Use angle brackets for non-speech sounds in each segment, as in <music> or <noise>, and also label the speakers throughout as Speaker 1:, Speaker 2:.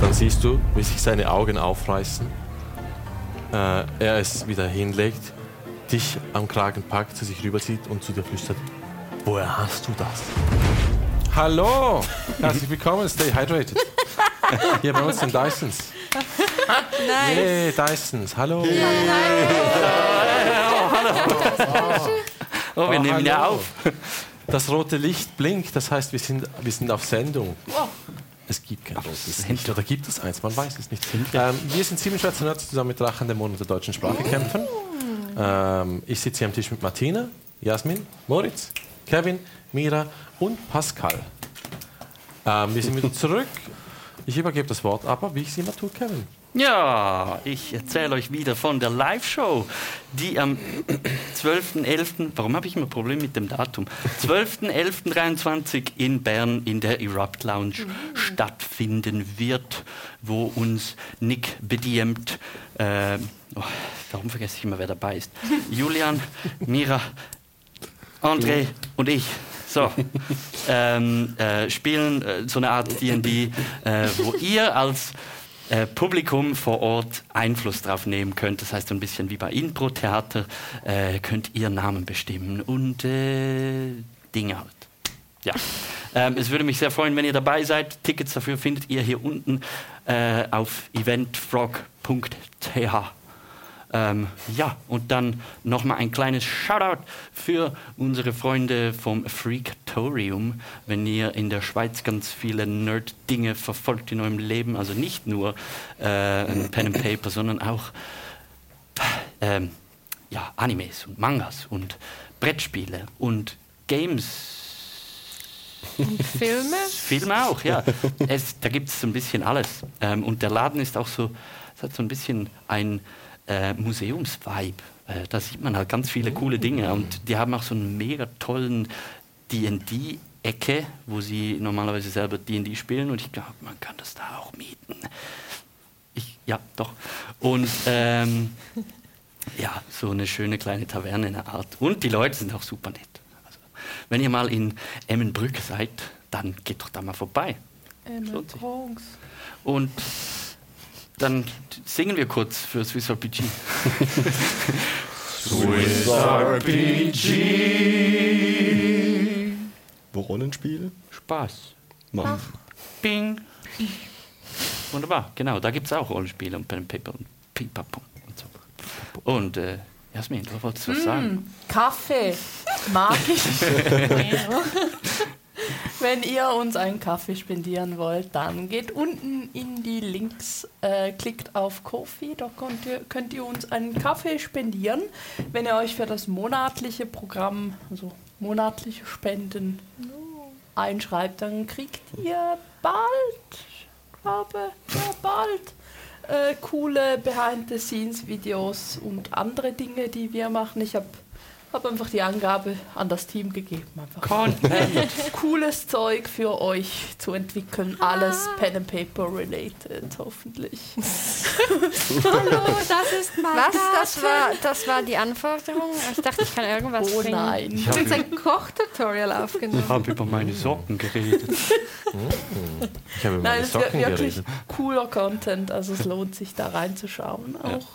Speaker 1: Dann siehst du, wie sich seine Augen aufreißen. Äh, er es wieder hinlegt, dich am Kragen packt, zu sich rüberzieht und zu dir flüstert. Woher hast du das? Hallo! Herzlich willkommen, stay hydrated. <laughs> Hier bei uns sind Dysons.
Speaker 2: Nein.
Speaker 1: Hey, Dysons, hallo!
Speaker 3: Oh, wir
Speaker 1: Oh,
Speaker 3: nehmen ja
Speaker 1: hallo.
Speaker 3: auf.
Speaker 1: <laughs> Das rote Licht blinkt, das heißt, wir sind, wir sind auf Sendung. Es gibt kein rotes Licht. Oder gibt es eins? Man weiß es nicht. Ähm, wir sind sieben Schweizer Nerds zusammen mit Drachen, Dämonen der deutschen Sprache kämpfen. Ähm, ich sitze hier am Tisch mit Martina, Jasmin, Moritz, Kevin, Mira und Pascal. Ähm, wir sind wieder zurück. Ich übergebe das Wort aber, wie ich es immer tue, Kevin.
Speaker 3: Ja, ich erzähle euch wieder von der Live-Show, die am 12.11., warum habe ich immer Probleme mit dem Datum? 12.11.23 in Bern in der Erupt Lounge stattfinden wird, wo uns Nick bedient. Äh, oh, warum vergesse ich immer, wer dabei ist? Julian, Mira, André und ich. So, ähm, äh, spielen äh, so eine Art D&D, äh, wo ihr als äh, Publikum vor Ort Einfluss drauf nehmen könnt. Das heißt, so ein bisschen wie bei Impro-Theater äh, könnt ihr Namen bestimmen und äh, Dinge halt. Ja, ähm, es würde mich sehr freuen, wenn ihr dabei seid. Tickets dafür findet ihr hier unten äh, auf eventfrog.ch. Ähm, ja, und dann nochmal ein kleines Shoutout für unsere Freunde vom Freakatorium. Wenn ihr in der Schweiz ganz viele Nerd-Dinge verfolgt in eurem Leben, also nicht nur äh, ein Pen and Paper, sondern auch ähm, ja, Animes und Mangas und Brettspiele und Games
Speaker 2: Filme?
Speaker 3: Film auch, ja. Es, da gibt es ein bisschen alles. Ähm, und der Laden ist auch so, es hat so ein bisschen ein äh, Museumsvibe. Äh, da sieht man halt ganz viele coole Dinge. Und die haben auch so einen mega tollen DD-Ecke, wo sie normalerweise selber DD spielen. Und ich glaube, man kann das da auch mieten. Ich, ja, doch. Und ähm, ja, so eine schöne kleine Taverne in der Art. Und die Leute sind auch super nett. Also, wenn ihr mal in Emmenbrück seid, dann geht doch da mal vorbei. Lohnt sich. Und dann singen wir kurz für Swiss RPG.
Speaker 4: Rollenspiel?
Speaker 3: Spaß.
Speaker 4: Mann.
Speaker 3: Bing. Wunderbar, genau. Da gibt es auch Rollenspiele und Pen and Paper und Pipapum und so. Und äh, Jasmin, du wolltest was sagen.
Speaker 2: Kaffee. Mag ich. Wenn ihr uns einen Kaffee spendieren wollt, dann geht unten in die Links, äh, klickt auf Kofi, da könnt ihr, könnt ihr uns einen Kaffee spendieren. Wenn ihr euch für das monatliche Programm, also monatliche Spenden einschreibt, dann kriegt ihr bald, ich glaube, ja, bald äh, coole Behind-the-Scenes-Videos und andere Dinge, die wir machen. Ich habe hab einfach die Angabe an das Team gegeben. Einfach
Speaker 3: Content.
Speaker 2: cooles Zeug für euch zu entwickeln. Alles Pen and Paper related, hoffentlich.
Speaker 5: Hallo, das ist mein
Speaker 6: Was? Das war, das war die Anforderung? Ich dachte, ich kann irgendwas
Speaker 2: Oh
Speaker 6: bringen.
Speaker 2: nein.
Speaker 6: Ich habe jetzt ein Kochtutorial aufgenommen.
Speaker 3: Ich habe über meine Socken geredet.
Speaker 1: Ich habe über
Speaker 2: Nein,
Speaker 1: meine
Speaker 2: es wird
Speaker 1: Socken
Speaker 2: wirklich
Speaker 1: geredet.
Speaker 2: cooler Content, also es lohnt sich da reinzuschauen. Auch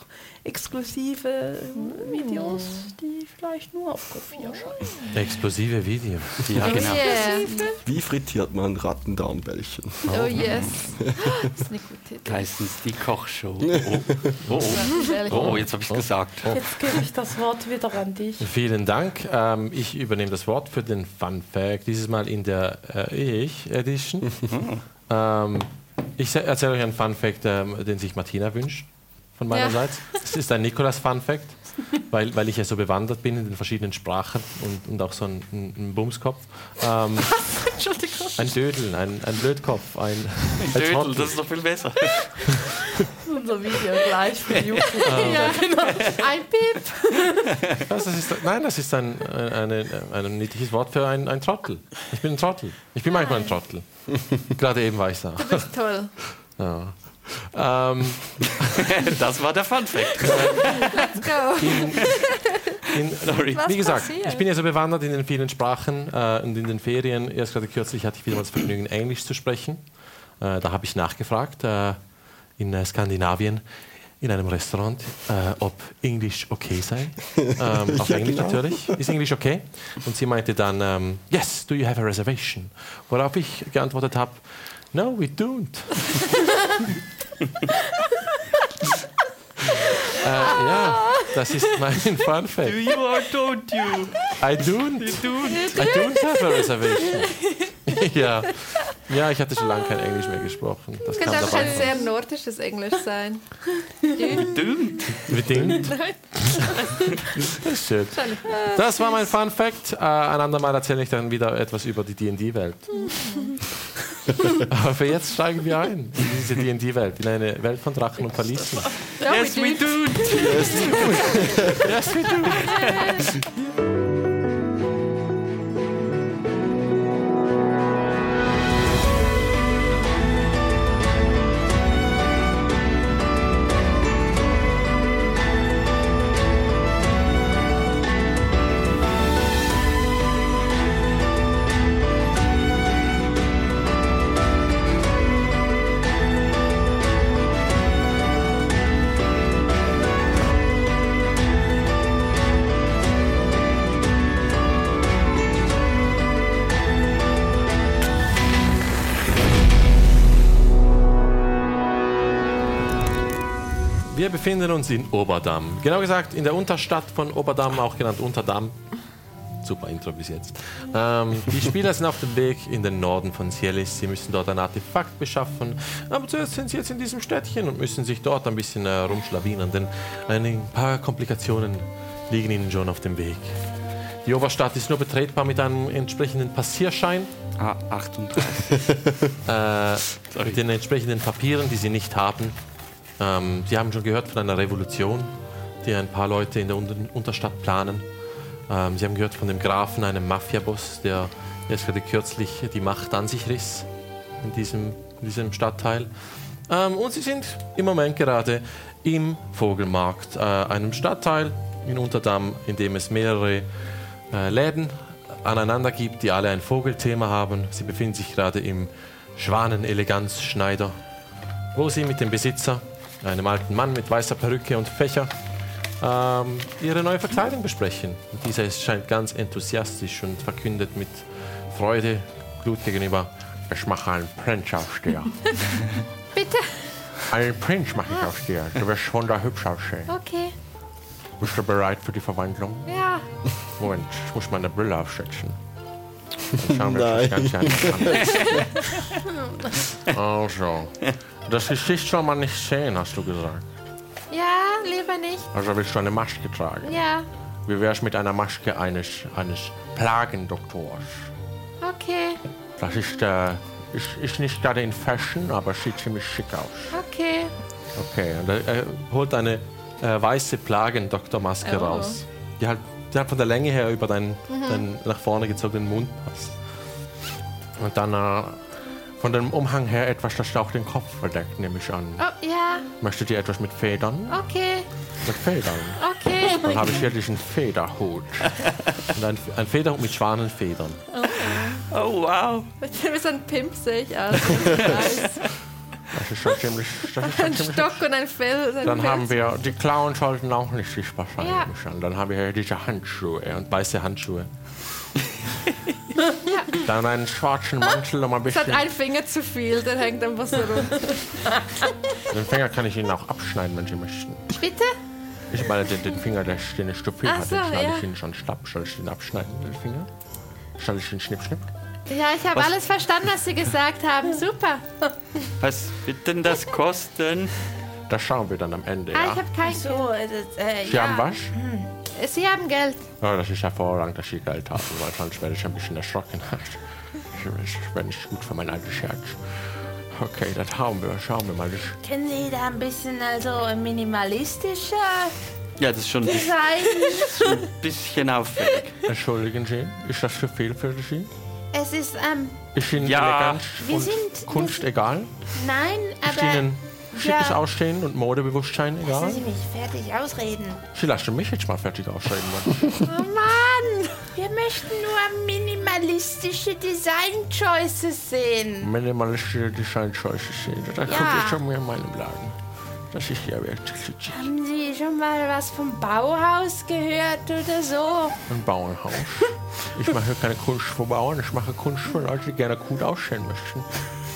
Speaker 2: exklusive äh, Videos, die vielleicht nur auf Kofi erscheinen.
Speaker 1: Explosive Videos.
Speaker 3: Ja,
Speaker 6: Oh
Speaker 3: genau.
Speaker 6: Yeah.
Speaker 4: Wie frittiert man Rattendarmbällchen?
Speaker 6: Oh yes. Das ist eine gute Idee.
Speaker 3: Meistens die Kochshow. Oh, oh,
Speaker 6: Ganz
Speaker 3: oh.
Speaker 6: ehrlich.
Speaker 3: oh jetzt habe ich gesagt.
Speaker 2: Jetzt gebe ich das Wort wieder an dich.
Speaker 1: Vielen Dank. Ähm, ich übernehme das Wort für den Fun Fact. Dieses Mal in der äh, Ich Edition.
Speaker 3: Mhm.
Speaker 1: ähm, ich se- erzähle euch einen Fun Fact, ähm, den sich Martina wünscht von meiner
Speaker 6: Ja.
Speaker 1: Seite. Es ist ein Nikolas Fun Fact, weil, weil ich ja so bewandert bin in den verschiedenen Sprachen und, und auch so ein, ein ein Bumskopf. Ähm, ein Dödel, ein, ein Blödkopf, ein, ein
Speaker 3: Dödel,
Speaker 1: Trottel.
Speaker 3: das ist doch viel besser.
Speaker 2: <laughs>
Speaker 3: <laughs>
Speaker 2: Unser Video gleich für <laughs> YouTube.
Speaker 6: Ja, genau. Ein Piep.
Speaker 1: Das ist, nein, das ist ein, ein, eine, ein niedliches Wort für ein, ein Trottel. Ich bin ein Trottel. Ich bin manchmal ein Trottel. Gerade eben war ich da.
Speaker 6: Das ist toll.
Speaker 1: Ja. Ähm,
Speaker 3: Das war der Fun Fact.
Speaker 6: Let's go.
Speaker 4: <laughs>
Speaker 1: in,
Speaker 3: Sorry.
Speaker 1: wie gesagt,
Speaker 6: passiert?
Speaker 1: ich bin ja so bewandert in den vielen Sprachen äh, und in den Ferien. Erst gerade kürzlich hatte ich wieder mal das Vergnügen, Englisch zu sprechen. Äh, da habe ich nachgefragt, äh, in äh, Skandinavien in einem Restaurant, äh, ob Englisch okay
Speaker 4: <laughs>
Speaker 1: sei. Ähm, auf
Speaker 4: Ja,
Speaker 1: Englisch
Speaker 4: genau.
Speaker 1: natürlich. Ist Englisch okay? Und sie meinte dann, ähm, yes, do you have a reservation? Worauf ich geantwortet habe, no, we
Speaker 4: <laughs>
Speaker 1: don't. äh, ja, das ist mein
Speaker 4: <laughs>
Speaker 1: Fun Fact.
Speaker 3: You are, don't you?
Speaker 1: I don't. I don't have a reservation. <laughs> ja. ja, ich hatte schon lange kein Englisch mehr gesprochen. Das kam
Speaker 6: könnte auch ein
Speaker 1: dabei.
Speaker 6: sehr nordisches Englisch sein.
Speaker 3: Don't.
Speaker 1: Bedingt. das ist schön. Das war mein Fun Fact. Äh, ein andermal erzähle ich dann wieder etwas über die D&D-Welt. Aber für jetzt steigen wir ein in diese D&D-Welt, in eine Welt von Drachen und Verließen.
Speaker 6: No,
Speaker 3: Yes, we do.
Speaker 1: Wir befinden uns in Oberdamm. Genau gesagt in der Unterstadt von Oberdamm, auch genannt Unterdamm. Super Intro bis jetzt. Ähm, die Spieler sind auf dem Weg in den Norden von Sielis. Sie müssen dort ein Artefakt beschaffen. Aber zuerst sind sie jetzt in diesem Städtchen und müssen sich dort ein bisschen äh, rumschlawinern, denn ein paar Komplikationen liegen ihnen schon auf dem Weg. Die Oberstadt ist nur betretbar mit einem entsprechenden Passierschein,
Speaker 3: Ah, 38.
Speaker 1: äh, mit den entsprechenden Papieren, die sie nicht haben. Ähm, sie haben schon gehört von einer Revolution, die ein paar Leute in der Unter Unterstadt planen. Ähm, sie haben gehört von dem Grafen, einem Mafiaboss, der erst gerade kürzlich die Macht an sich riss in diesem, in diesem Stadtteil. Ähm, und sie sind im Moment gerade im Vogelmarkt, äh, einem Stadtteil in Unterdamm, in dem es mehrere äh, Läden aneinander gibt, die alle ein Vogelthema haben. Sie befinden sich gerade im Schwaneneleganzschneider, wo sie mit dem Besitzer, einem alten Mann mit weißer Perücke und Fächer, ähm, ihre neue Verkleidung besprechen. Und dieser ist, scheint ganz enthusiastisch und verkündet mit Freude Glut gegenüber, ich mache einen <laughs> Prinzaufsteher.
Speaker 6: Bitte?
Speaker 1: einen Prinz mache ich aufsteher. Du wirst wunderhübsch aussehen.
Speaker 6: Okay.
Speaker 1: Bist du bereit für die Verwandlung?
Speaker 6: Ja.
Speaker 1: Moment, ich muss meine Brille aufsetzen. Dann schauen wir uns das
Speaker 4: Nein.
Speaker 1: Ganze einfach an. Also, das Gesicht soll man nicht sehen, hast du gesagt.
Speaker 6: Ja, lieber nicht.
Speaker 1: Also willst du eine Maske tragen?
Speaker 6: Ja.
Speaker 1: Wie wär's mit einer Maske eines, eines Plagendoktors?
Speaker 6: Okay.
Speaker 1: Das ist, äh, ist, ist nicht gerade in Fashion, aber sieht ziemlich schick aus.
Speaker 6: Okay.
Speaker 1: Okay, und er, er holt eine äh, weiße Plagendoktormaske raus, die halt, die halt von der Länge her über deinen, deinen nach vorne gezogenen Mund passt. Und dann äh, von dem Umhang her etwas, das auch den Kopf verdeckt, nehme ich
Speaker 7: Ah.
Speaker 1: an.
Speaker 6: Oh, ja.
Speaker 1: Möchtet ihr etwas mit Federn?
Speaker 6: Okay.
Speaker 1: Mit Federn.
Speaker 6: Okay.
Speaker 1: <laughs> Dann habe ich hier diesen Federhut. Und ein, ein Federhut mit Schwanenfedern.
Speaker 3: Oh, wow.
Speaker 6: Du bist ein Pimp, sehe ich aus. Nice.
Speaker 1: Das ist schon ziemlich. Das ist schon
Speaker 6: Ein
Speaker 1: ziemlich
Speaker 6: Stock und ein Fell. Ein
Speaker 1: Dann
Speaker 6: Fell.
Speaker 1: haben wir, die Klauen sollten auch nicht sichtbar sein.
Speaker 6: Ja.
Speaker 1: nehme ich an. Dann haben wir hier diese Handschuhe und weiße Handschuhe. Dann einen schwarzen Mantel, um ein
Speaker 6: Es hat
Speaker 1: bisschen.
Speaker 6: ein Finger zu viel, der hängt einfach so rum.
Speaker 1: Den Finger kann ich Ihnen auch abschneiden, wenn Sie möchten.
Speaker 6: Bitte?
Speaker 1: Ich meine, den, den Finger, der den ich zu viel
Speaker 6: Ach
Speaker 1: hatte,
Speaker 6: so,
Speaker 1: schneide
Speaker 6: ja.
Speaker 1: ich Ihnen schon ab. Soll ich den abschneiden, den Finger? Soll ich den schnipp, schnipp?
Speaker 6: Ja, ich habe alles verstanden, was Sie gesagt haben. Super.
Speaker 3: Was wird denn das kosten?
Speaker 1: Das schauen wir dann am Ende,
Speaker 6: Ah,
Speaker 1: ja?
Speaker 6: ich habe kein
Speaker 7: So, also äh, das, äh,
Speaker 1: Sie haben was?
Speaker 6: Sie haben Geld.
Speaker 1: Ja, das ist hervorragend, dass Sie Geld haben, weil sonst werde ich ein bisschen erschrocken. <laughs> Ich wäre nicht gut für mein altes Herz. Okay, das haben wir. Schauen wir mal. Das
Speaker 7: können Sie da ein bisschen also minimalistischer
Speaker 3: Ja, das ist schon ein
Speaker 7: sein?
Speaker 3: bisschen auffällig.
Speaker 1: Entschuldigen Sie, ist das zu viel für Sie?
Speaker 7: es ist, ähm,
Speaker 1: Ist Ihnen
Speaker 3: Ja.
Speaker 1: Eleganz
Speaker 7: Wir
Speaker 1: und
Speaker 7: sind-
Speaker 1: Kunst egal?
Speaker 7: nein,
Speaker 1: Ist
Speaker 7: aber...
Speaker 1: Ihnen schickes
Speaker 7: ja.
Speaker 1: Aussehen und Modebewusstsein
Speaker 7: Lassen
Speaker 1: egal?
Speaker 7: Sie mich fertig ausreden.
Speaker 1: Sie lassen mich jetzt mal fertig ausreden. Mann.
Speaker 7: Oh Wir möchte nur minimalistische Design-Choices sehen.
Speaker 1: Minimalistische Design-Choices sehen. Da kommt
Speaker 7: Ja.
Speaker 1: ihr schon mir in meinem Laden. Das ist ja wirklich glitschig.
Speaker 7: Haben Sie schon mal was vom Bauhaus gehört oder so?
Speaker 1: Ein Bauernhaus. Ich mache keine Kunst für Bauern, ich mache Kunst für Leute, die gerne gut aussehen möchten.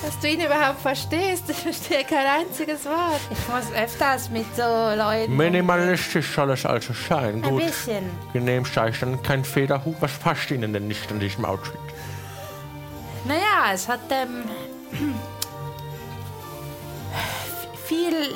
Speaker 7: Dass du ihn überhaupt verstehst, ich verstehe kein einziges Wort. Ich muss öfters mit so Leuten.
Speaker 1: Minimalistisch soll es also sein.
Speaker 7: Ein
Speaker 1: Gut,
Speaker 7: bisschen.
Speaker 1: genehm dann kein Federhut. Was passt Ihnen denn nicht an diesem Outfit?
Speaker 7: Naja, es hat ähm, viel,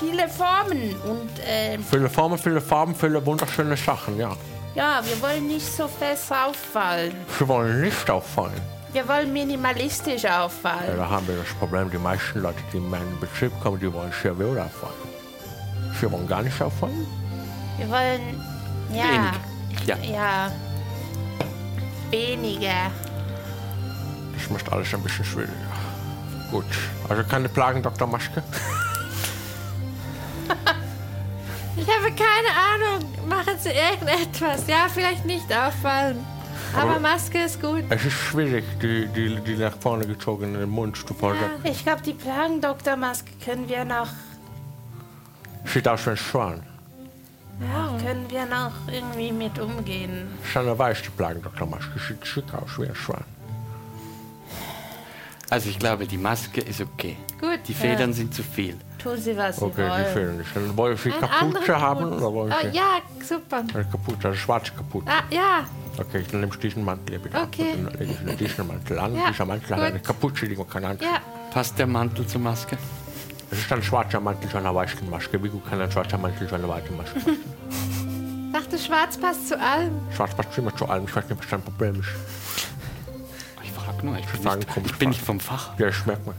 Speaker 7: viele Formen und ähm,
Speaker 1: Viele Formen, viele Farben, viele wunderschöne Sachen, ja.
Speaker 7: ja, wir wollen nicht so fest auffallen.
Speaker 1: Sie wollen nicht auffallen.
Speaker 7: Wir wollen minimalistisch
Speaker 1: Ja,
Speaker 7: auffallen.
Speaker 1: da haben wir das Problem, die meisten Leute, die in meinen Betrieb kommen, die wollen sehr wohl auffallen. Sie wollen gar nicht auffallen?
Speaker 7: Wir wollen ja,
Speaker 3: Wenig. Ja.
Speaker 7: ja weniger.
Speaker 1: Das macht alles ein bisschen schwieriger. Gut, also keine Plagen, Dr. Maschke.
Speaker 5: Ich habe keine Ahnung. Machen Sie irgendetwas. Ja, vielleicht nicht auffallen. Aber Maske ist gut.
Speaker 1: Es ist schwierig, die, die, die nach vorne gezogenen Mund zu folgen.
Speaker 7: Ich glaube, die Plagen-Doktor-Maske können wir noch
Speaker 1: Sieht aus wie ein Schwan.
Speaker 5: Mhm.
Speaker 7: können wir noch irgendwie mit umgehen.
Speaker 1: Seine weiß, die Plagen, Dr. Maschke. Sieht schick aus wie ein Schwan.
Speaker 3: Also ich glaube, die Maske ist okay.
Speaker 5: Gut.
Speaker 3: Die Federn sind zu viel.
Speaker 7: Tun Sie was
Speaker 1: Okay,
Speaker 7: Sie
Speaker 1: die
Speaker 7: wollen.
Speaker 1: fehlen nicht. Dann wollen Sie
Speaker 5: Ein
Speaker 1: Kapuze
Speaker 5: anderer
Speaker 1: haben
Speaker 5: Hut.
Speaker 1: oder wollen
Speaker 5: Ah,
Speaker 1: Sie
Speaker 5: ja, super.
Speaker 1: eine Kapuze, eine schwarze Kapuze?
Speaker 5: Ah, ja,
Speaker 1: Okay, dann nimmst du diesen Mantel hier bitte ab
Speaker 5: Okay.
Speaker 1: und dann legst du diesen Mantel an.
Speaker 5: Ja,
Speaker 1: Dieser Mantel hat
Speaker 5: gut.
Speaker 1: eine Kapuze, die man kann anziehen.
Speaker 5: ja.
Speaker 3: Passt der Mantel zur Maske?
Speaker 1: Es ist ein schwarzer Mantel zu einer weißen Maske. Wie gut kann ein schwarzer Mantel zu einer weißen Maske
Speaker 5: <laughs>
Speaker 1: passen?
Speaker 5: Dachte, schwarz passt zu allem.
Speaker 1: Schwarz passt immer zu allem. Ich weiß nicht, was dein Problem ist.
Speaker 3: Ich frage nur, ich bin,
Speaker 1: Fragen
Speaker 3: nicht,
Speaker 1: kommen,
Speaker 3: ich bin nicht vom
Speaker 1: Fragen.
Speaker 3: Fach.
Speaker 1: Ja, das
Speaker 5: <laughs>
Speaker 1: merkt man.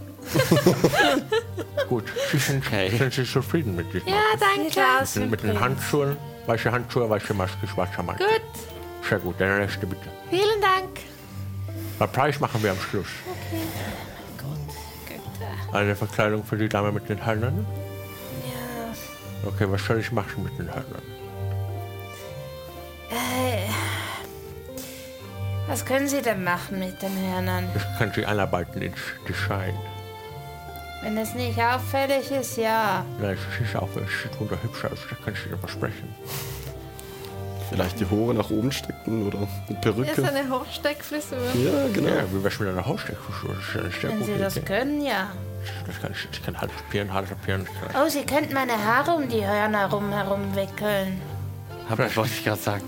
Speaker 1: Gut, Sie sind,
Speaker 3: Okay.
Speaker 1: sind Sie zufrieden mit diesem
Speaker 5: Ja, danke.
Speaker 1: Mantel? Mit den Handschuhen, weiße Handschuhe, weiße Maske, schwarzer Mantel.
Speaker 5: Gut,
Speaker 1: Sehr gut, dann letzte bitte.
Speaker 5: vielen Dank.
Speaker 1: Den Preis machen wir am Schluss. Eine Verkleidung für die Dame mit den Hörnern? Ja. Okay, was soll ich machen mit den Hörnern?
Speaker 7: Was können Sie denn machen mit den Hörnern?
Speaker 1: Ich kann sie einarbeiten ins Design.
Speaker 7: Wenn es nicht auffällig ist, ja.
Speaker 1: Nein, es ist auch, es sieht wunderhübsch aus, da kann ich dir versprechen.
Speaker 4: Vielleicht die Haare nach oben stecken oder eine
Speaker 5: Hier ist
Speaker 4: Perücke.
Speaker 5: eine Hochsteckfrisur.
Speaker 4: Ja, genau.
Speaker 1: Ja, wie wär's mit einer Hausdeckfrisur? Das ist eine sehr
Speaker 7: Wenn
Speaker 1: gute
Speaker 7: Sie das
Speaker 1: Idee.
Speaker 7: können, ja.
Speaker 1: Das kann ich, ich kann Hals kapieren, Hals kapieren. ich kann-
Speaker 7: Oh, Sie könnten meine Haare um die Hörner rum herum wickeln.
Speaker 3: Aber das wollte ich gerade sagen.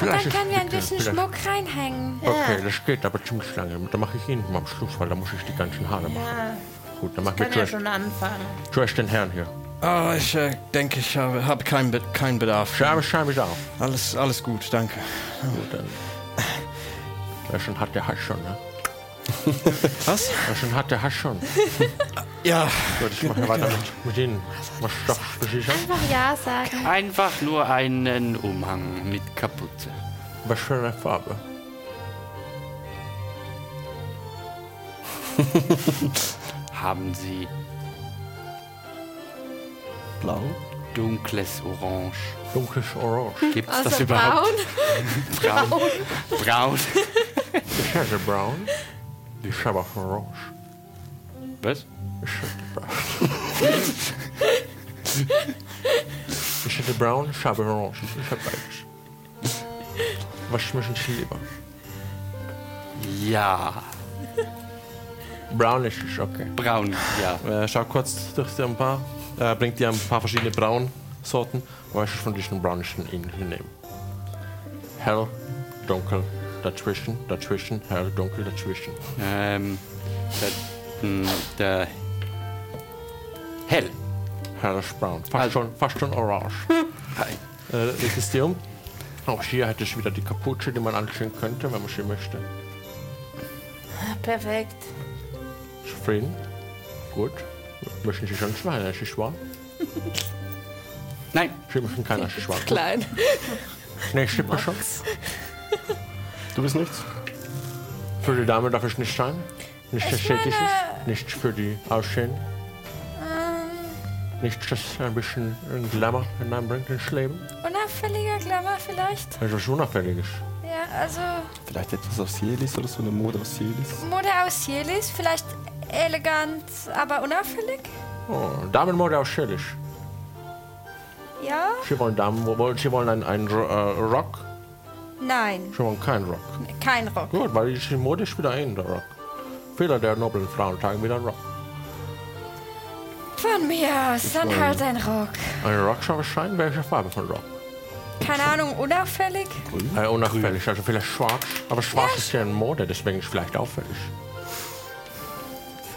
Speaker 5: Dann
Speaker 1: ist-
Speaker 5: können wir ein
Speaker 1: bitte,
Speaker 5: bisschen
Speaker 1: bitte.
Speaker 5: Schmuck reinhängen.
Speaker 1: Okay, das geht aber ziemlich lange. Da mache ich ihn am Schluss, weil da muss ich die ganzen Haare machen.
Speaker 7: Ja,
Speaker 1: Gut, dann machen wir
Speaker 7: können ja
Speaker 1: zuerst,
Speaker 7: schon anfangen.
Speaker 1: zuerst den Herrn hier.
Speaker 8: Ah, ich äh, denke, ich habe, habe keinen Be keinen Bedarf.
Speaker 1: Schreibe, schreibe ich auf.
Speaker 8: Alles, alles gut, danke.
Speaker 1: Gut, dann. Ja, schon hat der Hass schon, ne?
Speaker 8: Was?
Speaker 1: Ja, schon hat der Hass schon.
Speaker 8: Ja,
Speaker 1: Gut, ich mache weiter mit, mit Ihnen. Was doch, sicher.
Speaker 5: Einfach Ja sagen.
Speaker 3: Einfach nur einen Umhang mit Kapuze.
Speaker 1: Was für eine Farbe?
Speaker 3: Haben Sie
Speaker 4: Blau.
Speaker 3: dunkles Orange?
Speaker 1: Dunkles Orange.
Speaker 3: Gibt es
Speaker 5: Also
Speaker 3: das überhaupt?
Speaker 5: braun.
Speaker 3: Braun. Braun.
Speaker 1: Ich hätte Brown. Ich habe auch Orange.
Speaker 3: Was?
Speaker 1: Ich hätte Brown, ich habe Orange. Ich habe beides. Was müssen Sie lieber?
Speaker 3: Ja.
Speaker 1: Brown ist es, okay.
Speaker 3: Braun, ja.
Speaker 1: Äh, schau kurz durch die ein paar. Äh, bringt dir ein paar verschiedene Braunsorten. Weißt du, von diesen braunischen Inseln nehmen. Hell, dunkel, dazwischen, dazwischen, hell, dunkel, dazwischen.
Speaker 3: Ähm, der, mh, der hell.
Speaker 1: Hell ist braun. Fast,
Speaker 3: Also-
Speaker 1: schon, fast schon orange. Hm. Äh, das ist die um. Auch hier hätte ich wieder die Kapuze, die man anziehen könnte, wenn man sie möchte.
Speaker 7: Ah, Perfekt.
Speaker 1: Zufrieden? Gut. Möchten Sie schon schwimmen, Herr Schwan?
Speaker 3: Nein,
Speaker 1: Sie müssen <laughs> keiner Schwan.
Speaker 2: Klein.
Speaker 1: Nächste Person.
Speaker 4: Du bist nichts?
Speaker 1: Für die Dame darf ich nicht sein. Nicht ästhetisch, nicht für die Aussehen.
Speaker 6: Ähm,
Speaker 1: Nicht, dass ein bisschen ein Glamour hineinbringt ins Leben.
Speaker 5: Unauffälliger Klammer vielleicht.
Speaker 1: Etwas Unauffälliges.
Speaker 5: Ja,
Speaker 6: Also
Speaker 4: Vielleicht etwas aus Jelis oder so eine Mode aus Jelis.
Speaker 6: Mode aus Jelis, vielleicht elegant, aber unauffällig.
Speaker 1: Oh, Damenmode aus Schillisch.
Speaker 6: Ja?
Speaker 1: Sie wollen, Damen, wollen- Sie wollen einen, einen Ro- äh, Rock?
Speaker 6: Nein,
Speaker 1: Sie wollen keinen Rock.
Speaker 6: kein Rock.
Speaker 1: Gut, weil die Mode ist wieder in der Rock. Viele der noblen Frauen tragen wieder einen Rock.
Speaker 6: Von mir aus, dann
Speaker 4: wollen-
Speaker 6: halt ein Rock.
Speaker 1: Ein Rock soll es sein? Welche Farbe von Rock?
Speaker 6: Keine Ahnung, unauffällig?
Speaker 1: Äh, unauffällig, also vielleicht schwarz. Aber schwarz ist ja in Mode, deswegen ist es vielleicht auffällig.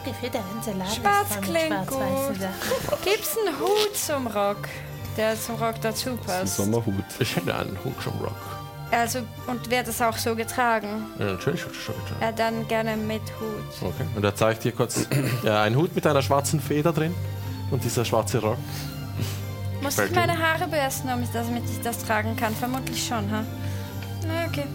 Speaker 7: Gefühlt der ganze Laden
Speaker 6: Schwarz
Speaker 7: ist voll mit
Speaker 6: klingt
Speaker 7: schwarz-weißen
Speaker 6: gut.
Speaker 7: Sachen.
Speaker 6: Gibt's einen Hut zum Rock, der zum Rock dazu
Speaker 4: Ein
Speaker 6: passt?
Speaker 4: Sommerhut.
Speaker 1: Ich hätte einen Hut zum Rock.
Speaker 6: Also, und wird es auch so getragen?
Speaker 1: Ja, natürlich wird es schon getan.
Speaker 6: Ja, dann gerne mit Hut.
Speaker 1: Okay. Und er zeigt dir kurz äh, einen Hut mit einer schwarzen Feder drin und dieser schwarze Rock.
Speaker 6: Muss ich
Speaker 1: Virgin.
Speaker 6: meine Haare bürsten, damit ich das, damit ich das tragen kann? Vermutlich schon, ha? Na, okay.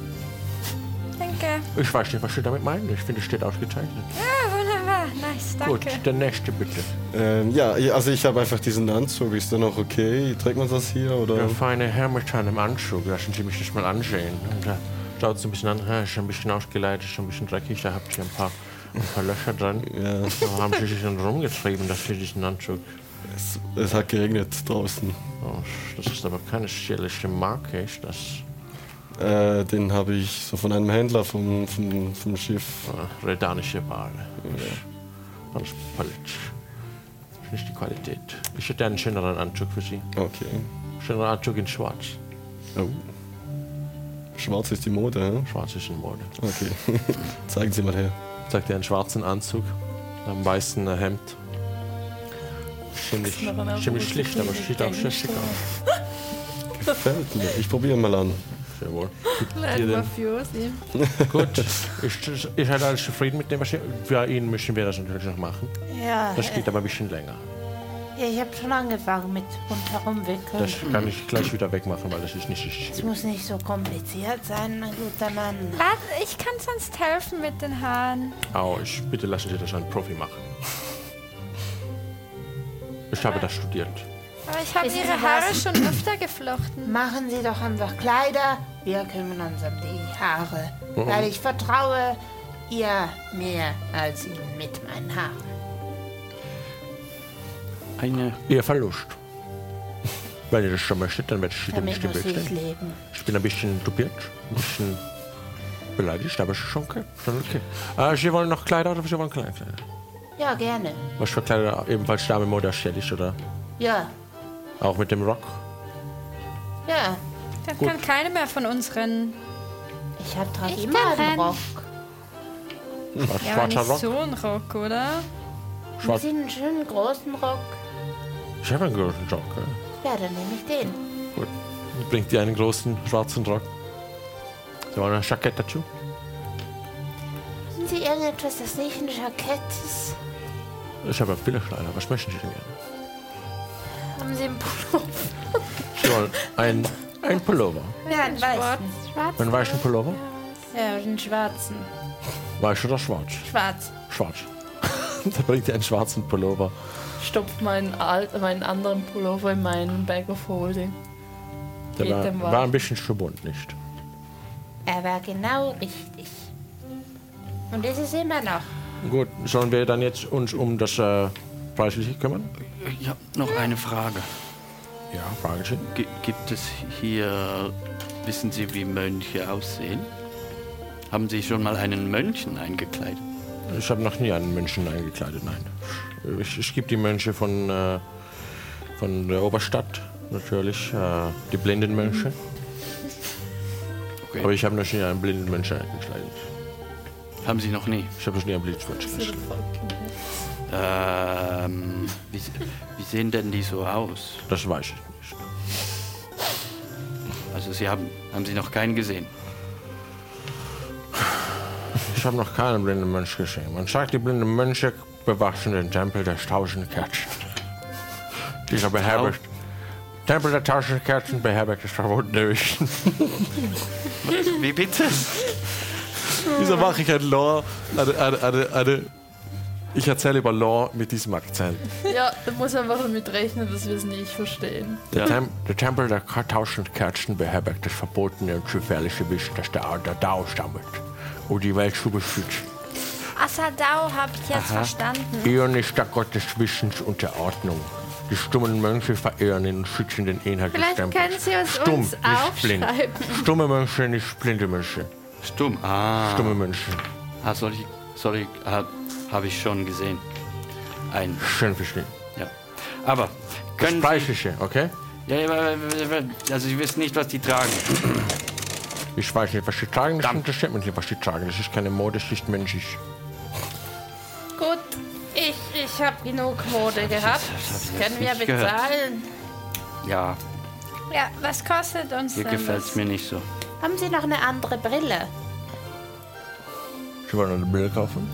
Speaker 6: Danke.
Speaker 1: Ich weiß nicht, was Sie damit meinen. Ich finde, es steht ausgezeichnet.
Speaker 6: Ja, wunderbar. Nice, danke.
Speaker 1: Gut, der nächste bitte.
Speaker 4: Ähm, ja, ja, also ich habe einfach diesen Anzug. Ist der noch okay? Trägt man das hier oder?
Speaker 1: Der feine Herr mit seinem Anzug, lassen Sie mich das mal ansehen. Und er schaut so ein bisschen an, ah, ist schon ein bisschen ausgeleitet, schon ein bisschen dreckig, da habt ihr ein paar, ein paar Löcher drin.
Speaker 4: Ja,
Speaker 1: Da haben Sie sich dann rumgetrieben, dass Sie diesen Anzug.
Speaker 4: es, es hat geregnet draußen.
Speaker 1: Oh, das ist aber keine schierliche Marke, ist das?
Speaker 4: Äh, den habe ich so von einem Händler vom, vom, vom Schiff.
Speaker 1: Äh, redanische Ware. Alles falsch. Das ist nicht die Qualität. Ich hätte einen schöneren Anzug für Sie.
Speaker 4: Okay.
Speaker 1: Schönerer Anzug in Schwarz.
Speaker 4: Oh. Schwarz ist die Mode, hä?
Speaker 1: Schwarz ist in Mode.
Speaker 4: Okay. <laughs> Zeigen Sie mal her.
Speaker 1: Zeigt ihr einen schwarzen Anzug, einem weißen äh, Hemd. Ziemlich, ziemlich schlicht, aber sieht auch sehr schick aus.
Speaker 4: Gefällt mir. Ich probiere mal an.
Speaker 1: Sehr wohl.
Speaker 7: Leid
Speaker 1: den-
Speaker 7: mafiös.
Speaker 1: Gut, ich, ich halt alles zufrieden mit dem, was ihr, Bei Ihnen müssen wir das natürlich noch machen.
Speaker 7: Ja,
Speaker 1: Das geht aber ein bisschen länger.
Speaker 7: ja, ich habe schon angefangen mit rundherum
Speaker 1: Das
Speaker 7: wickeln.
Speaker 1: kann ich gleich wieder wegmachen, weil das ist nicht richtig.
Speaker 7: Es muss nicht so kompliziert sein, mein guter Mann.
Speaker 6: Warte, ich kann sonst helfen mit den Haaren.
Speaker 1: Au, ich, bitte lassen Sie das einen Profi machen. Ich habe das studiert.
Speaker 6: Aber ich habe
Speaker 7: Wissen
Speaker 6: ihre
Speaker 7: Sie
Speaker 6: Haare
Speaker 7: was?
Speaker 6: schon öfter geflochten.
Speaker 7: Machen Sie doch einfach Kleider, wir kümmern uns um die Haare. Weil ich vertraue ihr mehr als Ihnen mit meinen Haaren.
Speaker 3: Eine
Speaker 1: Ihr Verlust. Wenn ihr das schon möchtet, dann werde ich Sie
Speaker 7: Damit
Speaker 1: nicht
Speaker 7: muss ich
Speaker 1: bestellen.
Speaker 7: leben.
Speaker 1: Ich bin ein bisschen dupiert, ein bisschen beleidigt, aber es ist schon okay. Schon okay. Äh, Sie wollen noch Kleider oder Sie wollen kleine Kleider?
Speaker 7: Ja, gerne.
Speaker 1: Was für Kleider? Ebenfalls Dame Mode erstellig oder
Speaker 7: Ja,
Speaker 1: auch mit dem Rock?
Speaker 7: ja.
Speaker 6: Dann kann keine mehr von uns rennen.
Speaker 7: Ich habe trage
Speaker 5: Ich
Speaker 7: immer
Speaker 5: kann
Speaker 7: einen
Speaker 5: rennen.
Speaker 7: Rock.
Speaker 1: Schwar-
Speaker 6: Ja, aber
Speaker 1: schwarzer
Speaker 6: nicht
Speaker 1: Rock?
Speaker 6: so ein Rock, oder?
Speaker 7: Haben
Speaker 1: Schwarz-
Speaker 7: Sie einen schönen großen Rock?
Speaker 1: Ich habe einen großen Rock. Ja.
Speaker 7: Ja, dann nehme ich den.
Speaker 1: Gut. Bringt ihr einen großen schwarzen Rock? Sie wollen ein Jackett dazu?
Speaker 7: Haben Sie irgendetwas, das nicht ein Jackett ist?
Speaker 1: Ich habe viele Kleider. Was möchten Sie denn gerne?
Speaker 7: Haben Sie einen Pullover?
Speaker 1: Sie wollen ein, ein Pullover.
Speaker 7: Ja, einen weißen.
Speaker 1: Einen weißen Pullover?
Speaker 7: Ja, einen schwarzen.
Speaker 1: Weiß oder schwarz?
Speaker 7: Schwarz.
Speaker 1: Schwarz. <laughs> da bringt ihr einen schwarzen Pullover.
Speaker 2: Stopf meinen, alt, meinen anderen Pullover in meinen Bag of Holding.
Speaker 1: Der
Speaker 2: Geht
Speaker 1: war,
Speaker 2: dem wahr.
Speaker 1: war ein bisschen zu bunt, nicht?
Speaker 7: Er war genau richtig. Und ist es immer noch.
Speaker 1: Gut, sollen wir dann jetzt uns um das äh, Preisliche kümmern?
Speaker 3: Ich habe noch eine Frage.
Speaker 1: Ja, fragen Sie.
Speaker 3: Gi- gibt es hier, wissen Sie, wie Mönche aussehen? Haben Sie schon mal einen Mönchen eingekleidet?
Speaker 1: Ich habe noch nie einen Mönchen eingekleidet, nein. Ich, ich gebe die Mönche von, äh, von der Oberstadt, natürlich, äh, die blinden Mönche.
Speaker 3: Okay.
Speaker 1: Aber ich habe noch nie einen blinden Mönchen eingekleidet.
Speaker 3: Haben Sie noch nie?
Speaker 1: Ich habe noch nie einen blinden Mönchen eingekleidet.
Speaker 3: Ähm, wie, se- wie sehen denn die so aus?
Speaker 1: Das weiß ich nicht.
Speaker 3: Also Sie haben, haben Sie noch keinen gesehen?
Speaker 1: Ich habe noch keinen blinden Mönch gesehen. Man sagt, die blinden Mönche bewachen den Tempel der tausend Kerzen. Dieser beherbergt. Tempel der tausend Kerzen beherbergt das verwundete <laughs> Wesen.
Speaker 3: Wie bitte?
Speaker 1: Wieso mache ich ein Lore, eine, eine, eine, eine Ich erzähle über Law mit diesem Akzent.
Speaker 2: Ja, du musst einfach damit rechnen, dass wir es nicht verstehen.
Speaker 1: Der, Tem der Tempel der Ka- tausend Kerzen beherbergt das verbotene und gefährliche Wissen, das der, der Dao sammelt, um die Welt zu beschützen.
Speaker 6: Asadao habe Oh, ich jetzt verstanden.
Speaker 1: Eon ist der Gott des Wissens und der Ordnung. Die stummen Mönche verehren ihn und schützen den Inhalt
Speaker 5: Vielleicht
Speaker 1: des
Speaker 5: können
Speaker 1: Tempels.
Speaker 5: Sie uns
Speaker 1: Stumm,
Speaker 5: uns
Speaker 1: nicht blind.
Speaker 5: aufschreiben.
Speaker 1: Stumme Mönche, nicht blinde Mönche.
Speaker 3: Stumm. Ah,
Speaker 1: Stumme Mönche.
Speaker 3: ah soll ich, soll ich, ah, habe ich schon gesehen. Ein,
Speaker 1: Schön verstehen.
Speaker 3: ja. Aber
Speaker 1: Das
Speaker 3: können Sie,
Speaker 1: Bayerische, okay?
Speaker 3: ja, ja, aber- aber- also ich weiß nicht, was die tragen.
Speaker 1: Ich weiß nicht, was sie tragen, das
Speaker 3: Dann-
Speaker 1: interessiert mich nicht, was sie tragen. Das ist keine Mode, das ist menschlich.
Speaker 5: Gut, ich, ich habe genug Mode gehabt.
Speaker 3: Das hab ich
Speaker 5: Können
Speaker 3: jetzt
Speaker 5: wir
Speaker 3: nicht gehört.
Speaker 5: bezahlen?
Speaker 3: Ja,
Speaker 6: Ja, was kostet uns
Speaker 3: hier
Speaker 6: denn
Speaker 3: gefällt es
Speaker 6: das?
Speaker 3: mir nicht so.
Speaker 7: Haben Sie noch eine andere Brille?
Speaker 1: Sie wollen eine Brille kaufen?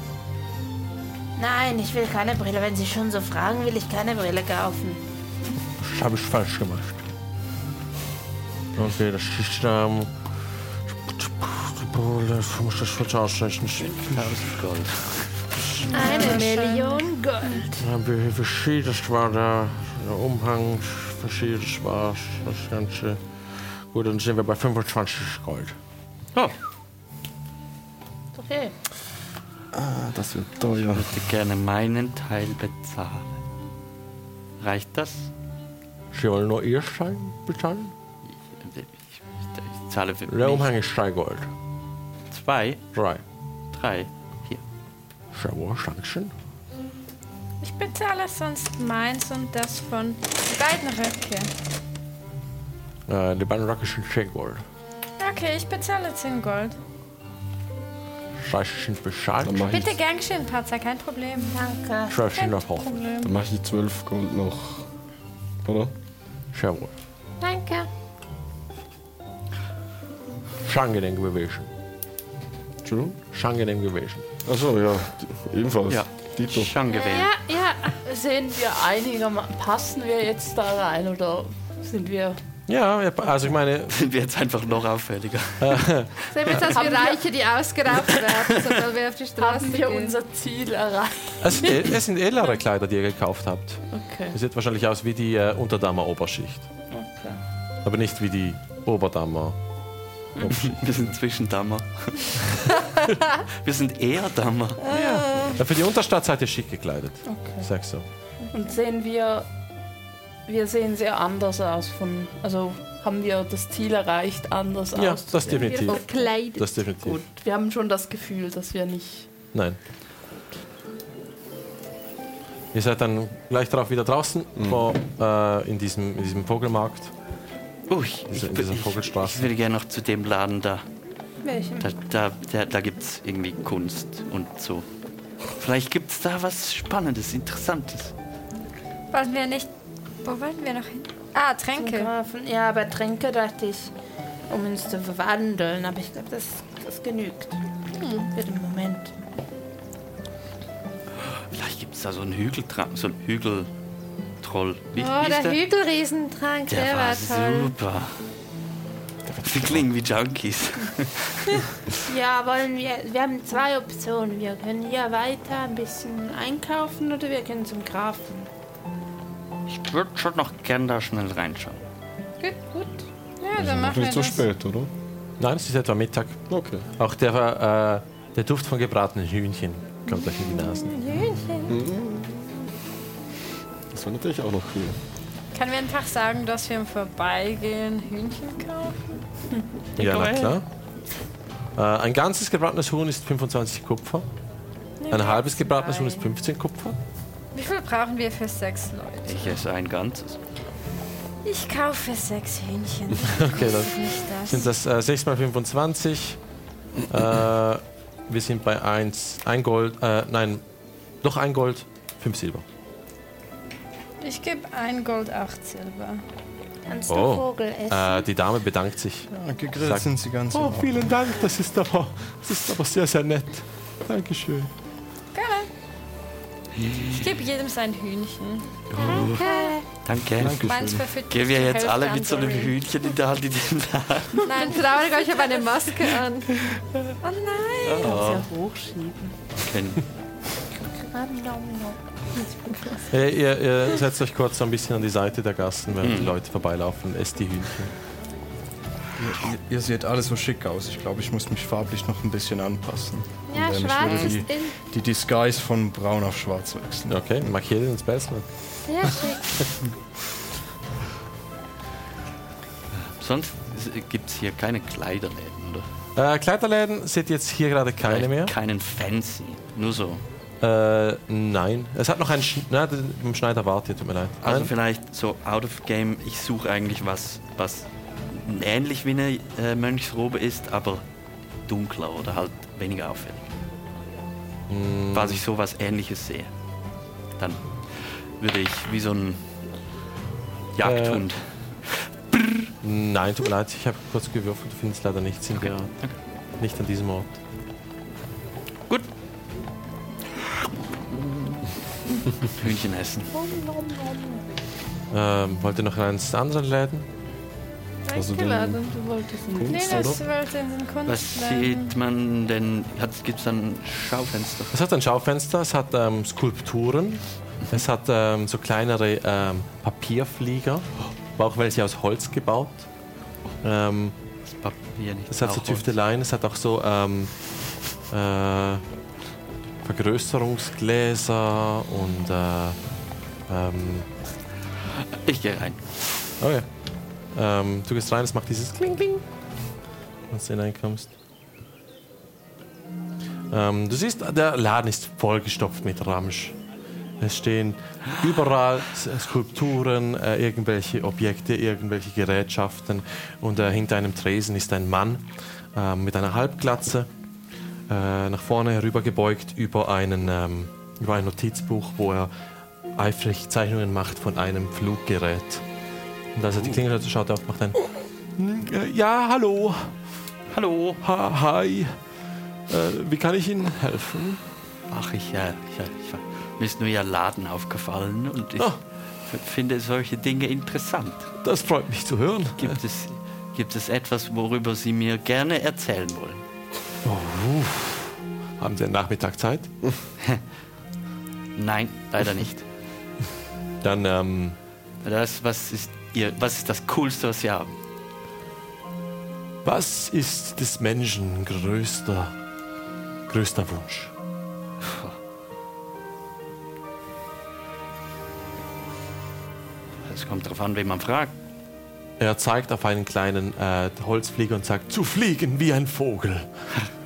Speaker 7: Nein, ich will keine Brille. Wenn Sie schon so fragen, will ich keine Brille kaufen.
Speaker 1: Das habe ich falsch gemacht. Okay, das ist, ähm... Das muss das kurz ausrechnen.
Speaker 3: 1000 Gold.
Speaker 5: Eine Million Gold.
Speaker 1: Dann habe ich Verschied, das war der, der Umhang, Verschied, das war das Ganze. Gut, dann sind wir bei 25 Gold.
Speaker 3: Oh,
Speaker 7: Okay.
Speaker 4: Ah, das wird teuer.
Speaker 3: ich würde gerne meinen Teil bezahlen. Reicht das?
Speaker 1: Sie wollen nur ihr Stein bezahlen?
Speaker 3: Ich, ich, ich zahle für
Speaker 1: Der
Speaker 3: mich
Speaker 1: Umhang ist 3 Gold.
Speaker 3: zwei,
Speaker 1: 3.
Speaker 3: drei. Hier.
Speaker 1: Sehr wohl, Dankeschön.
Speaker 6: Ich bezahle sonst meins und das von die beiden Röcke.
Speaker 1: Äh, die beiden Röcke sind 10 Gold.
Speaker 6: Okay, ich bezahle 10 Gold.
Speaker 1: Das heißt, sie sind bezahlt.
Speaker 4: Dann mache ich,
Speaker 6: Bitte gern geschehen, Patzer, kein Problem.
Speaker 7: Danke.
Speaker 1: 12 sind
Speaker 6: Kein
Speaker 1: noch hoch.
Speaker 6: Problem.
Speaker 4: dann mach ich 12 Gold noch. Oder?
Speaker 1: Sehr wohl.
Speaker 5: Danke.
Speaker 1: Ist angenehm gewesen.
Speaker 4: Entschuldigung?
Speaker 1: Ist angenehm gewesen.
Speaker 4: Achso, ja. die- Ebenfalls.
Speaker 3: Ja,
Speaker 4: Dito.
Speaker 3: schon gewählt. <laughs>
Speaker 5: Ja, ja.
Speaker 2: Sehen wir einigermaßen, passen wir jetzt da rein oder sind wir...
Speaker 1: Ja, ja, also ich meine,
Speaker 3: Sind wir jetzt einfach noch auffälliger.
Speaker 5: Sehen wir jetzt aus wie
Speaker 2: Haben wir-
Speaker 5: Reiche, die ausgeraubt
Speaker 6: <laughs>
Speaker 5: werden, sobald wir auf die Straße
Speaker 2: Haben wir
Speaker 5: gehen.
Speaker 2: unser Ziel erreicht?
Speaker 1: es sind, ed- es sind edlere Kleider, die ihr gekauft habt.
Speaker 2: Okay.
Speaker 1: Ihr seht wahrscheinlich aus wie die äh, Unterdamer Oberschicht.
Speaker 2: okay.
Speaker 1: Aber nicht wie die Oberdamer Oberschicht.
Speaker 3: Wir sind
Speaker 5: <laughs>
Speaker 3: Zwischendammer. wir sind eher Dammer.
Speaker 1: Ja, Äh, für die Unterstadt seid ihr schick gekleidet.
Speaker 2: Mhm. Okay.
Speaker 1: Sag so.
Speaker 2: Und sehen wir... Wir sehen sehr anders aus von... Also haben wir das Ziel erreicht, anders
Speaker 1: Ja,
Speaker 2: aus.
Speaker 1: das definitiv.
Speaker 5: verkleidet.
Speaker 1: Das definitiv.
Speaker 2: Gut, wir haben schon das Gefühl, dass wir nicht...
Speaker 1: Nein. Ihr seid dann gleich darauf wieder draußen vor, äh, in, diesem, in diesem Vogelmarkt.
Speaker 3: Ui, Oh, ich,
Speaker 1: Diese-
Speaker 3: wür-
Speaker 1: diese
Speaker 3: ich,
Speaker 1: Vogelstraße.
Speaker 3: ich würde gerne noch zu dem Laden da. Da, da, da, da gibt es irgendwie Kunst und so. Vielleicht gibt es da was Spannendes, Interessantes.
Speaker 6: Wollten wir nicht. Wo wollten wir noch hin? Ah, Tränke.
Speaker 7: Grafen. Ja, aber Tränke dachte ich, um uns zu verwandeln. Aber ich glaube, das, das genügt. Für den Moment.
Speaker 3: Vielleicht gibt es da so einen Hügeltrank, so einen Hügeltroll. Wie
Speaker 5: Oh,
Speaker 3: hieß
Speaker 5: der Hügelriesentrank, der,
Speaker 3: Der war
Speaker 5: war toll.
Speaker 3: super. Sie klingen wie Junkies.
Speaker 7: Ja, wollen wir. Wir haben zwei Optionen. Wir können hier weiter ein bisschen einkaufen oder wir können zum Grafen.
Speaker 3: Ich würde schon noch gern da schnell reinschauen.
Speaker 5: Gut, gut.
Speaker 6: Ja, dann
Speaker 4: Noch
Speaker 6: machen wir
Speaker 4: nicht zu
Speaker 6: das.
Speaker 4: spät, oder?
Speaker 1: Nein, es ist etwa Mittag.
Speaker 4: Okay.
Speaker 1: Auch der, äh, der Duft von gebratenen Hühnchen kommt euch in die Nasen.
Speaker 4: Das wäre natürlich auch noch cool.
Speaker 6: Können wir einfach sagen, dass wir im Vorbeigehen Hühnchen kaufen?
Speaker 1: Ja, na klar. Äh, ein ganzes gebratenes Huhn ist 25 Kupfer. Ein halbes gebratenes Huhn ist 15 Kupfer.
Speaker 6: Wie viel brauchen wir für sechs Leute?
Speaker 3: Ich esse ein ganzes.
Speaker 6: Ich kaufe sechs Hühnchen.
Speaker 1: Okay, dann
Speaker 6: Nicht
Speaker 1: sind
Speaker 6: das.
Speaker 1: das äh, 6 mal 25. Äh, wir sind bei 1, 1 Gold, äh, nein, doch 1 Gold, 5 Silber.
Speaker 6: Ich gebe ein Gold, acht Silber.
Speaker 7: Kannst
Speaker 1: Oh.
Speaker 7: du Vogel essen?
Speaker 1: Äh, die Dame bedankt sich.
Speaker 8: Ja, gegrillt
Speaker 1: Sag-
Speaker 8: sind sie ganz
Speaker 1: Oh,
Speaker 8: in Ordnung.
Speaker 1: vielen Dank, das ist aber, das ist aber sehr, sehr nett. Dankeschön.
Speaker 6: Gerne. Ich gebe jedem sein Hühnchen.
Speaker 3: Danke.
Speaker 6: Meins verfüttert.
Speaker 3: Gehen wir
Speaker 6: die
Speaker 3: jetzt
Speaker 6: Hälfte
Speaker 3: alle
Speaker 6: an
Speaker 3: mit so einem
Speaker 6: Doreen.
Speaker 3: Hühnchen in der Hand in den Laden.
Speaker 6: Nein, ich bin traurig, aber ich habe eine Maske an. Oh nein.
Speaker 2: Kannst ja hochschieben.
Speaker 3: Können.
Speaker 1: Äh, ihr, ihr setzt euch kurz so ein bisschen an die Seite der Gassen, während die Leute vorbeilaufen, esst die Hühnchen.
Speaker 8: Ihr, ihr, ihr seht alle so schick aus. Ich glaube, ich muss mich farblich noch ein bisschen anpassen.
Speaker 5: Ja,
Speaker 8: Und, ähm, ich
Speaker 5: schwarz
Speaker 8: würde
Speaker 5: ist
Speaker 8: die,
Speaker 5: in.
Speaker 8: die Disguise von braun auf schwarz wechseln.
Speaker 1: Okay, markiert den Spellslot.
Speaker 5: Ja, schick.
Speaker 3: Sonst gibt es hier keine Kleiderläden, oder?
Speaker 1: Äh, Kleiderläden seht ihr jetzt hier gerade keine mehr.
Speaker 3: Keinen Fancy. Nur so.
Speaker 1: Äh, nein. Es hat noch einen Sch nein, den- vom Schneider wartet, tut mir leid.
Speaker 3: Also
Speaker 1: Nein?
Speaker 3: vielleicht so out of game, ich suche eigentlich was, was ähnlich wie eine äh, Mönchsrobe ist, aber dunkler oder halt weniger auffällig.
Speaker 1: Hm.
Speaker 3: Falls ich sowas ähnliches sehe, dann würde ich wie so ein Jagdhund.
Speaker 1: Nein, tut mir leid, ich habe kurz gewürfelt, du findest leider nichts in der, nicht an diesem Ort.
Speaker 3: Gut. Hühnchen essen.
Speaker 1: Ähm, wollt ihr noch in eines der anderen Läden?
Speaker 4: Also den
Speaker 2: Eingeladen, du wolltest nicht.
Speaker 6: Nee,
Speaker 4: Kunst,
Speaker 6: das
Speaker 4: oder?
Speaker 6: wollte in den Kunst
Speaker 3: Was sieht man denn? Gibt es dann Schaufenster?
Speaker 1: Es hat ein Schaufenster, es hat ähm, Skulpturen, es hat ähm, so kleinere ähm, Papierflieger, aber auch welche aus Holz gebaut. Ähm,
Speaker 3: Das Papier nicht.
Speaker 1: es hat so
Speaker 3: Auch Holz.
Speaker 1: Tüfteleien, es hat auch so ähm, äh, Vergrößerungsgläser und äh, ähm,
Speaker 3: Ich gehe rein.
Speaker 1: Okay. Oh Ähm, du gehst rein, es macht dieses Kling Kling, als du hineinkommst. Ähm, du siehst, der Laden ist vollgestopft mit Ramsch. Es stehen überall S- Skulpturen, äh, irgendwelche Objekte, irgendwelche Gerätschaften. Und äh, hinter einem Tresen ist ein Mann ähm, mit einer Halbglatze, äh, nach vorne herübergebeugt über, einen, ähm, über ein Notizbuch, wo er eifrig Zeichnungen macht von einem Fluggerät. Und als er die Klingel hört, schaut er auf, macht ein. Äh, Ja, hallo.
Speaker 3: Hallo.
Speaker 1: Ha, hi. Äh, wie kann ich Ihnen helfen?
Speaker 3: Ach, ich, äh, ich, äh, ich, war- mir ist nur Ihr Laden aufgefallen und ich
Speaker 1: Ah.
Speaker 3: f- finde solche Dinge interessant.
Speaker 1: Das freut mich zu hören.
Speaker 3: Gibt es, gibt es etwas, worüber Sie mir gerne erzählen wollen?
Speaker 1: Haben Sie einen Nachmittag Zeit?
Speaker 3: Nein, leider nicht.
Speaker 1: Dann, ähm,
Speaker 3: Das, was, ist Ihr, was ist das Coolste, was Sie haben?
Speaker 1: was ist des Menschen größter, größter Wunsch?
Speaker 3: Es kommt darauf an, wen man fragt.
Speaker 1: Er zeigt auf einen kleinen äh, Holzflieger und sagt, zu fliegen wie ein Vogel.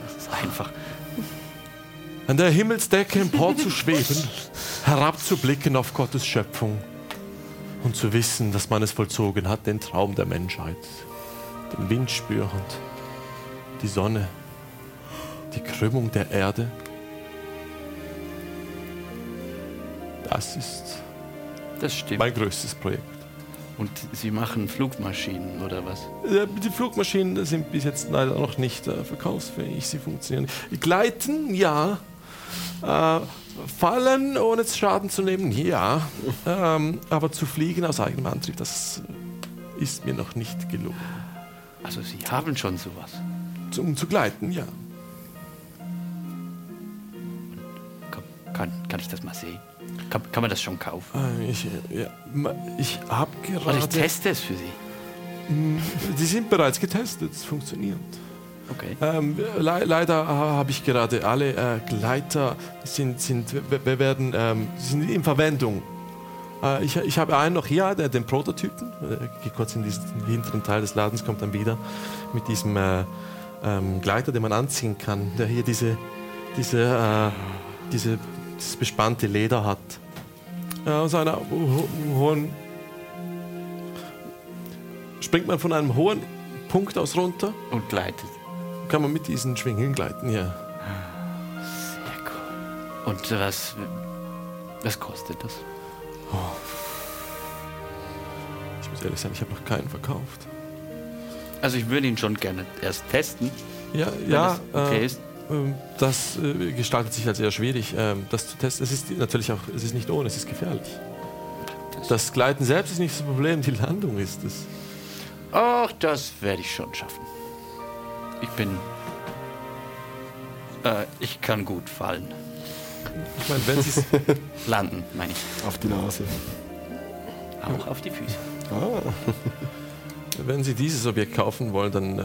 Speaker 3: Das ist einfach.
Speaker 1: An der Himmelsdecke emporzuschweben, herabzublicken auf Gottes Schöpfung und zu wissen, dass man es vollzogen hat, den Traum der Menschheit. Den Wind spürend, die Sonne, die Krümmung der Erde. Das ist
Speaker 3: Das stimmt.
Speaker 1: mein größtes Projekt.
Speaker 3: Und Sie machen Flugmaschinen oder was?
Speaker 1: Äh, Die Flugmaschinen sind bis jetzt leider noch nicht äh, verkaufsfähig. Sie funktionieren. Gleiten, ja. Äh, fallen, ohne Schaden zu nehmen, ja. Ähm, aber zu fliegen aus eigenem Antrieb, das ist mir noch nicht gelungen.
Speaker 3: Also Sie haben schon sowas.
Speaker 1: Zu- Um zu gleiten, ja.
Speaker 3: Komm, kann, kann ich das mal sehen? Kann, kann man das schon kaufen?
Speaker 1: Äh, ich äh, ja, ma- ich habe
Speaker 3: Oder ich
Speaker 1: gerade.
Speaker 3: teste es für Sie.
Speaker 1: Die sind bereits getestet, es funktioniert.
Speaker 3: Okay.
Speaker 1: Ähm, le leider äh, habe ich gerade alle äh, Gleiter sind, sind, wir- wir werden, ähm, sind in Verwendung. Äh, ich ich habe einen noch hier, der, den Prototypen. Äh, geh kurz in diesen hinteren Teil des Ladens, kommt dann wieder mit diesem äh, ähm, Gleiter, den man anziehen kann, der hier diese, diese, äh, diese, dieses bespannte Leder hat. Äh, aus einer ho hohen. Springt man von einem hohen Punkt aus runter
Speaker 3: Und gleitet.
Speaker 1: kann man mit diesen Schwingen gleiten, ja.
Speaker 3: Sehr cool. Und was, was kostet das?
Speaker 1: Ich muss ehrlich sein, ich habe noch keinen verkauft.
Speaker 3: Also ich würde ihn schon gerne erst testen,
Speaker 1: Ja,
Speaker 3: wenn
Speaker 1: ja.
Speaker 3: das okay
Speaker 1: äh,
Speaker 3: ist.
Speaker 1: ähm, das äh, gestaltet sich als eher schwierig, ähm, das zu testen. Es ist natürlich auch, es ist nicht ohne, es ist gefährlich. Das Gleiten selbst ist nicht das Problem, die Landung ist es.
Speaker 3: Ach, das werde ich schon schaffen. Ich bin... Äh, ich kann gut fallen.
Speaker 1: Ich meine, wenn
Speaker 3: <laughs>
Speaker 1: sie es
Speaker 3: Landen, meine ich.
Speaker 4: Auf die Nase.
Speaker 3: Auch auf die Füße.
Speaker 4: Ah,
Speaker 1: Wenn Sie dieses Objekt kaufen wollen, dann. Äh,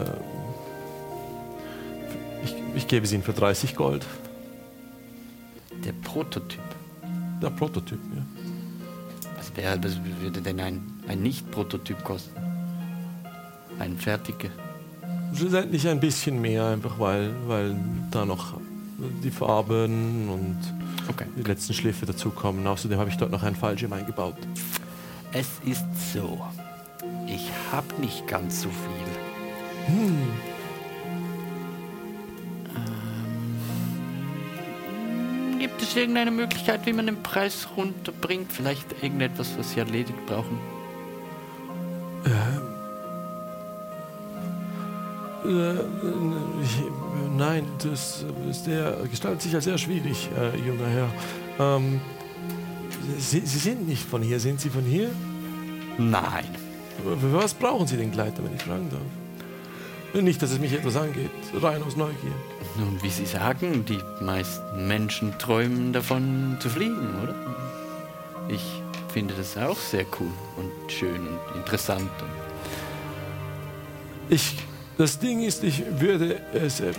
Speaker 1: ich, ich gebe es Ihnen für 30 Gold.
Speaker 3: Der Prototyp.
Speaker 1: Der Prototyp, ja.
Speaker 3: Was, wäre, was würde denn ein, ein Nicht-Prototyp kosten? Ein fertiger.
Speaker 1: Schlussendlich ein bisschen mehr, einfach weil, weil da noch die Farben und
Speaker 3: Okay.
Speaker 1: die letzten Schliffe dazukommen. Außerdem habe ich dort noch einen Fallschirm eingebaut.
Speaker 3: Es ist so. Ich habe nicht ganz so viel. Hm. Ähm, gibt es irgendeine Möglichkeit, wie man den Preis runterbringt? Vielleicht irgendetwas, was Sie erledigt brauchen?
Speaker 1: Äh, äh, ich, äh, nein, das ist sehr, gestaltet sich als sehr schwierig, äh, junger Herr. Ähm, Sie, Sie sind nicht von hier. Sind Sie von hier?
Speaker 3: Nein.
Speaker 1: Für was brauchen Sie den Gleiter, wenn ich fragen darf? Nicht, dass es mich etwas angeht. Rein aus Neugier.
Speaker 3: Nun, wie Sie sagen, die meisten Menschen träumen davon zu fliegen, oder? Ich finde das auch sehr cool und schön und interessant. Und
Speaker 1: Ich, das Ding ist, ich würde es, äh,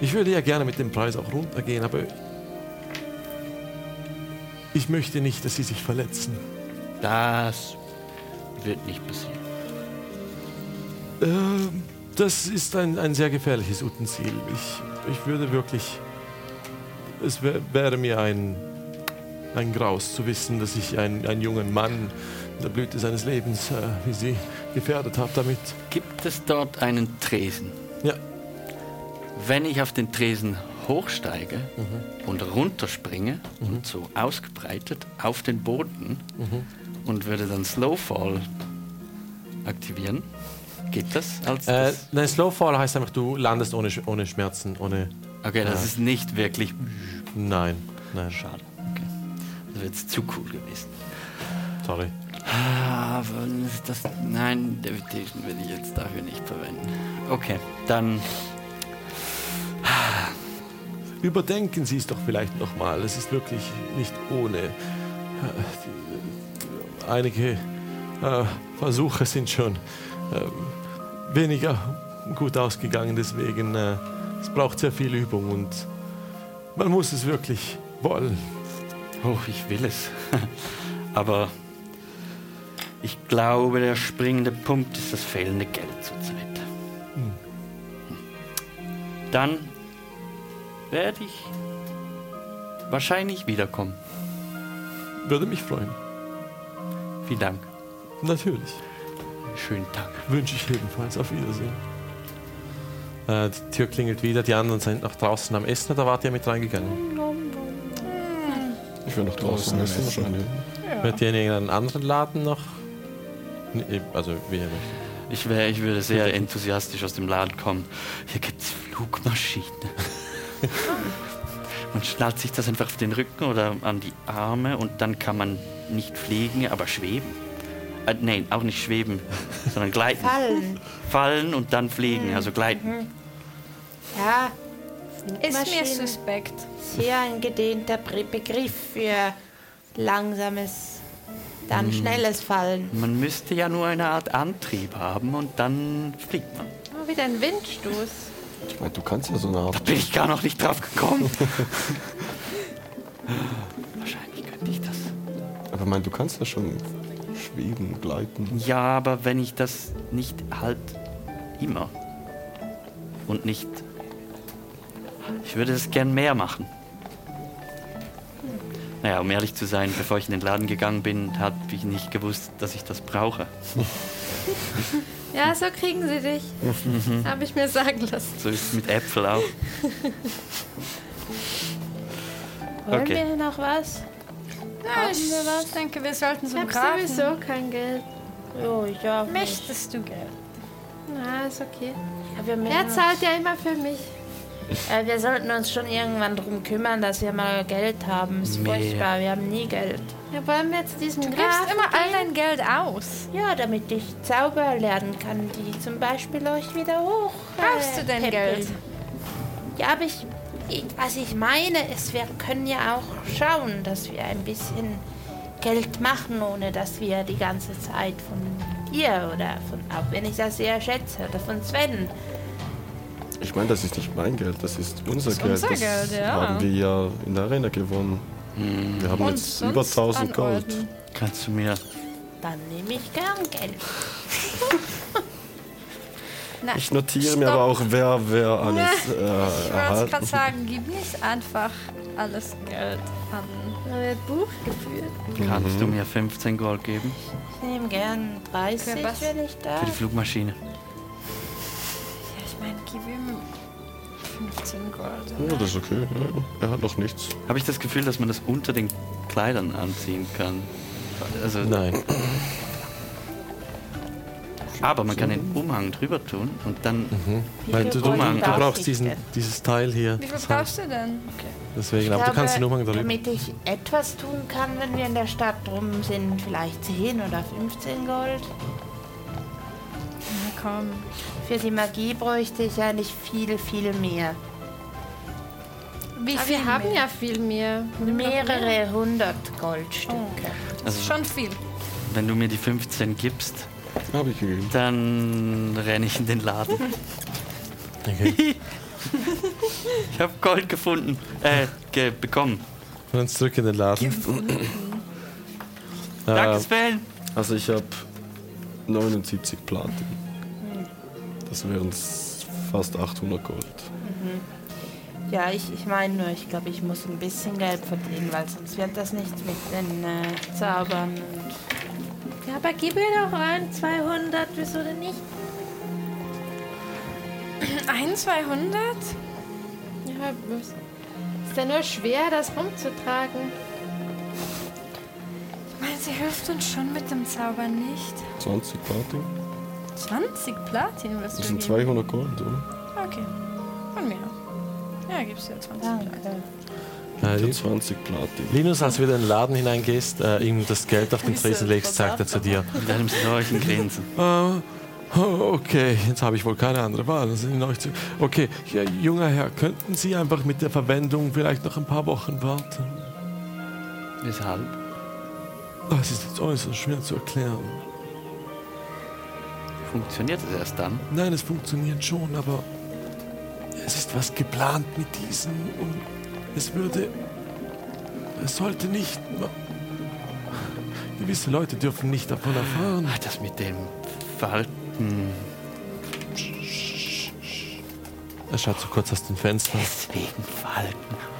Speaker 1: ich würde ja gerne mit dem Preis auch runtergehen, aber ich möchte nicht, dass Sie sich verletzen.
Speaker 3: das wird nicht passieren.
Speaker 1: Ähm, das ist ein, ein sehr gefährliches Utensil. Ich, ich würde wirklich, es wär, wäre mir ein, ein Graus zu wissen, dass ich einen, einen jungen Mann in der Blüte seines Lebens, äh, wie Sie, gefährdet habe damit.
Speaker 3: Gibt es dort einen Tresen?
Speaker 1: Ja,
Speaker 3: Wenn ich auf den Tresen hochsteige
Speaker 1: Mhm.
Speaker 3: und runterspringe und so ausgebreitet auf den Boden
Speaker 1: Mhm.
Speaker 3: und würde dann Slowfall aktivieren, geht das als
Speaker 1: Äh,
Speaker 3: das?
Speaker 1: nein, Slowfall heißt einfach, du landest ohne, Sch- ohne Schmerzen, ohne.
Speaker 3: Okay, das
Speaker 1: ja.
Speaker 3: ist nicht wirklich
Speaker 1: Nein, nein,
Speaker 3: Schade. Okay. Das wäre jetzt zu cool gewesen.
Speaker 1: sorry.
Speaker 3: Aber Ah, das, nein, Levitation will ich jetzt dafür nicht verwenden. Okay, dann
Speaker 1: Überdenken Sie es doch vielleicht nochmal. Es ist wirklich nicht ohne. Äh, die- Einige äh, Versuche sind schon äh, weniger gut ausgegangen, deswegen äh, es braucht sehr viel Übung und man muss es wirklich wollen.
Speaker 3: Oh, ich will es. <laughs> Aber ich glaube, der springende Punkt ist das fehlende Geld zurzeit.
Speaker 1: Hm.
Speaker 3: Dann werde ich wahrscheinlich wiederkommen.
Speaker 1: Würde mich freuen.
Speaker 3: Vielen Dank.
Speaker 1: Natürlich.
Speaker 3: Schönen Tag.
Speaker 1: Wünsche ich ebenfalls. Auf Wiedersehen. Äh, die Tür klingelt wieder, die anderen sind noch draußen am Essen oder wart ihr mit reingegangen?
Speaker 4: ich wäre noch
Speaker 8: Draußen
Speaker 4: draußen essen
Speaker 8: essen.
Speaker 4: wahrscheinlich.
Speaker 1: Hört ihr in irgendeinen anderen Laden noch? Nee, also, wie ihr möchtet.
Speaker 3: Ich, wär, ich würde sehr enthusiastisch aus dem Laden kommen. Hier gibt es Flugmaschinen. man schnallt sich das einfach auf den Rücken oder an die Arme und dann kann man nicht fliegen, aber schweben. Äh, nein, auch nicht schweben, sondern gleiten.
Speaker 7: Fallen.
Speaker 3: Fallen und dann fliegen, also gleiten.
Speaker 7: Ja,
Speaker 6: Ist mir
Speaker 7: Maschine.
Speaker 6: suspekt.
Speaker 7: ist hier ein gedehnter Bre- Begriff für langsames, dann schnelles Fallen.
Speaker 3: Man müsste ja nur eine Art Antrieb haben und dann fliegt man.
Speaker 5: Oh, wieder ein Windstoß.
Speaker 4: Ich meine, du kannst ja so eine Art.
Speaker 3: Bin ich gar noch nicht drauf gekommen. Wahrscheinlich könnte ich das.
Speaker 4: Aber ich meine, du kannst ja schon schweben, gleiten.
Speaker 3: Ja, aber wenn ich das nicht halt immer und nicht. Ich würde es gern mehr machen. Naja, um ehrlich zu sein, bevor ich in den Laden gegangen bin, habe ich nicht gewusst, dass ich das brauche.
Speaker 5: Ja, so kriegen sie dich. Habe ich mir sagen lassen.
Speaker 3: So ist es mit Äpfel auch.
Speaker 7: Wollen
Speaker 3: Okay.
Speaker 7: wir noch was?
Speaker 6: Na, ich denke, wir sollten
Speaker 5: Ich
Speaker 6: so
Speaker 5: habe
Speaker 6: graben.
Speaker 5: sowieso kein Geld.
Speaker 7: Jo, ich auch nicht.
Speaker 6: Möchtest du Geld?
Speaker 5: Na, ist okay.
Speaker 7: Ja, wir,
Speaker 5: Er
Speaker 7: müssen,
Speaker 5: zahlt ja immer für mich.
Speaker 7: äh, wir sollten uns schon irgendwann drum kümmern, dass wir mal Geld haben. Ist
Speaker 3: Mehr.
Speaker 7: furchtbar, wir haben nie Geld.
Speaker 5: Ja, wollen wir zu diesem
Speaker 6: Du gibst
Speaker 5: Grafen
Speaker 6: immer all dein
Speaker 5: gehen?
Speaker 6: Geld aus.
Speaker 7: Ja, damit ich Zauber lernen kann, die zum Beispiel euch wieder hoch. äh,
Speaker 6: Brauchst du denn
Speaker 7: peppeln.
Speaker 6: Geld?
Speaker 7: Ja, aber ich Ich- Was ich meine ist, wir können ja auch schauen, dass wir ein bisschen Geld machen, ohne dass wir die ganze Zeit von dir oder von, auch wenn ich das sehr schätze, oder von Sven.
Speaker 4: Ich meine, das ist nicht mein Geld, das ist unser
Speaker 6: ist
Speaker 4: Geld.
Speaker 6: unser
Speaker 4: das
Speaker 6: Geld, ja.
Speaker 4: haben wir ja Hm. in der Arena gewonnen. Wir haben jetzt über 1000 Gold.
Speaker 3: Kannst du mir.
Speaker 7: Dann nehme ich gern Geld.
Speaker 4: Ich notiere mir aber auch, wer <laughs> wer alles äh,
Speaker 6: Ich wollte es gerade
Speaker 4: erhalten.
Speaker 6: sagen, gib nicht einfach alles Geld an.
Speaker 5: Haben wir Buch geführt?
Speaker 3: Kannst du mir 15 Gold geben?
Speaker 7: Ich nehme gern 30,
Speaker 6: Für was?
Speaker 7: wenn ich
Speaker 3: Für die
Speaker 7: darf.
Speaker 3: Flugmaschine.
Speaker 6: Ja, ich meine, gib ihm 15 Gold.
Speaker 4: Ja, Oh, das ist okay. Ja, Er hat noch nichts.
Speaker 3: Habe ich das Gefühl, dass man das unter den Kleidern anziehen kann? Also,
Speaker 1: Nein.
Speaker 3: aber man kann den Umhang drüber tun und dann.
Speaker 1: Weil du, du,
Speaker 3: Umhang
Speaker 1: du
Speaker 3: darf
Speaker 1: brauchst
Speaker 7: ich
Speaker 1: diesen,
Speaker 7: denn?
Speaker 1: dieses Teil hier.
Speaker 6: Wie viel
Speaker 1: Das heißt,
Speaker 6: brauchst du denn?
Speaker 1: deswegen,
Speaker 7: Ich
Speaker 1: aber du
Speaker 7: glaube,
Speaker 1: kannst den Umhang darüber.
Speaker 7: Damit ich etwas tun kann, wenn wir in der Stadt drum sind, vielleicht 10 oder 15 Gold.
Speaker 6: Na komm.
Speaker 7: Für die Magie bräuchte ich ja nicht viel, viel mehr.
Speaker 6: Wie
Speaker 5: Aber
Speaker 6: viel
Speaker 5: wir haben
Speaker 6: mehr?
Speaker 5: ja viel mehr.
Speaker 7: Mehrere hundert Goldstücke.
Speaker 6: Das ist schon viel.
Speaker 3: Wenn du mir die 15 gibst,
Speaker 4: Habe ich gegeben.
Speaker 3: dann renne ich in den Laden. <laughs>
Speaker 1: Okay.
Speaker 3: Ich habe Gold gefunden. Äh, ge bekommen.
Speaker 1: Und dann zurück in den Laden.
Speaker 3: Danke,
Speaker 1: äh,
Speaker 3: Sven.
Speaker 4: Also ich habe 79 Platin. Das wären s- fast 800 Gold.
Speaker 7: Ja, ich, ich meine nur, ich glaube, ich muss ein bisschen Geld verdienen, weil sonst wird das nichts mit den äh, Zaubern. Und
Speaker 5: Ja, aber gib mir doch rein 200, wieso denn nicht?
Speaker 6: Ein, 200?
Speaker 5: Ja, ist ja nur schwer, das rumzutragen.
Speaker 6: Ich meine, sie hilft uns schon mit dem Zauber nicht.
Speaker 4: 20 Platin?
Speaker 6: 20 Platin wirst du
Speaker 4: Das sind
Speaker 6: geben.
Speaker 4: 200 Gold, oder?
Speaker 6: Okay. Von mir. Ja, gibst dir 20 Platin.
Speaker 7: danke.
Speaker 1: äh,
Speaker 4: Ja,
Speaker 1: Lin-
Speaker 4: 20 Platin.
Speaker 1: Linus, als du wieder in den Laden hineingehst, äh, ihm das Geld auf den
Speaker 2: Ist
Speaker 1: Tresen
Speaker 2: das
Speaker 1: legst, sagt er
Speaker 2: was
Speaker 1: zu dir.
Speaker 3: Mit einem <laughs> solchen Grinsen.
Speaker 1: Äh, oh, okay, jetzt habe ich wohl keine andere Wahl. Das sind euch zu okay, ja, junger Herr, könnten Sie einfach mit der Verwendung vielleicht noch ein paar Wochen warten?
Speaker 3: Weshalb?
Speaker 1: Das ist jetzt äußerst schwer zu erklären.
Speaker 3: Funktioniert es erst dann?
Speaker 1: Nein, es funktioniert schon, aber es ist was geplant mit diesem und es würde. Es sollte nicht. Gewisse Leute dürfen nicht davon erfahren.
Speaker 3: Ach, das mit dem Falten.
Speaker 1: Er schaut so kurz aus dem Fenster.
Speaker 3: Deswegen Falten.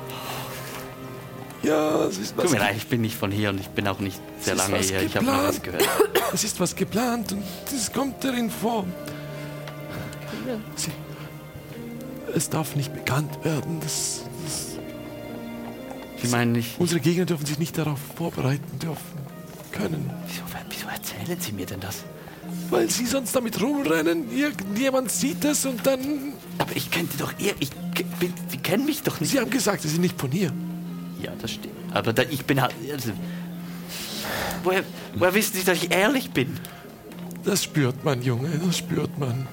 Speaker 1: Ja, es ist was.
Speaker 3: Tut mir leid, ich bin nicht von hier und ich bin auch nicht sehr
Speaker 1: Es ist
Speaker 3: lange
Speaker 1: was
Speaker 3: hier. Ich habe noch
Speaker 1: geplant.
Speaker 3: was gehört.
Speaker 1: Es ist was geplant und es kommt darin vor. Sie, es darf nicht bekannt werden. Das, das,
Speaker 3: Ich meine, ich.
Speaker 1: unsere Gegner dürfen sich nicht darauf vorbereiten dürfen können.
Speaker 3: Wieso, wieso erzählen Sie mir denn das?
Speaker 1: Weil sie sonst damit rumrennen, irgendjemand sieht es und dann.
Speaker 3: Aber ich könnte doch ihr. Ich k- bin, Sie kennen mich doch nicht.
Speaker 1: Sie haben gesagt, sie sind nicht von hier.
Speaker 3: Ja, das stimmt. Aber da, ich bin halt. Also, woher, woher wissen Sie, dass ich ehrlich bin?
Speaker 1: Das spürt man, Junge, das spürt man.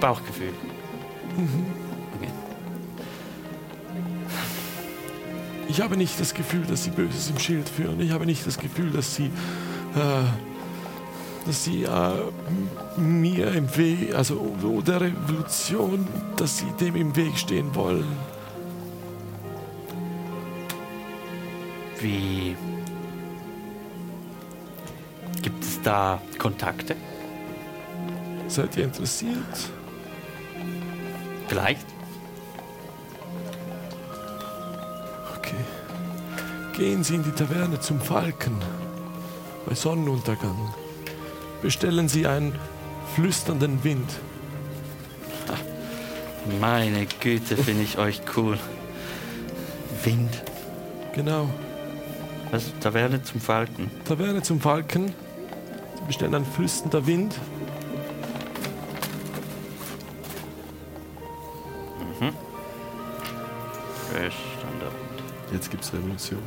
Speaker 3: Bauchgefühl. Okay.
Speaker 1: Ich habe nicht das Gefühl, dass sie Böses im Schild führen. Ich habe nicht das Gefühl, dass sie. Äh, dass sie äh, m- mir im Weg. also o- der Revolution, dass sie dem im Weg stehen wollen.
Speaker 3: Wie. Gibt es da Kontakte?
Speaker 1: Seid ihr interessiert?
Speaker 3: Vielleicht?
Speaker 1: Okay. Gehen Sie in die Taverne zum Falken. Bei Sonnenuntergang. Bestellen Sie einen flüsternden Wind.
Speaker 3: Meine Güte, finde ich euch cool. Wind.
Speaker 1: Genau.
Speaker 3: Was? Taverne zum Falken.
Speaker 1: Taverne zum Falken. Sie bestellen einen flüsternden Wind.
Speaker 3: Verstanden.
Speaker 4: Jetzt gibt's Revolution.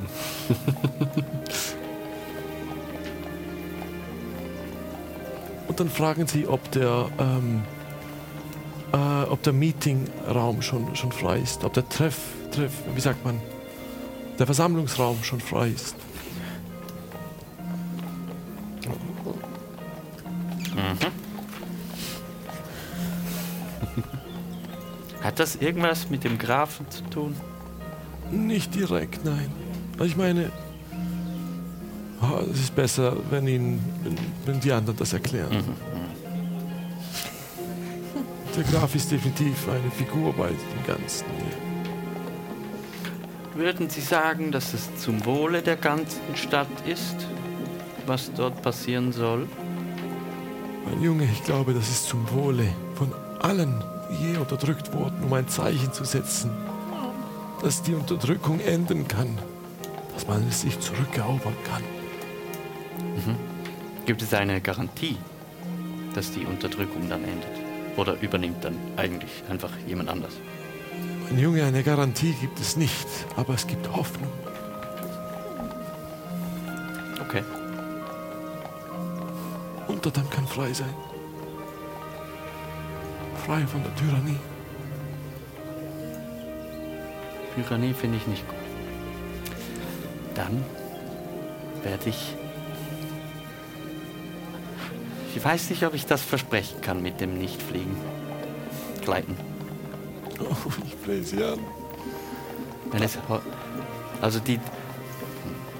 Speaker 1: Und dann fragen Sie, ob der ähm, äh, ob der Meetingraum schon, schon frei ist, ob der Treff, Treff, wie sagt man, der Versammlungsraum schon frei ist.
Speaker 3: Hat das irgendwas mit dem Grafen zu tun?
Speaker 1: Nicht direkt, nein. Also ich meine, ah, es ist besser, wenn, ihn, wenn, wenn die anderen das erklären. Der Graf ist definitiv eine Figur bei dem Ganzen. hier.
Speaker 3: Würden Sie sagen, dass es zum Wohle der ganzen Stadt ist, was dort passieren soll?
Speaker 1: Mein Junge, ich glaube, das ist zum Wohle von allen, die je unterdrückt wurden, um ein Zeichen zu setzen, dass die Unterdrückung enden kann, dass man es sich zurückerobern kann.
Speaker 3: Gibt es eine Garantie, dass die Unterdrückung dann endet? Oder übernimmt dann eigentlich einfach jemand anders?
Speaker 1: Mein Junge, eine Garantie gibt es nicht, aber es gibt Hoffnung.
Speaker 3: Okay.
Speaker 1: Untertan kann frei sein. Frei von der Tyrannie.
Speaker 3: Pyranee finde ich nicht gut. Dann werde ich. Ich weiß nicht, ob ich das versprechen kann mit dem Nichtfliegen. Gleiten.
Speaker 1: Oh, ich flehe sie an.
Speaker 3: Wenn es. ho- Also die.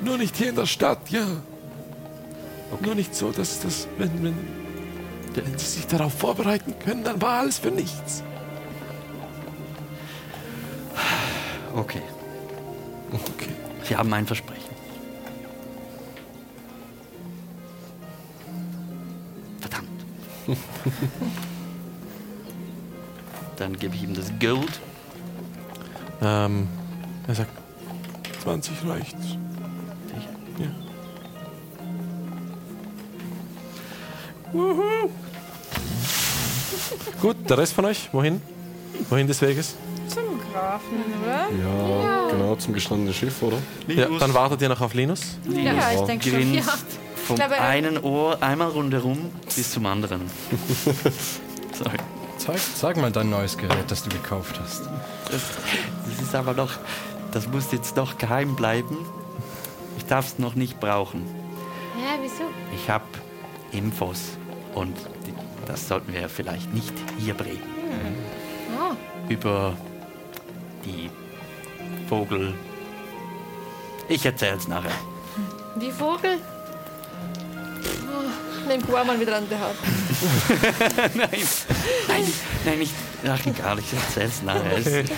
Speaker 1: Nur nicht hier in der Stadt, ja. Nur nicht so, dass das, wenn, wenn, wenn sie sich darauf vorbereiten können, dann war alles für nichts.
Speaker 3: Okay.
Speaker 1: Okay.
Speaker 3: Sie haben ein Versprechen. <laughs> Verdammt. Dann gebe ich ihm das Gold.
Speaker 1: Ähm, er sagt, 20 reicht. Ja. Gut, der Rest von euch, wohin? Wohin des Weges?
Speaker 6: Zum Grafen, oder?
Speaker 4: Ja, genau, zum gestandenen Schiff, oder?
Speaker 1: Ja, dann wartet ihr noch auf Linus.
Speaker 6: Ja, ich denke schon.
Speaker 3: Grinst
Speaker 6: Ja.
Speaker 3: vom
Speaker 6: glaube, er-
Speaker 3: einen Ohr einmal rundherum bis zum
Speaker 1: <laughs>
Speaker 3: anderen. Sorry.
Speaker 8: Zeig, zeig mal dein neues Gerät, das du gekauft hast.
Speaker 3: Das, das ist aber noch. Das muss jetzt noch geheim bleiben. Ich darf es noch nicht brauchen.
Speaker 5: Hä, wieso?
Speaker 3: Ich habe Infos und die, das sollten wir vielleicht nicht hier bringen.
Speaker 7: Mhm.
Speaker 3: Über die Vogel. Ich erzähl's nachher.
Speaker 5: Wie Vogel? Oh, Nimm Guaman wieder an die Hand.
Speaker 3: Nein, nein, nein, ich. Ach, egal, ich erzähl's nachher. Es-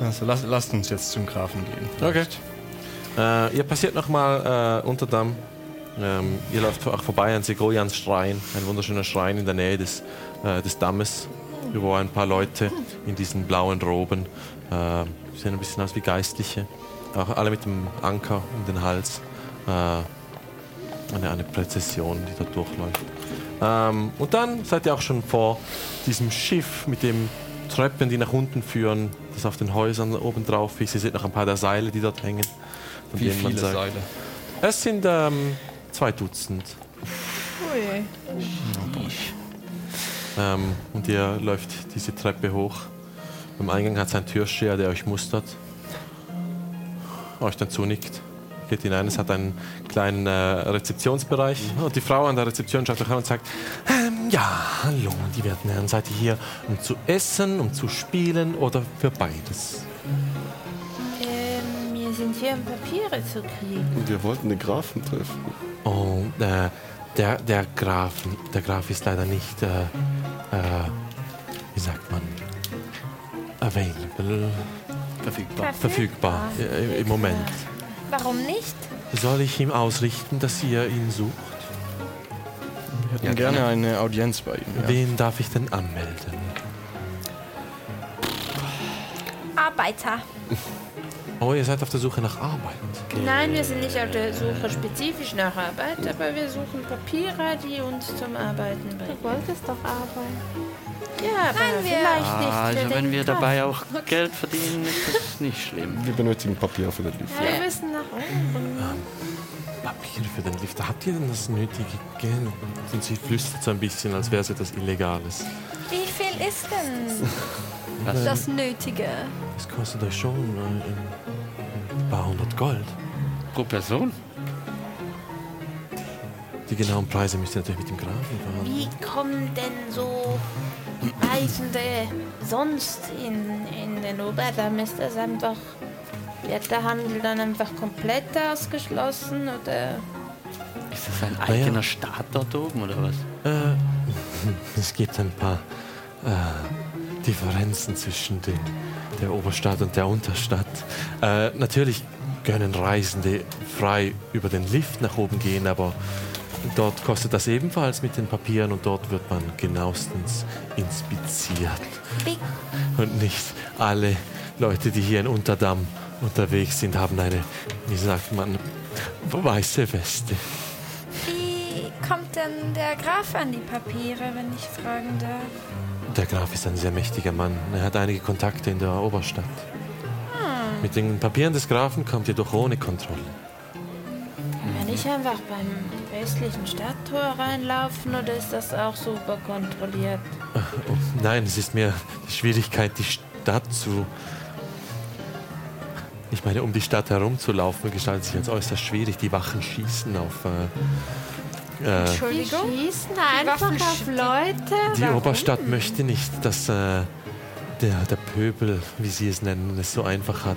Speaker 8: Also lass, lasst uns jetzt zum Grafen gehen.
Speaker 1: Okay. Äh, ihr passiert nochmal äh, Unterdamm. Ähm, ihr läuft auch vorbei an Segoyans Schrein, ein wunderschöner Schrein in der Nähe des, äh, des Dammes, wo ein paar Leute in diesen blauen Roben äh, sehen ein bisschen aus wie Geistliche, auch alle mit dem Anker um den Hals. Äh, eine, eine Präzession, die da durchläuft. Ähm, und dann seid ihr auch schon vor diesem Schiff mit den Treppen, die nach unten führen, das auf den Häusern oben drauf ist. Ihr seht noch ein paar der Seile, die dort hängen. Von
Speaker 8: Wie
Speaker 1: denen man
Speaker 8: viele
Speaker 1: sagt-
Speaker 8: Seile?
Speaker 1: Es sind ähm, zwei Dutzend.
Speaker 6: Ui.
Speaker 1: Ähm, und ihr läuft diese Treppe hoch. Beim Eingang hat es einen Türsteher, der euch mustert, euch dann zunickt. Geht hinein, es hat einen kleinen äh, Rezeptionsbereich.
Speaker 8: Mhm.
Speaker 1: Und die Frau an der Rezeption schaut euch an und sagt: ähm, Ja, hallo, die werten Herren, seid ihr hier, um zu essen, um zu spielen oder für beides?
Speaker 7: Ähm, mir sind hier Papiere zu kriegen.
Speaker 4: Und wir wollten den Grafen treffen.
Speaker 1: Oh, äh, der, der Graf, der Graf ist leider nicht, äh, äh, wie sagt man, available,
Speaker 3: Verfügbar.
Speaker 1: verfügbar äh, im Moment.
Speaker 5: Warum nicht?
Speaker 1: Soll ich ihm ausrichten, dass ihr ihn sucht?
Speaker 8: Wir hätten gerne eine Audienz bei ihm. Ja.
Speaker 1: Wen darf ich denn anmelden?
Speaker 6: Arbeiter.
Speaker 1: Oh, ihr seid auf der Suche nach Arbeit.
Speaker 7: Nein, wir sind nicht auf der Suche spezifisch nach Arbeit, aber wir suchen Papiere, die uns zum Arbeiten bringen.
Speaker 5: Du wolltest doch arbeiten.
Speaker 7: Ja, aber
Speaker 5: Nein, wir-
Speaker 7: vielleicht nicht. Mhm.
Speaker 3: Also,
Speaker 7: für den
Speaker 3: wenn wir
Speaker 7: Kampf.
Speaker 3: dabei auch Geld verdienen, ist das nicht schlimm.
Speaker 4: Wir benötigen Papier für den Liefer.
Speaker 5: Ja, wir müssen nach oben.
Speaker 1: Papier für den Lifter. Habt ihr denn das nötige Geld? Und sie flüstert so ein bisschen, als wäre sie etwas Illegales.
Speaker 6: Wie viel ist denn
Speaker 3: Was?
Speaker 6: das Nötige?
Speaker 1: Das kostet euch schon äh, ein ein paar hundert Gold.
Speaker 3: Pro Person?
Speaker 1: Die genauen Preise müsst ihr natürlich mit dem Grafen verhandeln.
Speaker 7: Wie kommen denn so Reisende sonst in, in den Uber? Dann ist das einfach. Wird der Handel dann einfach komplett ausgeschlossen oder
Speaker 3: Ist das ein
Speaker 1: ja.
Speaker 3: eigener Staat dort oben oder was?
Speaker 7: Mhm.
Speaker 1: Äh, es gibt ein paar äh, Differenzen zwischen den, der Oberstadt und der Unterstadt. Äh, natürlich können Reisende frei über den Lift nach oben gehen, aber dort kostet das ebenfalls mit den Papieren und dort wird man genauestens inspiziert. Und nicht alle Leute, die hier in Unterdamm unterwegs sind, haben eine, wie sagt man, weiße Weste.
Speaker 6: Wie kommt denn der Graf an die Papiere, wenn ich fragen darf?
Speaker 1: Der Graf ist ein sehr mächtiger Mann. Er hat einige Kontakte in der Oberstadt. Mit den Papieren des Grafen kommt ihr doch ohne Kontrolle.
Speaker 7: kann ich einfach beim westlichen Stadttor reinlaufen oder ist das auch super kontrolliert?
Speaker 1: Oh, nein, es ist mir die Schwierigkeit, die Stadt zu. Ich meine, um die Stadt herumzulaufen, gestaltet sich als äußerst schwierig. Die Wachen schießen auf. Äh, äh,
Speaker 7: Die
Speaker 6: Entschuldigung?
Speaker 7: schießen einfach
Speaker 6: Waffen
Speaker 7: auf Leute.
Speaker 1: die Oberstadt möchte nicht, dass äh, der, der Pöbel, wie sie es nennen, es so einfach hat,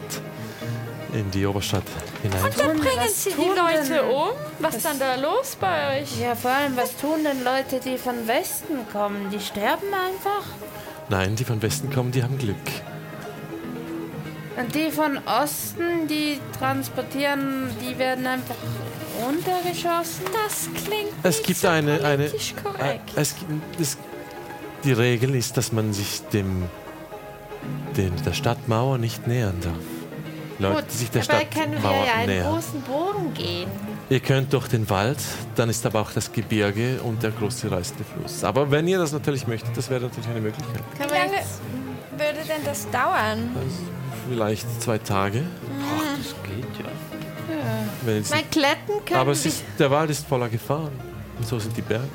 Speaker 1: in die Oberstadt hinein.
Speaker 7: Und
Speaker 6: Bringen
Speaker 7: Hm, was
Speaker 6: Sie die
Speaker 7: tun
Speaker 6: Leute
Speaker 7: denn-
Speaker 6: um? Was ist denn da los bei euch?
Speaker 7: Ja, vor allem, was tun denn Leute, die von Westen kommen? Die sterben einfach.
Speaker 1: Nein, die von Westen kommen, die haben Glück.
Speaker 7: Und die von Osten, die transportieren, die werden einfach runtergeschossen.
Speaker 6: Das klingt
Speaker 1: Es
Speaker 6: nicht
Speaker 1: gibt
Speaker 6: so
Speaker 1: eine, eine
Speaker 6: politisch
Speaker 1: äh,
Speaker 6: korrekt.
Speaker 1: es, gibt- es, die Regel ist, dass man sich dem, dem der Stadtmauer nicht nähern darf. Leute, die sich der
Speaker 7: dabei können wir
Speaker 1: Stadtmauer
Speaker 7: ja einen
Speaker 1: nähern.
Speaker 7: großen Bogen gehen.
Speaker 1: Ihr könnt durch den Wald, dann ist aber auch das Gebirge und der große reißende Fluss. Aber wenn ihr das natürlich möchtet, das wäre natürlich eine Möglichkeit.
Speaker 6: Wie lange würde denn das dauern?
Speaker 1: Also vielleicht zwei Tage.
Speaker 3: Ach, das geht ja.
Speaker 1: Wenn jetzt,
Speaker 7: Mein Kletten können
Speaker 1: aber es
Speaker 7: wir-
Speaker 1: ist, der Wald ist voller Gefahren. Und so sind die Berge.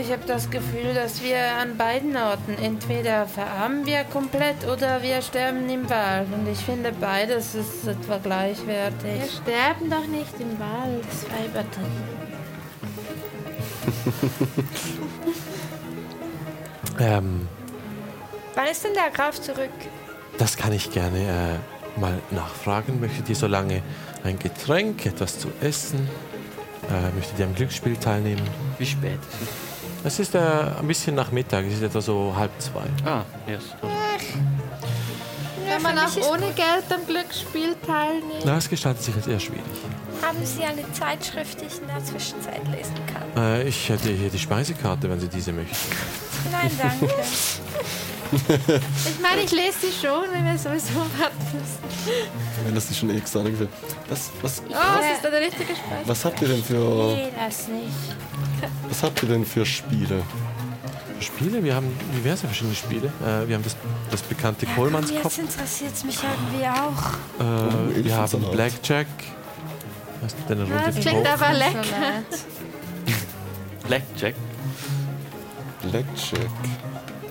Speaker 7: Ich habe das Gefühl, dass wir an beiden Orten entweder verarmen wir komplett oder wir sterben im Wald. Und ich finde beides ist etwa
Speaker 5: Wir
Speaker 7: gleichwertig.
Speaker 5: sterben doch nicht im Wald.
Speaker 7: Das war übertrieben.
Speaker 1: Ähm,
Speaker 6: Wann ist denn der Graf zurück?
Speaker 1: Das kann ich gerne äh, mal nachfragen. Möchtet ihr so lange ein Getränk, etwas zu essen? Äh, möchtet ihr am Glücksspiel teilnehmen?
Speaker 3: Wie spät? ist
Speaker 1: Es ist äh, ein bisschen nach Mittag, es ist etwa so halb zwei.
Speaker 3: es? Ah, erst.
Speaker 5: Wenn man
Speaker 6: für mich ist
Speaker 5: auch ohne Geld am Glücksspiel teilnimmt.
Speaker 1: Na, es gestaltet sich als eher schwierig.
Speaker 6: Haben Sie eine Zeitschrift, die ich in der Zwischenzeit lesen kann?
Speaker 1: Äh, ich hätte hier die Speisekarte, wenn Sie diese möchten.
Speaker 6: Nein, <laughs> danke.
Speaker 5: Ich meine, ich lese sie schon, wenn wir sowieso warten müssen.
Speaker 4: Wenn das nicht schon eh gesagt wird. Was, was,
Speaker 5: Oh, das ist eine richtige
Speaker 4: was habt ihr denn
Speaker 1: Oh.
Speaker 4: für,
Speaker 7: Nee, das nicht.
Speaker 4: was habt ihr denn für Spiele?
Speaker 1: Spiele, wir haben diverse verschiedene Spiele. Äh, wir haben das, das bekannte Kohlmannskopf,
Speaker 6: Jetzt interessiert es mich irgendwie auch.
Speaker 1: äh, wir haben
Speaker 4: Elefantensalat.
Speaker 1: Blackjack, was ist denn Oh. eine Runde
Speaker 5: Das klingt
Speaker 1: Poker?
Speaker 5: aber lecker.
Speaker 3: Blackjack.
Speaker 4: Blackjack.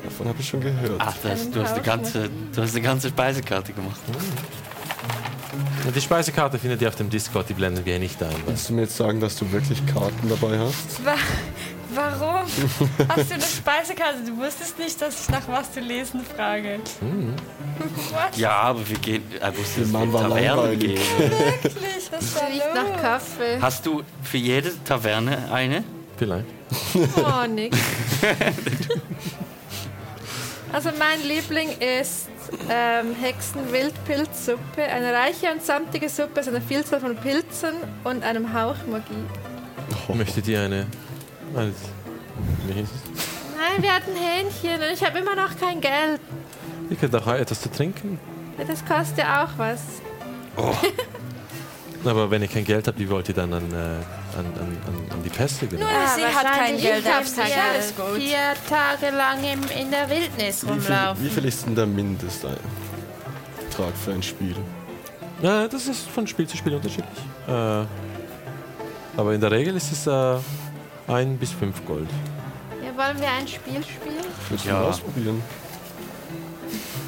Speaker 4: Davon habe ich schon gehört.
Speaker 3: Ach, das, du, hast die ganze, du hast die ganze Speisekarte gemacht.
Speaker 1: Die Speisekarte findet ihr auf dem Discord, die blenden wir hier nicht ein.
Speaker 4: Willst du mir jetzt sagen, dass du wirklich Karten dabei hast?
Speaker 6: Wa warum hast du eine Speisekarte? Du wusstest nicht, dass ich nach was zu lesen frage. Was
Speaker 3: Ja, aber wir gehen. Äh, wo
Speaker 4: Der
Speaker 3: sind
Speaker 4: Mann
Speaker 3: die
Speaker 4: war
Speaker 3: Tavernen
Speaker 4: langweilig.
Speaker 3: gehen?
Speaker 4: <laughs>
Speaker 6: wirklich? Was ist da
Speaker 5: Riecht nach
Speaker 6: los?
Speaker 5: Kaffee.
Speaker 3: Hast du für jede Taverne eine?
Speaker 1: Vielleicht.
Speaker 5: Oh, nix. Also mein Liebling ist ähm, Hexen-Wildpilzsuppe. Eine reiche und samtige Suppe aus einer Vielzahl von Pilzen und einem Hauch Magie.
Speaker 1: Möchtet ihr eine. eine wie hieß es?
Speaker 5: Nein, wir hatten Hähnchen und ich habe immer noch kein Geld.
Speaker 1: ihr könnt auch etwas zu trinken.
Speaker 5: Das kostet ja auch was.
Speaker 1: Aber wenn ihr kein Geld habt, wie wollt ihr dann an, äh, an, an, an, an die Pässe genau? gehen?
Speaker 6: Nur
Speaker 5: Ah,
Speaker 6: sie hat kein
Speaker 7: wahrscheinlich
Speaker 6: Geld auf
Speaker 7: haben
Speaker 6: sich.
Speaker 7: wir
Speaker 6: Alles gut.
Speaker 7: Vier Tage lang im, in der Wildnis
Speaker 4: Wie viel,
Speaker 7: rumlaufen.
Speaker 4: wie viel ist denn der Mindesteintrag für ein Spiel?
Speaker 1: Ja, das ist von Spiel zu Spiel unterschiedlich. Äh, Aber in der Regel ist es äh, ein bis fünf Gold.
Speaker 5: Ja, wollen wir ein Spiel spielen?
Speaker 4: Willst du
Speaker 3: Ja.
Speaker 4: mal ausprobieren?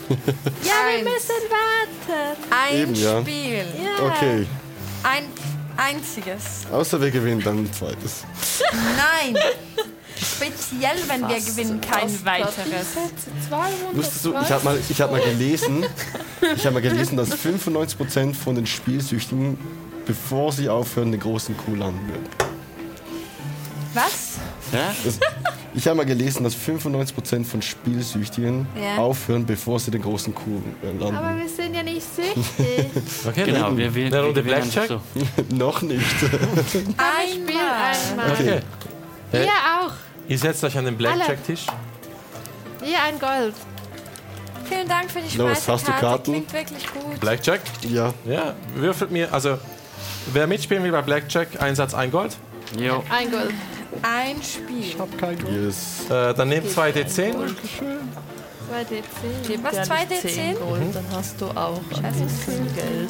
Speaker 5: Ja,
Speaker 6: Eins.
Speaker 5: wir müssen warten.
Speaker 6: Ein
Speaker 4: Eben, ja.
Speaker 6: Spiel.
Speaker 5: Ja.
Speaker 4: Okay.
Speaker 6: Ein einziges.
Speaker 4: Außer wir gewinnen dann ein zweites.
Speaker 6: Nein. Speziell, wenn wir gewinnen, kein weiteres.
Speaker 4: Wusstest du, ich habe mal, ich hab mal gelesen, ich habe mal gelesen, dass 95% von den Spielsüchtigen, bevor sie aufhören, den großen Kuh landen würden.
Speaker 6: Was?
Speaker 3: Ja?
Speaker 4: Das, ich habe mal gelesen, dass 95% von Spielsüchtigen
Speaker 6: Ja.
Speaker 4: aufhören, bevor sie den großen Kuh äh, landen.
Speaker 5: Aber wir sind ja nicht süchtig.
Speaker 1: Okay,
Speaker 3: Genau, wir, wir,
Speaker 1: Eine
Speaker 3: wir
Speaker 1: Runde
Speaker 3: gewinnen
Speaker 1: Blackjack?
Speaker 3: so.
Speaker 4: <laughs> Noch nicht.
Speaker 5: Ein Spiel einmal.
Speaker 1: Okay.
Speaker 5: Ihr
Speaker 1: Äh,
Speaker 5: auch.
Speaker 1: Ihr setzt euch an den Blackjack-Tisch.
Speaker 5: Ihr ein Gold.
Speaker 6: Vielen Dank für die
Speaker 4: Los,
Speaker 6: Speisekarte.
Speaker 4: hast du Karten?
Speaker 6: Klingt wirklich gut.
Speaker 1: Blackjack?
Speaker 4: Ja.
Speaker 1: Ja, würfelt mir, also wer mitspielen will bei Blackjack, Einsatz ein Gold.
Speaker 3: Jo.
Speaker 5: Ein Gold.
Speaker 6: Ein Spiel.
Speaker 4: Yes.
Speaker 1: Äh, dann nehmt 2d10.
Speaker 5: 2D10.
Speaker 6: Was,
Speaker 2: Ja,
Speaker 6: 2D10?
Speaker 2: Gold, dann hast du auch ein bisschen Geld.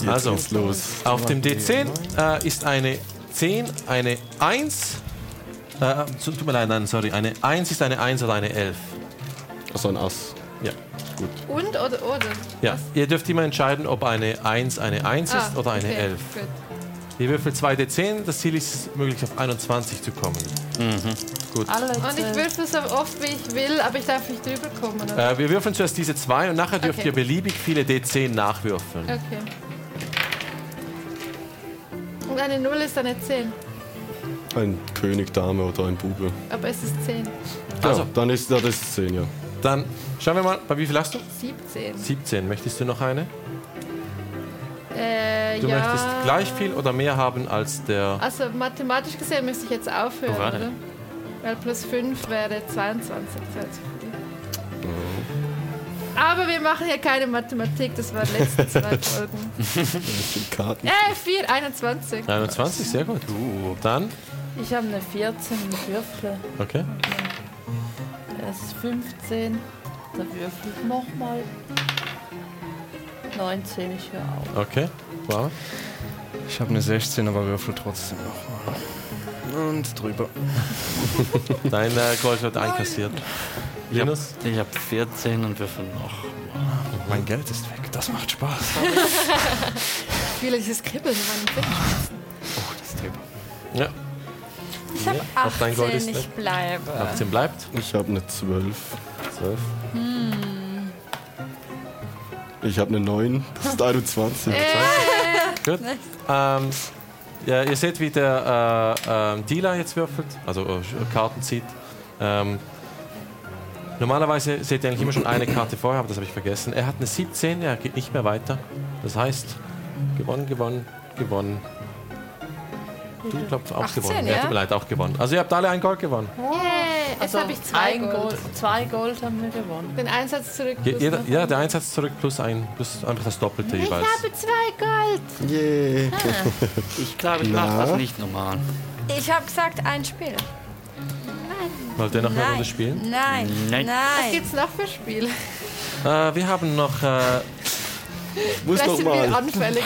Speaker 4: Jetzt
Speaker 1: Also.
Speaker 4: geht's los.
Speaker 1: Auf dem D10 äh, ist eine 10, eine 1. Äh, zu- tut mir leid, nein, sorry. Eine 1 ist eine 1 oder eine 11.
Speaker 4: Also ein Ass.
Speaker 1: Ja.
Speaker 4: Gut.
Speaker 5: Und oder oder?
Speaker 1: Ja, ihr dürft immer entscheiden, ob eine 1 eine 1 ist
Speaker 5: Ah,
Speaker 1: oder eine
Speaker 5: okay,
Speaker 1: 11.
Speaker 5: Gut.
Speaker 1: Ihr würfelt 2d10, das Ziel ist, möglichst auf 21 zu kommen.
Speaker 2: Alle
Speaker 5: Und ich würfel so oft wie ich will, aber ich darf nicht drüber kommen. Oder?
Speaker 1: Äh, wir würfeln zuerst diese 2 und nachher dürft
Speaker 5: Okay. Äh.
Speaker 1: ihr beliebig viele d10 nachwürfeln.
Speaker 5: Okay. Und eine 0 ist eine 10.
Speaker 4: Ein König, Dame oder ein Bube.
Speaker 5: Aber es ist 10.
Speaker 1: Also.
Speaker 4: Also. Ja, dann ist ja, das ist 10, ja.
Speaker 1: Dann schauen wir mal, bei wie viel hast du?
Speaker 5: 17.
Speaker 1: 17. Möchtest du noch eine?
Speaker 5: Äh,
Speaker 1: Du
Speaker 5: ja.
Speaker 1: möchtest gleich viel oder mehr haben als der.
Speaker 5: Also mathematisch gesehen müsste ich jetzt aufhören,
Speaker 3: Oh, warte.
Speaker 5: oder? Weil plus 5 wäre 22. Das wäre zu viel.
Speaker 1: Oh.
Speaker 5: Aber wir machen hier keine Mathematik, das waren die letzten
Speaker 1: <laughs>
Speaker 5: zwei Folgen.
Speaker 4: Die Karten.
Speaker 5: Äh, 4, 21.
Speaker 1: 21, sehr gut. Dann,
Speaker 2: Ich habe eine 14 mit Würfel.
Speaker 1: okay.
Speaker 2: Das ist 15. Da würfel ich nochmal. 19, ich höre auf.
Speaker 1: Okay, wow.
Speaker 8: Ich habe eine 16, aber würfel trotzdem nochmal. Und drüber.
Speaker 1: Dein äh, Gold wird einkassiert.
Speaker 3: Ich habe
Speaker 1: Linus?
Speaker 3: hab 14 und wir von noch.
Speaker 8: Mein Geld ist weg. Das macht Spaß.
Speaker 5: Viele dieses Kribbeln in meinem Finger.
Speaker 3: Oh, das ist drüber.
Speaker 1: Ja.
Speaker 6: Ich habe
Speaker 1: Ja, auch dein Gold
Speaker 6: 18,
Speaker 1: ist
Speaker 4: ne?
Speaker 6: ich bleibe.
Speaker 1: 18 bleibt.
Speaker 4: Ich habe eine 12.
Speaker 1: 12.
Speaker 4: Ich habe eine 9. Das ist 21.
Speaker 5: Äh,
Speaker 1: Gut. Ähm, ja, ihr seht, wie der äh, ähm, Dealer jetzt würfelt, also äh, Karten zieht. Ähm, normalerweise seht ihr eigentlich immer schon eine Karte vorher, aber das habe ich vergessen. Er hat eine 17, er geht nicht mehr weiter. Das heißt, gewonnen, gewonnen, gewonnen. Du glaubst auch
Speaker 6: 18,
Speaker 1: gewonnen.
Speaker 6: ja?
Speaker 1: tut mir leid, auch gewonnen. Also ihr habt alle ein Gold gewonnen.
Speaker 5: Yay, jetzt habe ich zwei
Speaker 2: ein
Speaker 5: Gold.
Speaker 2: Zwei Gold haben wir gewonnen.
Speaker 5: Also Den Einsatz zurück.
Speaker 1: Je, jeder, ja, der Einsatz zurück plus ein, plus einfach das Doppelte
Speaker 5: ich
Speaker 1: jeweils.
Speaker 5: habe zwei Gold.
Speaker 4: Yeah.
Speaker 3: Ich glaube, ich mache
Speaker 4: Na?
Speaker 3: das nicht normal.
Speaker 6: Ich habe gesagt, ein Spiel.
Speaker 1: Wollt ihr noch eine
Speaker 6: Nein.
Speaker 1: Runde spielen?
Speaker 6: Nein.
Speaker 3: Nein.
Speaker 5: Was
Speaker 6: Nein.
Speaker 5: gibt's noch für Spiele?
Speaker 1: Äh, wir haben noch. Äh,
Speaker 4: Muss
Speaker 5: Vielleicht
Speaker 4: doch
Speaker 5: sind wir
Speaker 4: mal.
Speaker 5: anfällig.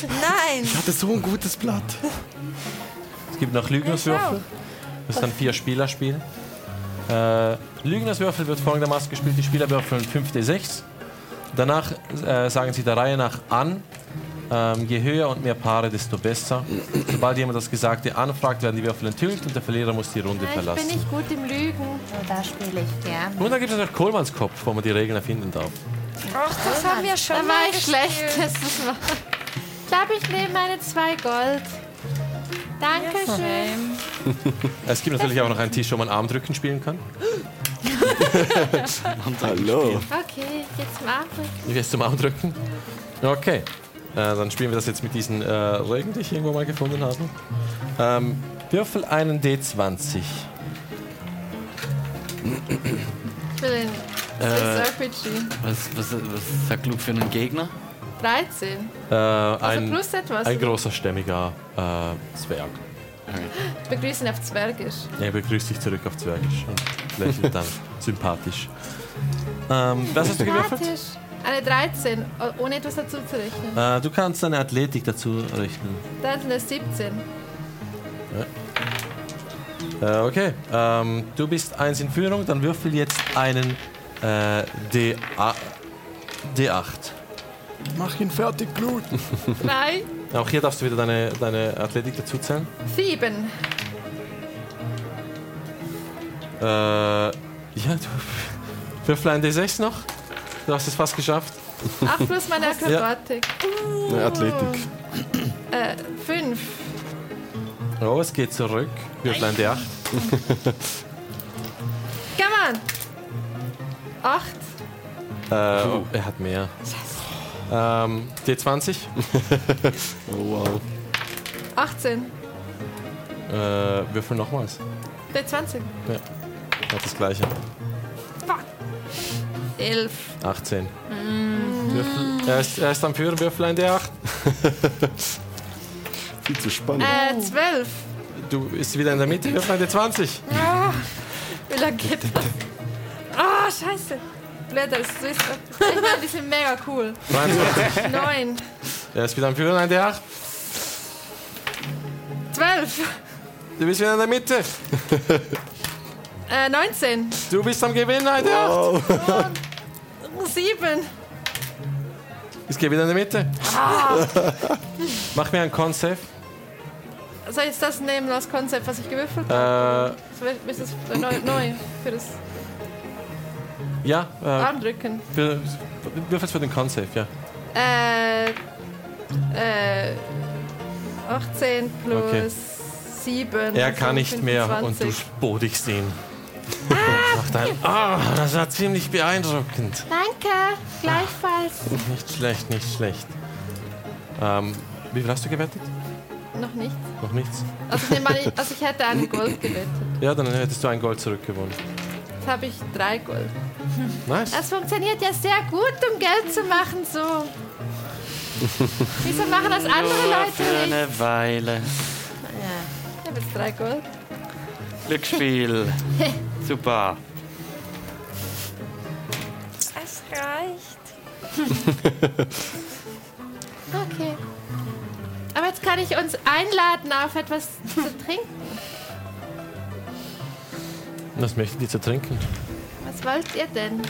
Speaker 6: Nein.
Speaker 4: Ich hatte so ein gutes Blatt.
Speaker 1: Es gibt noch Lügnerswürfel. Das ist ein Vier-Spieler-Spiel. Äh, Lügnerswürfel wird folgendermaßen gespielt: Die Spieler würfeln 5d6. Danach äh, sagen sie der Reihe nach an. Ähm, je höher und mehr Paare, desto besser. Sobald jemand das Gesagte anfragt, werden die Würfel enthüllt und der Verlierer muss die Runde
Speaker 5: Ich bin
Speaker 1: verlassen.
Speaker 5: nicht gut im Lügen.
Speaker 7: Oh, Da spiele ich gern.
Speaker 1: Und dann gibt es noch Kohlmanns Kopf, wo man die Regeln erfinden darf.
Speaker 6: Ach, das haben wir schon
Speaker 5: Da
Speaker 6: mal
Speaker 5: war ich
Speaker 6: gespielt.
Speaker 5: schlecht. dass Das war. Ich glaube, ich nehme meine zwei Gold. Dankeschön.
Speaker 1: Es gibt natürlich auch noch einen Tisch, wo man Armdrücken spielen kann.
Speaker 4: Hallo.
Speaker 5: Okay, jetzt mal Afrika.
Speaker 1: Wie wär's zum Armdrücken? Okay. Äh, dann spielen wir das jetzt mit diesen äh, Regeln, die ich irgendwo mal gefunden habe. Ähm, würfel einen D20.
Speaker 5: Ich will
Speaker 1: Äh,
Speaker 5: den Swiss RPG.
Speaker 3: Was, was, was sagt Luke für einen Gegner?
Speaker 5: 13.
Speaker 1: Äh,
Speaker 5: Also
Speaker 1: ein,
Speaker 5: plus etwas.
Speaker 1: ein großer, stämmiger äh, Zwerg.
Speaker 5: Begrüßen auf Zwergisch.
Speaker 1: Er begrüßt dich zurück auf
Speaker 5: <laughs>
Speaker 1: Zwergisch und lächelt dann sympathisch. Ähm, was hast du gewürfelt?
Speaker 5: Sympathisch. Eine 13, o- ohne etwas dazu zu rechnen.
Speaker 1: Äh, du kannst deine Athletik dazu rechnen.
Speaker 5: Dann eine 17.
Speaker 1: Äh, okay, ähm, du bist eins in Führung, dann würfel jetzt einen äh, D D8.
Speaker 8: Mach ihn fertig, Glut.
Speaker 5: Nein,
Speaker 1: Auch hier darfst du wieder deine, deine Athletik dazu zählen.
Speaker 5: 7.
Speaker 1: Äh, ja, du <laughs> würfel einen D6 noch. Du hast es fast geschafft.
Speaker 5: 8
Speaker 1: <laughs>
Speaker 5: plus meine Akrobatik.
Speaker 4: Eine Athletik.
Speaker 5: Äh, 5.
Speaker 1: Oh, es geht zurück. Würfel einen D8.
Speaker 5: Come on. 8.
Speaker 1: Äh, oh, er hat mehr. Ähm, D20.
Speaker 4: Oh, wow.
Speaker 5: 18.
Speaker 1: Äh, würfel nochmals.
Speaker 5: Der 20.
Speaker 1: Hat das gleiche.
Speaker 5: 11.
Speaker 1: 18.
Speaker 5: Mm.
Speaker 1: Würfel, er, ist, er ist am Führen, würfel ein D8.
Speaker 4: Viel zu spannend.
Speaker 5: Äh, 12.
Speaker 1: Du bist wieder in der Mitte, würfel ein D20.
Speaker 5: Ah, Wie lange geht das? Ah, scheiße. Blätter, das ist Ich meine, die sind mega cool.
Speaker 1: 23.
Speaker 5: 9.
Speaker 1: Er ist wieder am Führen, ein D8.
Speaker 5: 12.
Speaker 1: Du bist wieder in der Mitte.
Speaker 5: Äh, 19.
Speaker 1: Du bist am Gewinnen, ein D8.
Speaker 5: 7.
Speaker 1: Es geht wieder in der Mitte.
Speaker 3: Ah.
Speaker 1: Mach mir einen Con-Save.
Speaker 5: Soll ich jetzt das nehmen, das Konzept, was ich gewürfelt habe?
Speaker 1: Äh,
Speaker 5: Das wär- ist das neu, neu für das
Speaker 1: ja,
Speaker 5: Armdrücken.
Speaker 1: äh, für, würfelst für den Con-Save, ja.
Speaker 5: Äh, äh, 18 plus
Speaker 1: Okay.
Speaker 5: 7.
Speaker 1: Er
Speaker 5: also
Speaker 1: kann nicht mehr und du
Speaker 5: 25.
Speaker 1: spodigst ihn. Macht ein, ah, das war ziemlich beeindruckend.
Speaker 7: Danke, gleichfalls.
Speaker 1: Nicht schlecht, nicht schlecht. Ähm, wie viel hast du gewettet?
Speaker 5: Noch nicht.
Speaker 1: Noch nichts?
Speaker 5: Also ich, nehme an, ich, also ich hätte einen Gold gewettet.
Speaker 1: Ja, dann hättest du ein Gold zurückgewonnen.
Speaker 5: Jetzt habe ich drei Gold.
Speaker 1: Nice.
Speaker 5: Das funktioniert ja sehr gut, um Geld zu machen, so. <laughs> Wieso machen das andere
Speaker 3: Nur
Speaker 5: Leute
Speaker 3: für
Speaker 5: nicht?
Speaker 3: eine Weile.
Speaker 5: Ich habe jetzt drei Gold. <laughs>
Speaker 3: Glücksspiel. Super.
Speaker 6: Es reicht.
Speaker 5: Okay. Aber jetzt kann ich uns einladen auf etwas zu trinken.
Speaker 1: Was möchten die zu trinken?
Speaker 5: Was wollt ihr denn?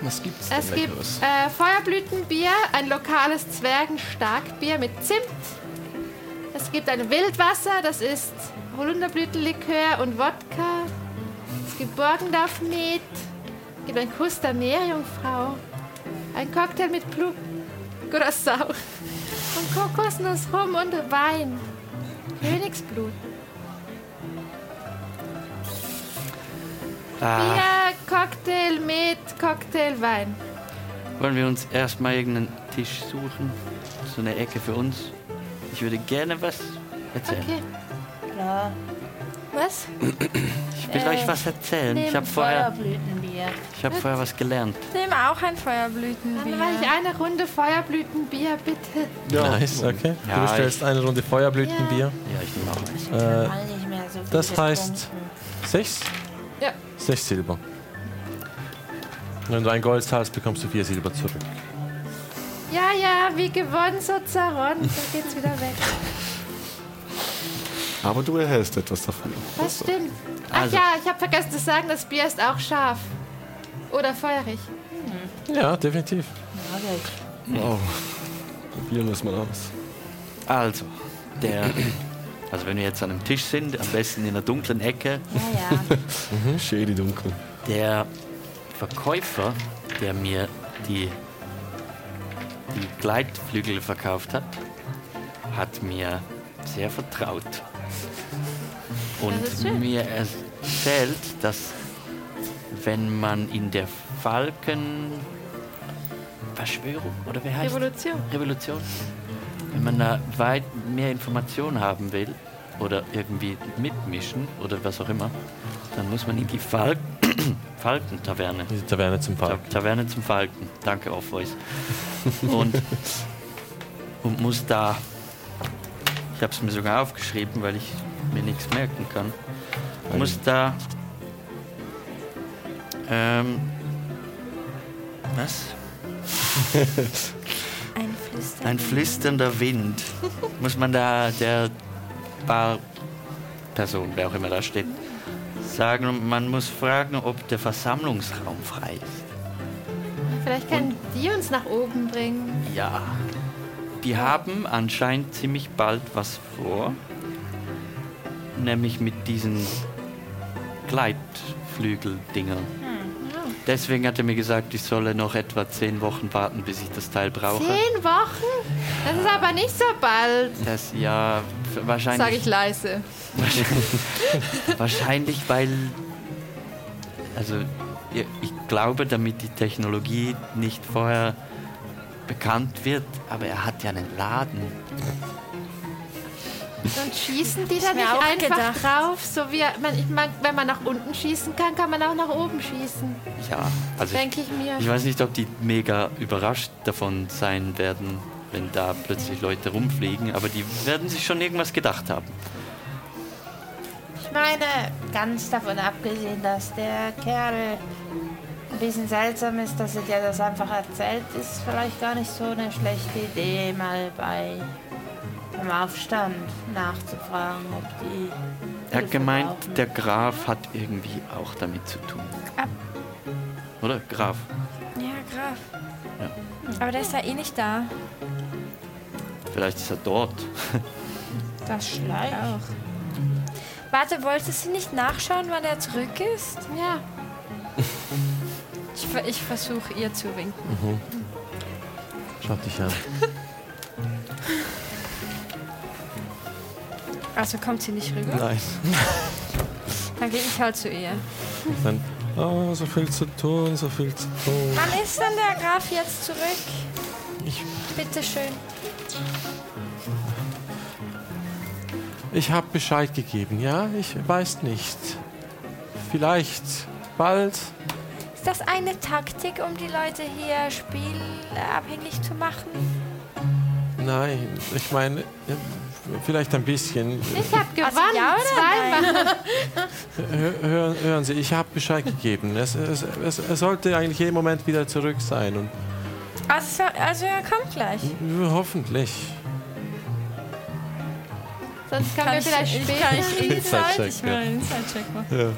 Speaker 8: Was gibt's denn
Speaker 5: Es gibt
Speaker 8: Leckeres?
Speaker 5: äh, Feuerblütenbier, ein lokales Zwergenstarkbier mit Zimt. Es gibt ein Wildwasser, das ist Holunderblütenlikör und Wodka. Es gibt Borgendorfmet. Es gibt einen Kuss der Meerjungfrau. Ein Cocktail mit Blub, Curaçao und Kokosnuss, Rum und Wein. Königsblut.
Speaker 3: Ah,
Speaker 5: Bier, Cocktail mit Cocktail, Wein.
Speaker 3: wollen wir uns erstmal irgendeinen Tisch suchen? So eine Ecke für uns. Ich würde gerne was erzählen.
Speaker 5: Okay.
Speaker 7: Klar.
Speaker 5: Was?
Speaker 3: Ich will
Speaker 7: Äh,
Speaker 3: euch was erzählen. Ich habe
Speaker 7: Nimm
Speaker 3: vorher,
Speaker 7: Feuerblütenbier.
Speaker 3: ich hab vorher was gelernt.
Speaker 6: Nimm auch ein
Speaker 5: Dann
Speaker 6: Feuerblütenbier.
Speaker 5: mache ich eine Runde Feuerblütenbier, bitte.
Speaker 4: ja.
Speaker 1: Nice, okay.
Speaker 3: Ja,
Speaker 1: du bestellst eine Runde Feuerblütenbier.
Speaker 3: Ja, ich nehme auch was.
Speaker 7: Ich hab
Speaker 1: Äh,
Speaker 7: lange nicht mehr so viel
Speaker 1: das heißt-
Speaker 7: getrunken.
Speaker 1: Sechs?
Speaker 5: Ja.
Speaker 1: Sechs Silber. Wenn du ein Gold zahlst, bekommst du vier Silber zurück.
Speaker 5: Ja, ja, wie gewonnen, so zerronnen. Dann geht's wieder weg.
Speaker 4: Aber du erhältst etwas davon.
Speaker 5: Das stimmt. Ach
Speaker 3: Also.
Speaker 5: ja, ich habe vergessen zu sagen, das Bier ist auch scharf. Oder feurig.
Speaker 1: Ja, definitiv.
Speaker 4: Wow. Probieren wir es mal aus.
Speaker 3: Also, der. Also, wenn wir jetzt an einem Tisch sind, am besten in einer dunklen Ecke,
Speaker 7: Ja, ja.
Speaker 4: Shady dunkel.
Speaker 3: der Verkäufer, der mir die, die Gleitflügel verkauft hat, hat mir sehr vertraut.
Speaker 5: Das ist
Speaker 3: Und
Speaker 5: schön.
Speaker 3: mir erzählt, dass wenn man in der Falken Verschwörung oder wer heißt
Speaker 5: Revolution.
Speaker 3: Revolution. Wenn man da weit mehr Informationen haben will oder irgendwie mitmischen oder was auch immer, dann muss man in die Fal <clears throat> Falken-Taverne.
Speaker 1: Die Taverne zum
Speaker 3: Ta
Speaker 1: Park.
Speaker 3: Taverne zum Falken. Danke, Off-Voice. Und, und muss da. Ich habe es mir sogar aufgeschrieben, weil ich mir nichts merken kann. Muss da. Ähm, was?
Speaker 7: Ein Flüstern.
Speaker 3: Ein flüsternder Wind. Muss man da der Bar Person, wer auch immer da steht, sagen, und man muss fragen, ob der Versammlungsraum frei ist.
Speaker 5: Vielleicht können die uns nach oben bringen.
Speaker 3: Ja. Die haben anscheinend ziemlich bald was vor. Nämlich mit diesen Gleitflügel-Dinger.
Speaker 5: Hm,
Speaker 3: Deswegen hat er mir gesagt, ich solle noch etwa zehn Wochen warten, bis ich das Teil brauche.
Speaker 5: Zehn Wochen? Das ist aber nicht so bald,
Speaker 3: Das ja f-
Speaker 5: sage
Speaker 3: wahrscheinlich <laughs>
Speaker 5: ich leise.
Speaker 3: Wahrscheinlich, weil. Also, ja, ich glaube, damit die Technologie nicht vorher bekannt wird, aber er hat ja einen Laden.
Speaker 5: Und schießen die da
Speaker 7: mir
Speaker 5: nicht
Speaker 7: auch
Speaker 5: einfach
Speaker 7: gedacht.
Speaker 5: drauf? So wie man, ich mein, wenn man nach unten schießen kann, kann man auch nach oben schießen,
Speaker 3: Ja, also ich,
Speaker 5: denke ich mir.
Speaker 3: ich weiß nicht, ob die mega überrascht davon sein werden, wenn da plötzlich Leute rumfliegen, aber die werden sich schon irgendwas gedacht haben.
Speaker 7: Ich meine, ganz davon abgesehen, dass der Kerl ein bisschen seltsam ist, dass er dir das einfach erzählt, ist vielleicht gar nicht so eine schlechte Idee, mal bei beim Aufstand nachzufragen, ob die.
Speaker 3: Er hat
Speaker 7: Hilfe
Speaker 3: gemeint,
Speaker 7: brauchen.
Speaker 3: der Graf hat irgendwie auch damit zu tun.
Speaker 6: Ab.
Speaker 3: Oder? Graf.
Speaker 6: Ja, Graf. Aber der ist ja eh nicht da.
Speaker 3: Vielleicht ist er dort.
Speaker 6: Das schleicht auch. Warte, wolltest du nicht nachschauen, wann er zurück ist?
Speaker 5: Ja,
Speaker 6: <laughs> Ich, ver- ich versuche ihr zu winken.
Speaker 1: Schaut dich an.
Speaker 6: Also kommt sie nicht rüber?
Speaker 1: Nein.
Speaker 6: Dann gehe ich halt zu ihr.
Speaker 1: Dann, oh, so viel zu tun, so viel zu tun.
Speaker 6: Wann ist denn der Graf jetzt zurück?
Speaker 1: Ich,
Speaker 6: Bitte schön.
Speaker 1: ich habe Bescheid gegeben, ja? Ich weiß nicht. Vielleicht bald.
Speaker 6: Ist das eine Taktik, um die Leute hier spielabhängig zu machen?
Speaker 1: Nein, ich meine, äh, vielleicht ein bisschen.
Speaker 5: ich habe gewonnen.
Speaker 6: ja oder
Speaker 5: zweimal.
Speaker 1: Hö- Hören, hören Sie, ich habe Bescheid gegeben. Es, es, es, es sollte eigentlich jeden Moment wieder zurück sein. Und
Speaker 6: Also, also er kommt gleich.
Speaker 1: äh, hoffentlich.
Speaker 5: Sonst können wir vielleicht
Speaker 6: ich,
Speaker 5: später.
Speaker 6: kann ich Insight,
Speaker 1: Insight-Check,
Speaker 6: ich will einen Insight-Check machen.
Speaker 1: Ja.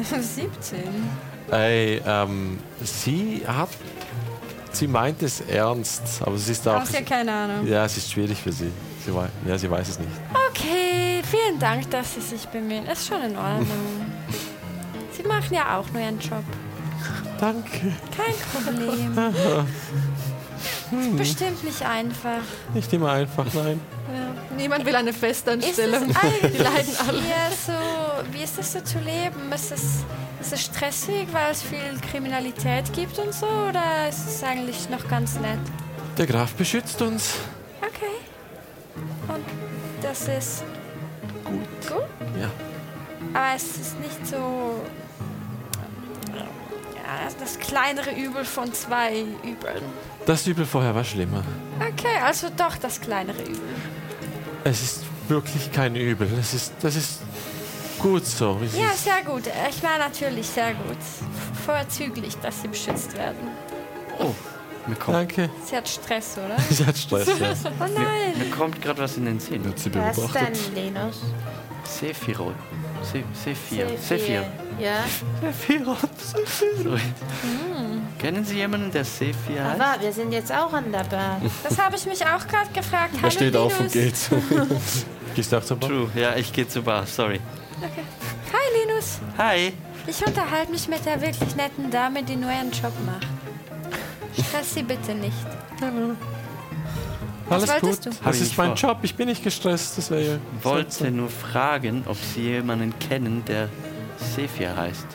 Speaker 6: Äh, <laughs> 17.
Speaker 1: Ey, ähm, sie hat. Sie meint es ernst, aber sie ist auch.
Speaker 6: Hast ja keine Ahnung.
Speaker 1: Ja, es ist schwierig für sie. sie wei- ja, sie weiß es nicht.
Speaker 6: Okay, vielen Dank, dass Sie sich bemühen. Ist schon
Speaker 1: <laughs>
Speaker 6: in Ordnung. Sie machen ja auch nur Ihren Job.
Speaker 1: Danke. <laughs>
Speaker 6: Kein Problem. Ist bestimmt nicht einfach.
Speaker 1: Nicht immer einfach, nein.
Speaker 5: Niemand will eine
Speaker 6: Ist es
Speaker 5: Festanstellung.
Speaker 6: eigentlich
Speaker 5: leiden
Speaker 6: <laughs>
Speaker 5: alle.
Speaker 6: eher so, wie ist es so zu leben? Ist es, ist es stressig, weil es viel Kriminalität gibt und so? Oder ist es eigentlich noch ganz nett?
Speaker 1: Der Graf beschützt uns.
Speaker 6: Okay. Und das ist gut. Gut?
Speaker 1: Ja.
Speaker 6: Aber es ist nicht so. Ja, das kleinere Übel von zwei Übeln.
Speaker 1: Das Übel vorher war schlimmer.
Speaker 6: Okay, also doch das kleinere Übel.
Speaker 1: Es ist wirklich kein Übel. Es ist, das ist gut so. Es
Speaker 6: Ja,
Speaker 1: ist,
Speaker 6: sehr gut. Ich war natürlich sehr gut. Vorzüglich, dass sie beschützt werden.
Speaker 3: Oh, mir kommt
Speaker 1: danke. <laughs>
Speaker 6: Sie hat Stress, oder?
Speaker 1: Sie hat Stress. ja.
Speaker 6: Oh nein!
Speaker 3: Mir kommt gerade was in den Sinn.
Speaker 4: Wird sie
Speaker 7: Was
Speaker 4: beobachtet?
Speaker 7: denn, Linus?
Speaker 3: Sephirot. Se Sephir.
Speaker 7: Sephir.
Speaker 3: Sephir. <laughs>
Speaker 7: Ja.
Speaker 3: Sephirot. Sorry. Kennen Sie jemanden, der Sephir heißt?
Speaker 7: Aber wir sind jetzt auch an
Speaker 1: <laughs>
Speaker 7: der Bar.
Speaker 6: Das habe ich mich auch gerade gefragt. Hallo,
Speaker 4: Er steht auf und
Speaker 6: Linus.
Speaker 4: geht.
Speaker 1: Gehst du auch zur Bar?
Speaker 3: True. Ja, ich gehe zur Bar. Sorry.
Speaker 6: Hi, Linus.
Speaker 3: Hi.
Speaker 6: Ich unterhalte mich mit der wirklich netten Dame, die nur ihren Job macht. Stress sie bitte nicht.
Speaker 1: Alles
Speaker 6: wolltest
Speaker 1: gut.
Speaker 6: du?
Speaker 1: Das ist mein Job. Ich bin nicht gestresst. Das wäre
Speaker 3: Ich wollte nur fragen, ob Sie jemanden kennen, der Sephir heißt.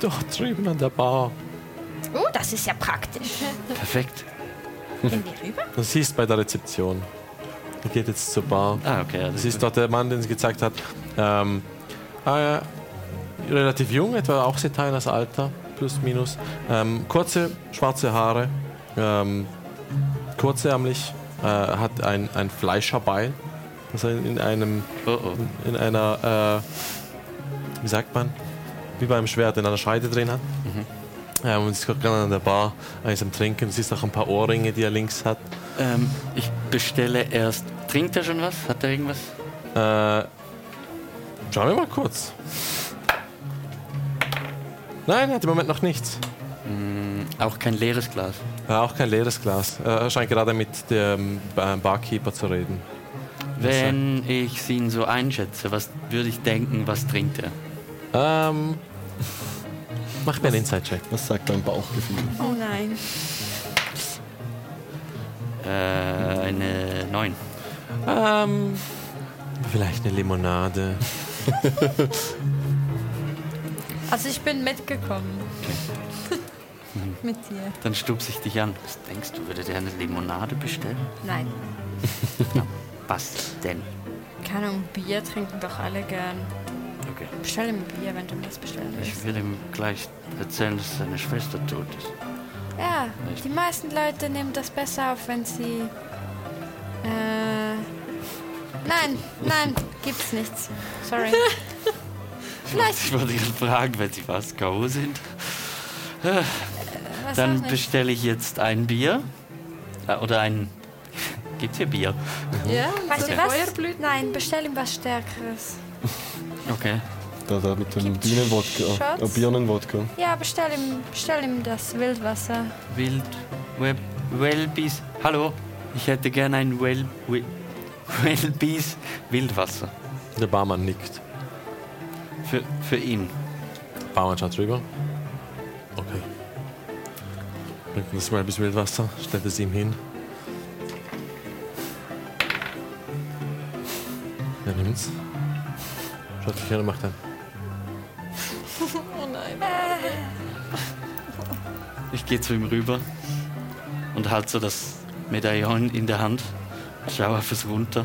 Speaker 1: Doch drüben an der Bar.
Speaker 7: Oh, das ist ja praktisch.
Speaker 3: Perfekt.
Speaker 7: Gehen wir rüber?
Speaker 1: Und sie ist bei der Rezeption. Er geht jetzt zur Bar.
Speaker 3: Ah, okay.
Speaker 1: Das
Speaker 3: Also
Speaker 1: ist dort der Mann, den sie gezeigt hat. Ähm, äh, relativ jung, etwa auch Setainas Alter, plus minus. Ähm, kurze schwarze Haare, ähm, kurzärmlich, äh, hat ein, ein Fleischerbeil, das er in einem,
Speaker 3: oh, oh.
Speaker 1: in einer, äh, wie sagt man, wie bei einem Schwert in einer Scheide drin hat. Ähm, und sie ist gerade an der Bar, er ist am Trinken, sie ist auch ein paar Ohrringe, die er links hat.
Speaker 3: Ähm, ich bestelle erst. Trinkt er schon was? Hat er irgendwas?
Speaker 1: Äh, schauen wir mal kurz. Nein, er hat im Moment noch nichts.
Speaker 3: Auch kein leeres Glas.
Speaker 1: Äh, auch kein leeres Glas. Äh, Er scheint gerade mit dem ähm, Barkeeper zu reden.
Speaker 3: Wenn ich ihn so einschätze, was würde ich denken, was trinkt er?
Speaker 1: Ähm, mach mir einen Inside-Check.
Speaker 4: Was sagt dein Bauchgefühl?
Speaker 9: Oh nein.
Speaker 3: Äh, eine 9.
Speaker 1: Ähm, vielleicht eine Limonade.
Speaker 9: Also ich bin mitgekommen. Mit dir.
Speaker 3: Dann stupse ich dich an. Was denkst du, würde der eine Limonade bestellen?
Speaker 9: Nein.
Speaker 3: Was denn?
Speaker 9: Keine Ahnung, Bier trinken doch alle gern.
Speaker 3: Okay.
Speaker 9: Bestell ihm Bier, wenn du mir das bestellen willst.
Speaker 3: Ich will ihm gleich erzählen, dass seine Schwester tot ist.
Speaker 6: Ja,
Speaker 3: Nicht.
Speaker 6: die meisten Leute nehmen das besser auf, wenn sie.
Speaker 9: Äh, nein, nein, gibt's nichts.
Speaker 6: Sorry.
Speaker 3: Ich wollte gerade fragen, wenn sie was K.O. sind.
Speaker 6: Was auch
Speaker 3: Dann
Speaker 6: nicht.
Speaker 3: bestelle ich jetzt ein Bier. Äh, Oder ein. <laughs> Gibt's hier Bier?
Speaker 9: Ja?
Speaker 6: Weißt du
Speaker 3: Okay.
Speaker 6: was? Nein, bestell ihm was Stärkeres.
Speaker 3: Okay.
Speaker 4: Da, da mit dem
Speaker 6: Gibt's
Speaker 4: Bienenwodka.
Speaker 6: Shots?
Speaker 4: Äh, Birnenwodka.
Speaker 6: Ja, bestell ihm, bestell ihm das Wildwasser.
Speaker 3: Wild. Web. Welbis. Hallo. Ich hätte gerne ein Wel. Wel- Welbis Wildwasser.
Speaker 1: Der Barmann nickt.
Speaker 3: Für, für ihn.
Speaker 1: Barmann schaut rüber. Okay. Bringt das mal ein bisschen Wildwasser, stellt es ihm hin. Er nimmt's. Schaut sich an und macht ein.
Speaker 3: Ich gehe zu ihm rüber und halte so das Medaillon in der Hand. Schaue auf es runter.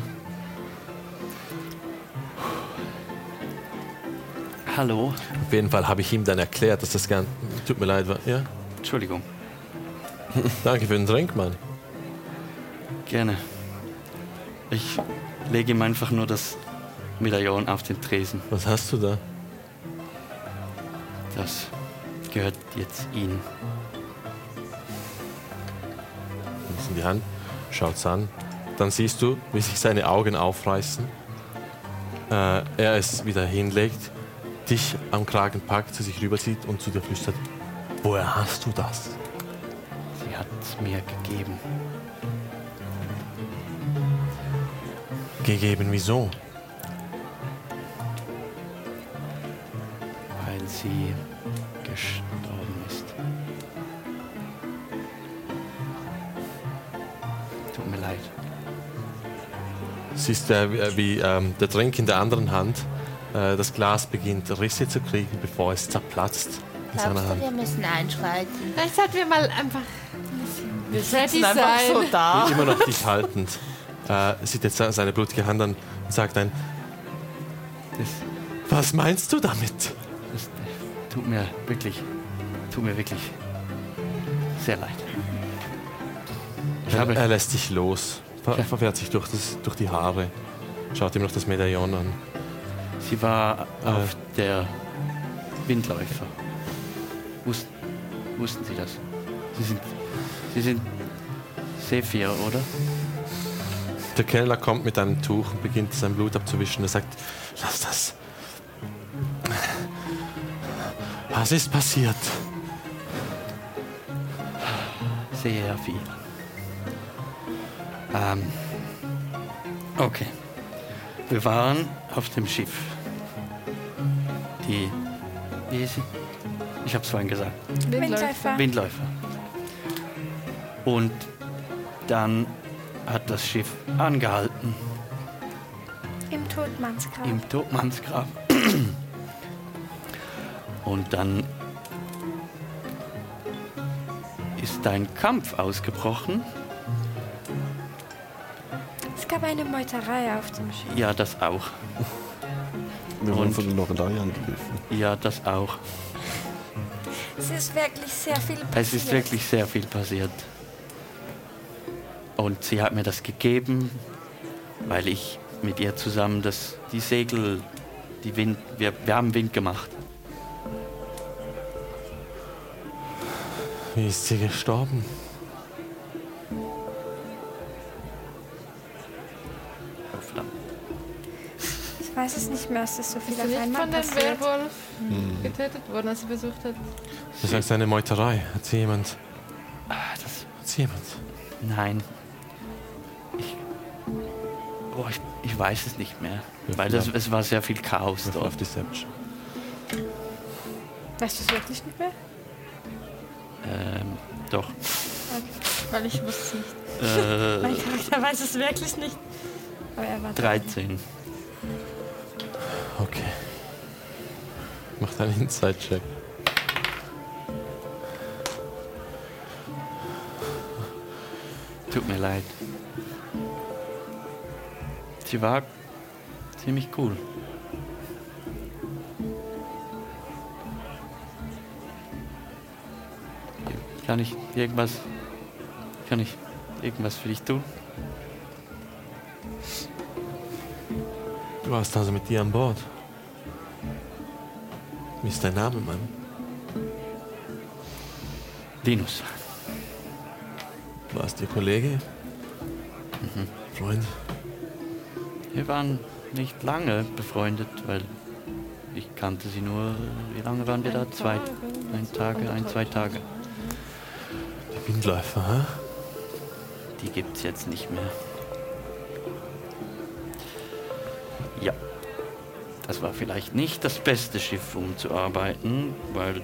Speaker 3: Hallo.
Speaker 1: Auf jeden Fall habe ich ihm dann erklärt, dass das gar Tut mir leid, wa- ja?
Speaker 3: Entschuldigung.
Speaker 1: Danke für den Drink, Mann.
Speaker 3: Gerne. Ich lege ihm einfach nur das Medaillon auf den Tresen.
Speaker 1: Was hast du da?
Speaker 3: Das gehört jetzt ihm.
Speaker 1: Nimmt's in die Hand, schaut's an. Dann siehst du, wie sich seine Augen aufreißen. Äh, er es wieder hinlegt, dich am Kragen packt, zu sich rüberzieht und zu dir flüstert: Woher hast du das?
Speaker 3: Sie hat es mir gegeben.
Speaker 1: Gegeben, wieso?
Speaker 3: weil sie gestorben ist. Tut mir leid.
Speaker 1: Siehst du, äh, wie ähm, der Drink in der anderen Hand äh, das Glas beginnt, Risse zu kriegen, bevor es zerplatzt in seiner
Speaker 7: Glaubst du,
Speaker 1: Hand.
Speaker 7: wir müssen einschreiten?
Speaker 5: Vielleicht sollten wir mal einfach
Speaker 2: Wir
Speaker 5: Ready
Speaker 2: sitzen einfach
Speaker 5: sein.
Speaker 2: so da.
Speaker 1: immer noch dich haltend. Äh, sieht jetzt seine blutige Hand an und sagt ein:
Speaker 3: Das,
Speaker 1: Was meinst du damit?
Speaker 3: das tut mir wirklich, tut mir wirklich sehr leid. Ich
Speaker 1: Er,
Speaker 3: habe,
Speaker 1: er lässt dich los, ver
Speaker 3: Ja.
Speaker 1: verwehrt sich durch, das, durch die Haare, schaut ihm noch das Medaillon an.
Speaker 3: sie war auf der Windläufer. Wus, wussten Sie das? Sie sind, Sie sind Sephir, oder?
Speaker 1: Der Kellner kommt mit einem Tuch und beginnt sein Blut abzuwischen. Er sagt, lass das. Was ist passiert?
Speaker 3: Sehr viel. Ähm, okay. Wir waren auf dem Schiff. Die. Wie ist sie? Ich hab's vorhin gesagt.
Speaker 9: <laughs>
Speaker 6: Windläufer.
Speaker 3: Windläufer. Und dann hat das Schiff angehalten
Speaker 6: Im Todmannsgrab.
Speaker 3: im Todmannsgrab. Und dann ist ein Kampf ausgebrochen.
Speaker 6: Es gab eine Meuterei auf dem Schiff.
Speaker 3: Ja, das auch.
Speaker 4: Wir
Speaker 3: Und?
Speaker 4: wurden von der Lorelei angegriffen.
Speaker 3: Ja, das auch.
Speaker 6: Es ist wirklich sehr viel passiert.
Speaker 3: Es ist wirklich sehr viel passiert. Und sie hat mir das gegeben, weil ich mit ihr zusammen das, die Segel, die Wind, wir, wir haben Wind gemacht.
Speaker 1: Wie ist sie gestorben?
Speaker 3: Oh, verdammt.
Speaker 6: Ich weiß es nicht mehr, es ist so viel
Speaker 5: Ist
Speaker 6: auf
Speaker 5: sie nicht
Speaker 6: einmal
Speaker 5: von dem
Speaker 6: passiert.
Speaker 5: Werwolf
Speaker 1: Hm.
Speaker 5: getötet worden, als sie versucht hat?
Speaker 1: Du sagst eine Meuterei. Hat sie jemand?
Speaker 3: Ah, das,
Speaker 1: Hat sie jemand?
Speaker 3: nein. Ich, boah, ich, ich weiß es nicht mehr.
Speaker 1: Würfel
Speaker 3: Weil das,
Speaker 1: ab.
Speaker 3: es war sehr viel Chaos
Speaker 1: Würfel
Speaker 3: dort.
Speaker 1: auf Deception.
Speaker 9: Weißt du es wirklich nicht mehr?
Speaker 3: Ähm, doch.
Speaker 9: Weil ich wusste es nicht.
Speaker 3: Äh,
Speaker 9: Mein Charakter weiß es wirklich nicht. Aber er war
Speaker 3: 13.
Speaker 1: Okay. Mach deinen Inside-Check.
Speaker 3: Tut mir leid. Sie war ziemlich cool. Kann ich irgendwas. Kann ich irgendwas für dich tun?
Speaker 1: Du warst also mit dir an Bord. Wie ist dein Name, Mann?
Speaker 3: Linus.
Speaker 1: Du warst ihr Kollege? Mhm. Freund?
Speaker 3: Wir waren nicht lange befreundet, weil ich kannte sie nur. Wie lange waren wir da? Zwei. Ein Tage, ein, zwei Tage.
Speaker 1: Die Windläufer, hä?
Speaker 3: Die gibt's jetzt nicht mehr. Ja. Das war vielleicht nicht das beste Schiff, um zu arbeiten, weil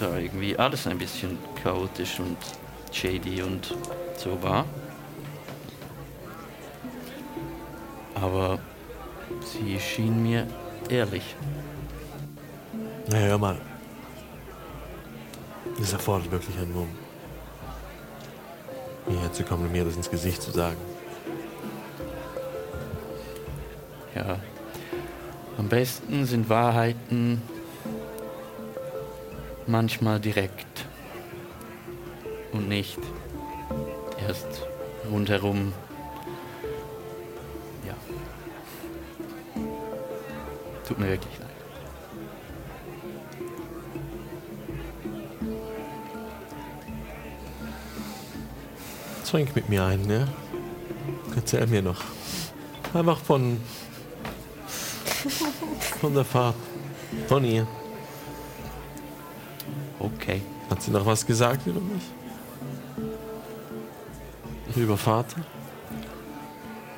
Speaker 3: da irgendwie alles ein bisschen chaotisch und shady und so war. Aber sie schien mir ehrlich.
Speaker 1: Na, hör mal. Das erfordert wirklich einen Mumm. Hierher zu kommen und mir das ins Gesicht zu sagen.
Speaker 3: Ja. Am besten sind Wahrheiten manchmal direkt und nicht erst rundherum. Ja. Tut mir wirklich leid.
Speaker 1: Trink mit mir ein, ne? Erzähl mir noch. Einfach von. von der Fahrt. Von ihr.
Speaker 3: Okay.
Speaker 1: Hat sie noch was gesagt über mich? Über Vater?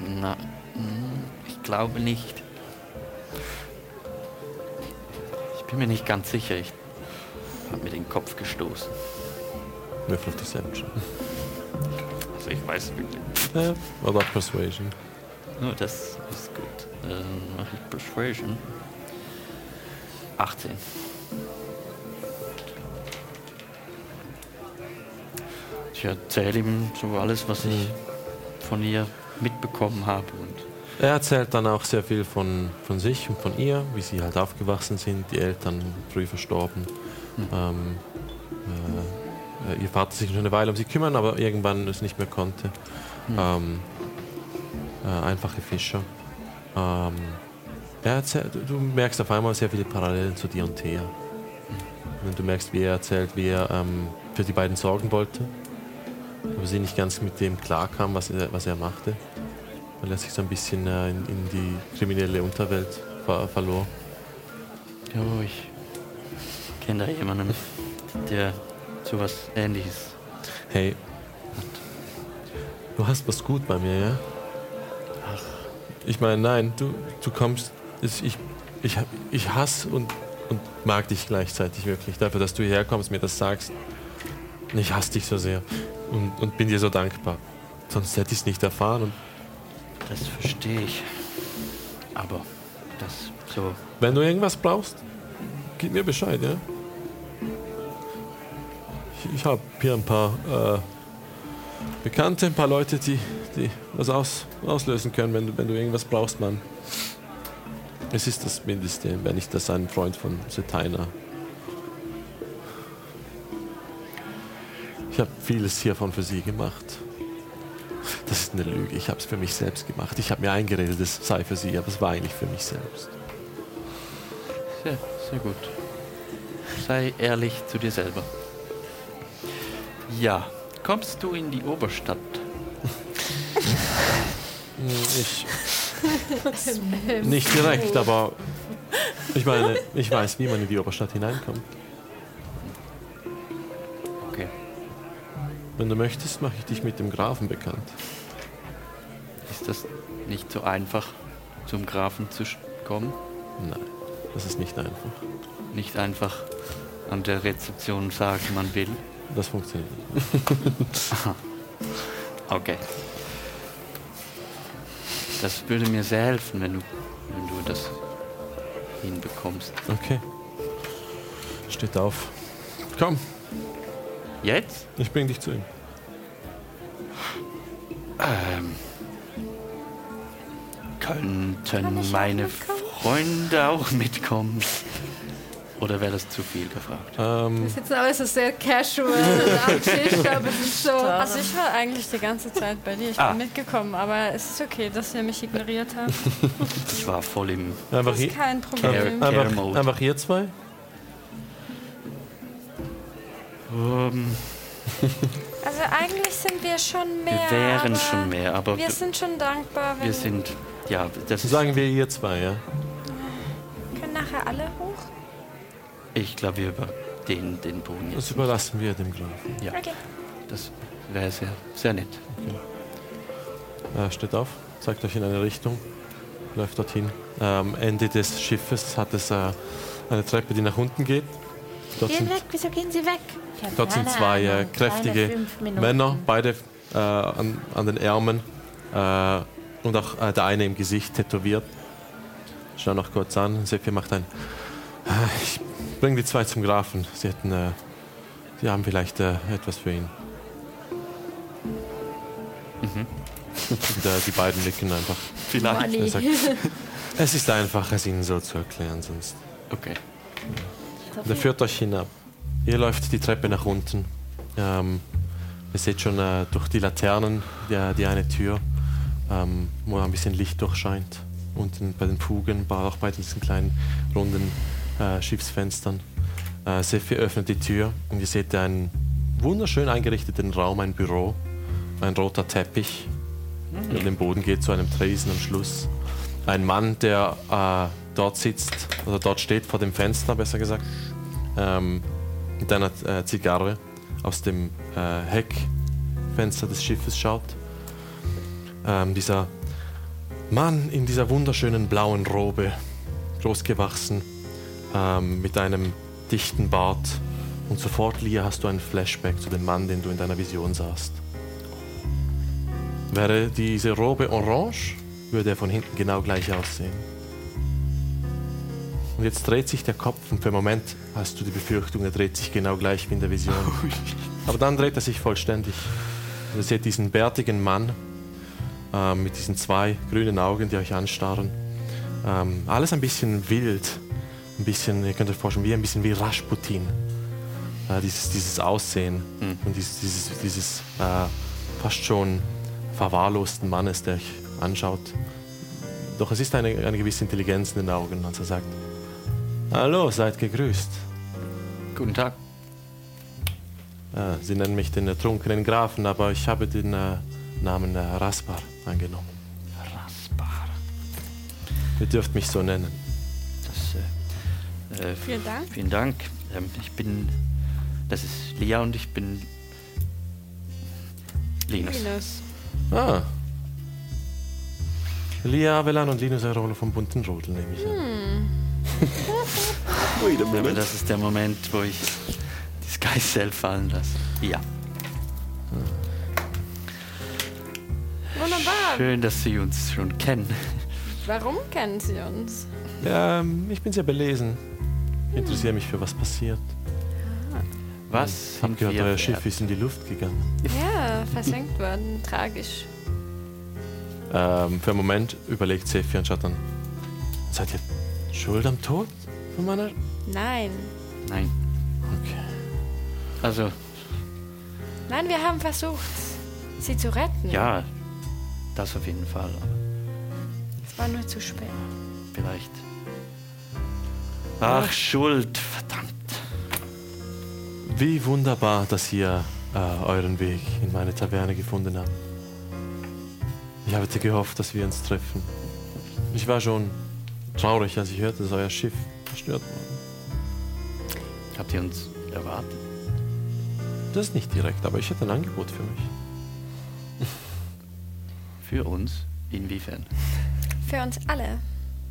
Speaker 3: Na, mm, ich glaube nicht. Ich bin mir nicht ganz sicher. Ich habe mir den Kopf gestoßen.
Speaker 1: Würfel auf Deception.
Speaker 3: Also ich weiß wirklich.
Speaker 1: <laughs> Ja, oder auf Persuasion.
Speaker 3: Oh, das ist gut. Dann mache ich Persuasion. 18. Ich erzähle ihm so alles, was ich von ihr mitbekommen habe. Und
Speaker 1: Er erzählt dann auch sehr viel von, von sich und von ihr, wie sie halt aufgewachsen sind, die Eltern früh verstorben.
Speaker 3: Hm.
Speaker 1: Ähm, äh, äh, ihr Vater sich schon eine Weile um sie kümmern, aber irgendwann es nicht mehr konnte.
Speaker 3: Hm.
Speaker 1: Ähm, äh, einfache Fischer. Ähm, er erzählt, du- du merkst auf einmal sehr viele Parallelen zu dir und Thea.
Speaker 3: Hm.
Speaker 1: Und du merkst, wie er erzählt, wie er ähm, für die beiden sorgen wollte, aber sie nicht ganz mit dem klarkam, was er, was er machte weil er sich so ein bisschen äh, in, in die kriminelle Unterwelt ver verlor.
Speaker 3: ja, ich kenne da jemanden, der sowas ähnliches.
Speaker 1: Hey, du hast was gut bei mir, ja? Ich meine, nein, du, du kommst. Ich, ich, ich, hab- ich hasse und, und mag dich gleichzeitig wirklich. Dafür, dass du hierher kommst, mir das sagst. Und Ich hasse dich so sehr und, und bin dir so dankbar. Sonst hätte ich es nicht erfahren. Und
Speaker 3: Das verstehe ich. Aber das so.
Speaker 1: wenn du irgendwas brauchst, gib mir Bescheid, ja? Ich, ich habe hier ein paar äh, Bekannte, ein paar Leute, die, die was aus, auslösen können, wenn du, wenn du irgendwas brauchst, Mann. Es ist das Mindeste, wenn ich das einem Freund von Setaina. Ich habe vieles hiervon für sie gemacht. Das ist eine Lüge. Ich habe es für mich selbst gemacht. Ich habe mir eingeredet, es sei für sie, aber es war eigentlich für mich selbst.
Speaker 3: Sehr, sehr gut. Sei ehrlich zu dir selber. Ja. Kommst du in die Oberstadt?
Speaker 1: Ich. Nicht direkt, aber ich meine, ich weiß, wie man in die Oberstadt hineinkommt.
Speaker 3: Okay.
Speaker 1: Wenn du möchtest, mache ich dich mit dem Grafen bekannt.
Speaker 3: Ist das nicht so einfach, zum Grafen zu sch- kommen?
Speaker 1: Nein, das ist nicht einfach.
Speaker 3: Nicht einfach an der Rezeption sagen, man will.
Speaker 1: Das funktioniert nicht.
Speaker 3: Okay. Das würde mir sehr helfen, wenn du, wenn du das hinbekommst.
Speaker 1: Okay. Steht auf. Komm,
Speaker 3: Jetzt?
Speaker 1: ich bring dich zu ihm.
Speaker 3: Könnten meine Freunde auch mitkommen? Oder wäre das zu viel gefragt?
Speaker 1: Ähm,
Speaker 5: Wir sitzen alle so sehr casual
Speaker 9: <laughs>
Speaker 5: am Tisch, aber es ist so.
Speaker 9: Also ich war eigentlich die ganze Zeit bei dir. Ich bin
Speaker 3: Ah.
Speaker 9: mitgekommen, aber es ist okay, dass ihr mich ignoriert habt.
Speaker 3: Ich war voll im
Speaker 1: einfach,
Speaker 9: Das
Speaker 1: hier,
Speaker 9: ist kein
Speaker 3: Care,
Speaker 9: Problem.
Speaker 3: Care
Speaker 1: einfach,
Speaker 3: Mode.
Speaker 1: einfach hier zwei?
Speaker 3: Ähm,
Speaker 6: Also eigentlich sind wir schon mehr.
Speaker 3: wir wären
Speaker 6: aber
Speaker 3: schon mehr, aber
Speaker 6: Wir
Speaker 3: wir
Speaker 6: sind schon dankbar, wenn
Speaker 3: sind. Ja, das ist.
Speaker 1: Sagen wir hier zwei, ja?
Speaker 6: können nachher alle hoch.
Speaker 3: Ich glaube, wir über den, den Boden jetzt.
Speaker 1: Das überlassen wir dem Grafen.
Speaker 6: Okay.
Speaker 3: Das wäre sehr, sehr nett.
Speaker 1: Er steht auf, zeigt euch in eine Richtung, läuft dorthin. Am Ende des Schiffes hat es äh, eine Treppe, die nach unten geht. Dort
Speaker 7: Gehen
Speaker 1: sind
Speaker 7: weg, wieso gehen sie weg? Ich hab
Speaker 1: Dort sind
Speaker 7: keine
Speaker 1: zwei äh,
Speaker 7: Ahnung. Keine
Speaker 1: kräftige
Speaker 7: fünf Minuten.
Speaker 1: Männer, beide äh, an, an den Ärmeln äh, und auch äh, der eine im Gesicht tätowiert. Schau noch kurz an. Sephi macht ein. "Ah, Ich bringe die zwei zum Grafen. Sie hätten, äh, sie haben vielleicht äh, etwas für ihn. <laughs> Und, äh, die beiden nicken einfach.
Speaker 3: Vielleicht.
Speaker 1: Er sagt, es ist einfach, es ihnen so zu erklären, sonst.
Speaker 3: Okay.
Speaker 1: Der führt euch hinab. Ihr läuft die Treppe nach unten. Ähm, ihr seht schon äh, durch die Laternen die, äh, die eine Tür, ähm, wo ein bisschen Licht durchscheint. Unten bei den Fugen, bei- auch bei diesen kleinen runden äh, Schiffsfenstern. Äh, Sephi öffnet die Tür und ihr seht einen wunderschön eingerichteten Raum, ein Büro, ein roter Teppich. Über den Boden geht zu einem Tresen am Schluss. Ein Mann, der äh, dort sitzt, oder dort steht, vor dem Fenster, besser gesagt, ähm, mit einer äh, Zigarre aus dem äh, Heckfenster des Schiffes schaut. Ähm, dieser Mann in dieser wunderschönen blauen Robe, großgewachsen, ähm, mit einem dichten Bart. Und sofort, Lia, hast du einen Flashback zu dem Mann, den du in deiner Vision sahst. Wäre diese Robe orange, würde er von hinten genau gleich aussehen. Und jetzt dreht sich der Kopf und für einen Moment hast du die Befürchtung, er dreht sich genau gleich wie in der Vision. Aber dann dreht er sich vollständig. Und ihr seht diesen bärtigen Mann ähm, mit diesen zwei grünen Augen, die euch anstarren. Ähm, alles ein bisschen wild. Ein bisschen, ihr könnt euch vorstellen, wie ein bisschen wie Rasputin. Äh, dieses, dieses Aussehen und dieses, dieses, dieses äh, fast schon verwahrlosten Mannes, der euch anschaut. Doch es ist eine, eine gewisse Intelligenz in den Augen, als er sagt: Hallo, seid gegrüßt.
Speaker 3: Guten Tag.
Speaker 1: Äh, Sie nennen mich den ertrunkenen Grafen, aber ich habe den äh, Namen äh, Raspar angenommen.
Speaker 3: Raspar.
Speaker 1: Ihr dürft mich so nennen.
Speaker 3: Das, äh, äh,
Speaker 9: Vielen Dank.
Speaker 3: Vielen Dank. Ähm, ich bin. Das ist Lea und ich bin. Linus.
Speaker 9: Minus.
Speaker 1: Ah. Lia Avelan und Linus Airolo vom bunten Rudel, nehme ich an.
Speaker 4: Wait a
Speaker 3: Aber
Speaker 4: minute.
Speaker 3: das ist der Moment, wo ich die Sky <laughs> Cell fallen lasse. Ja.
Speaker 9: Wunderbar.
Speaker 3: Schön, dass Sie uns schon kennen.
Speaker 9: Warum kennen sie uns?
Speaker 1: Ähm, ich bin sehr belesen. Interessiere mich für was passiert.
Speaker 3: Was?
Speaker 1: Ich habe
Speaker 3: sind
Speaker 1: gehört,
Speaker 3: wir
Speaker 1: euer
Speaker 3: wert?
Speaker 1: Schiff ist in die Luft gegangen.
Speaker 9: Ja, versenkt worden. Tragisch.
Speaker 1: Ähm, für einen Moment überlegt Sephi und schaut dann. Seid ihr schuld am Tod von meiner.
Speaker 9: Nein.
Speaker 3: Nein.
Speaker 1: Okay.
Speaker 3: Also,
Speaker 6: Nein, wir haben versucht, sie zu retten.
Speaker 3: ja. Das auf jeden Fall. Aber
Speaker 6: Es war nur zu spät.
Speaker 3: vielleicht. Ach, Schuld. Verdammt.
Speaker 1: Wie wunderbar, dass ihr äh, euren Weg in meine Taverne gefunden haben. Ich habe gehofft, dass wir uns treffen. Ich war schon traurig, als ich hörte, dass euer Schiff zerstört wurde.
Speaker 3: Habt ihr uns erwartet?
Speaker 1: Das nicht direkt, aber ich hätte ein Angebot für mich.
Speaker 3: Für uns? Inwiefern?
Speaker 6: Für uns alle.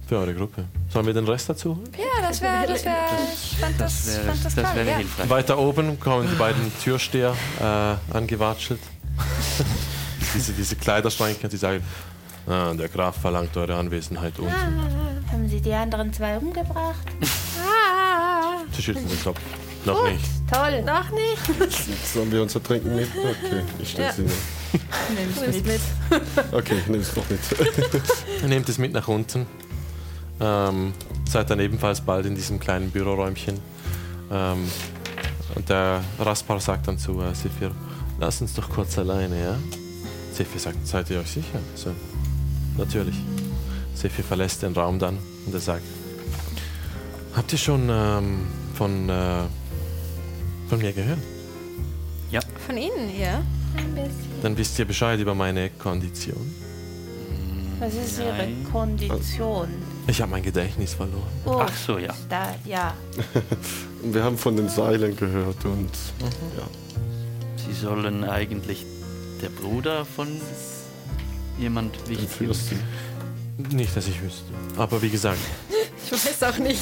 Speaker 1: Für eure Gruppe. Sollen wir den Rest dazu? holen?
Speaker 3: <laughs>
Speaker 6: Ja, das wäre, das wäre, ich fand das,
Speaker 3: Das wäre,
Speaker 6: fand das,
Speaker 3: das
Speaker 6: toll,
Speaker 3: wäre
Speaker 6: ja.
Speaker 3: hilfreich.
Speaker 1: Weiter oben kommen die beiden Türsteher äh, angewatschelt. <laughs> diese, diese Kleiderschranke, die sagen, ah, der Graf verlangt eure Anwesenheit und
Speaker 7: Haben sie die anderen zwei umgebracht?
Speaker 1: sie schütteln den Kopf. Noch nicht.
Speaker 7: Toll.
Speaker 9: Noch nicht?
Speaker 4: Sollen wir unser Trinken mit? Okay, ich stelle sie mir.
Speaker 9: Nimm's mit.
Speaker 4: Okay, ich nehme es doch mit.
Speaker 1: Ihr nehmt es mit nach unten. Ähm, seid dann ebenfalls bald in diesem kleinen Büroräumchen. Ähm, und der Raspar sagt dann zu äh, Sephir, lass uns doch kurz alleine, ja? Sephir sagt, seid ihr euch sicher? So, natürlich. Sephir verlässt den Raum dann und er sagt, habt ihr schon ähm, von, äh, von mir gehört?
Speaker 6: Von Ihnen, ja?
Speaker 1: Dann wisst ihr Bescheid über meine Kondition.
Speaker 7: Was ist ihre
Speaker 3: Nein.
Speaker 7: Kondition?
Speaker 1: Ich habe mein Gedächtnis verloren.
Speaker 7: Oh,
Speaker 3: Ach so, ja.
Speaker 7: da, ja.
Speaker 4: Und wir haben von den Seilen gehört und ja.
Speaker 3: Sie sollen eigentlich der Bruder von jemand
Speaker 4: Den
Speaker 3: wichtig.
Speaker 4: Fürsten.
Speaker 1: Nicht, dass ich wüsste. Aber wie gesagt,
Speaker 9: Ich weiß auch nicht.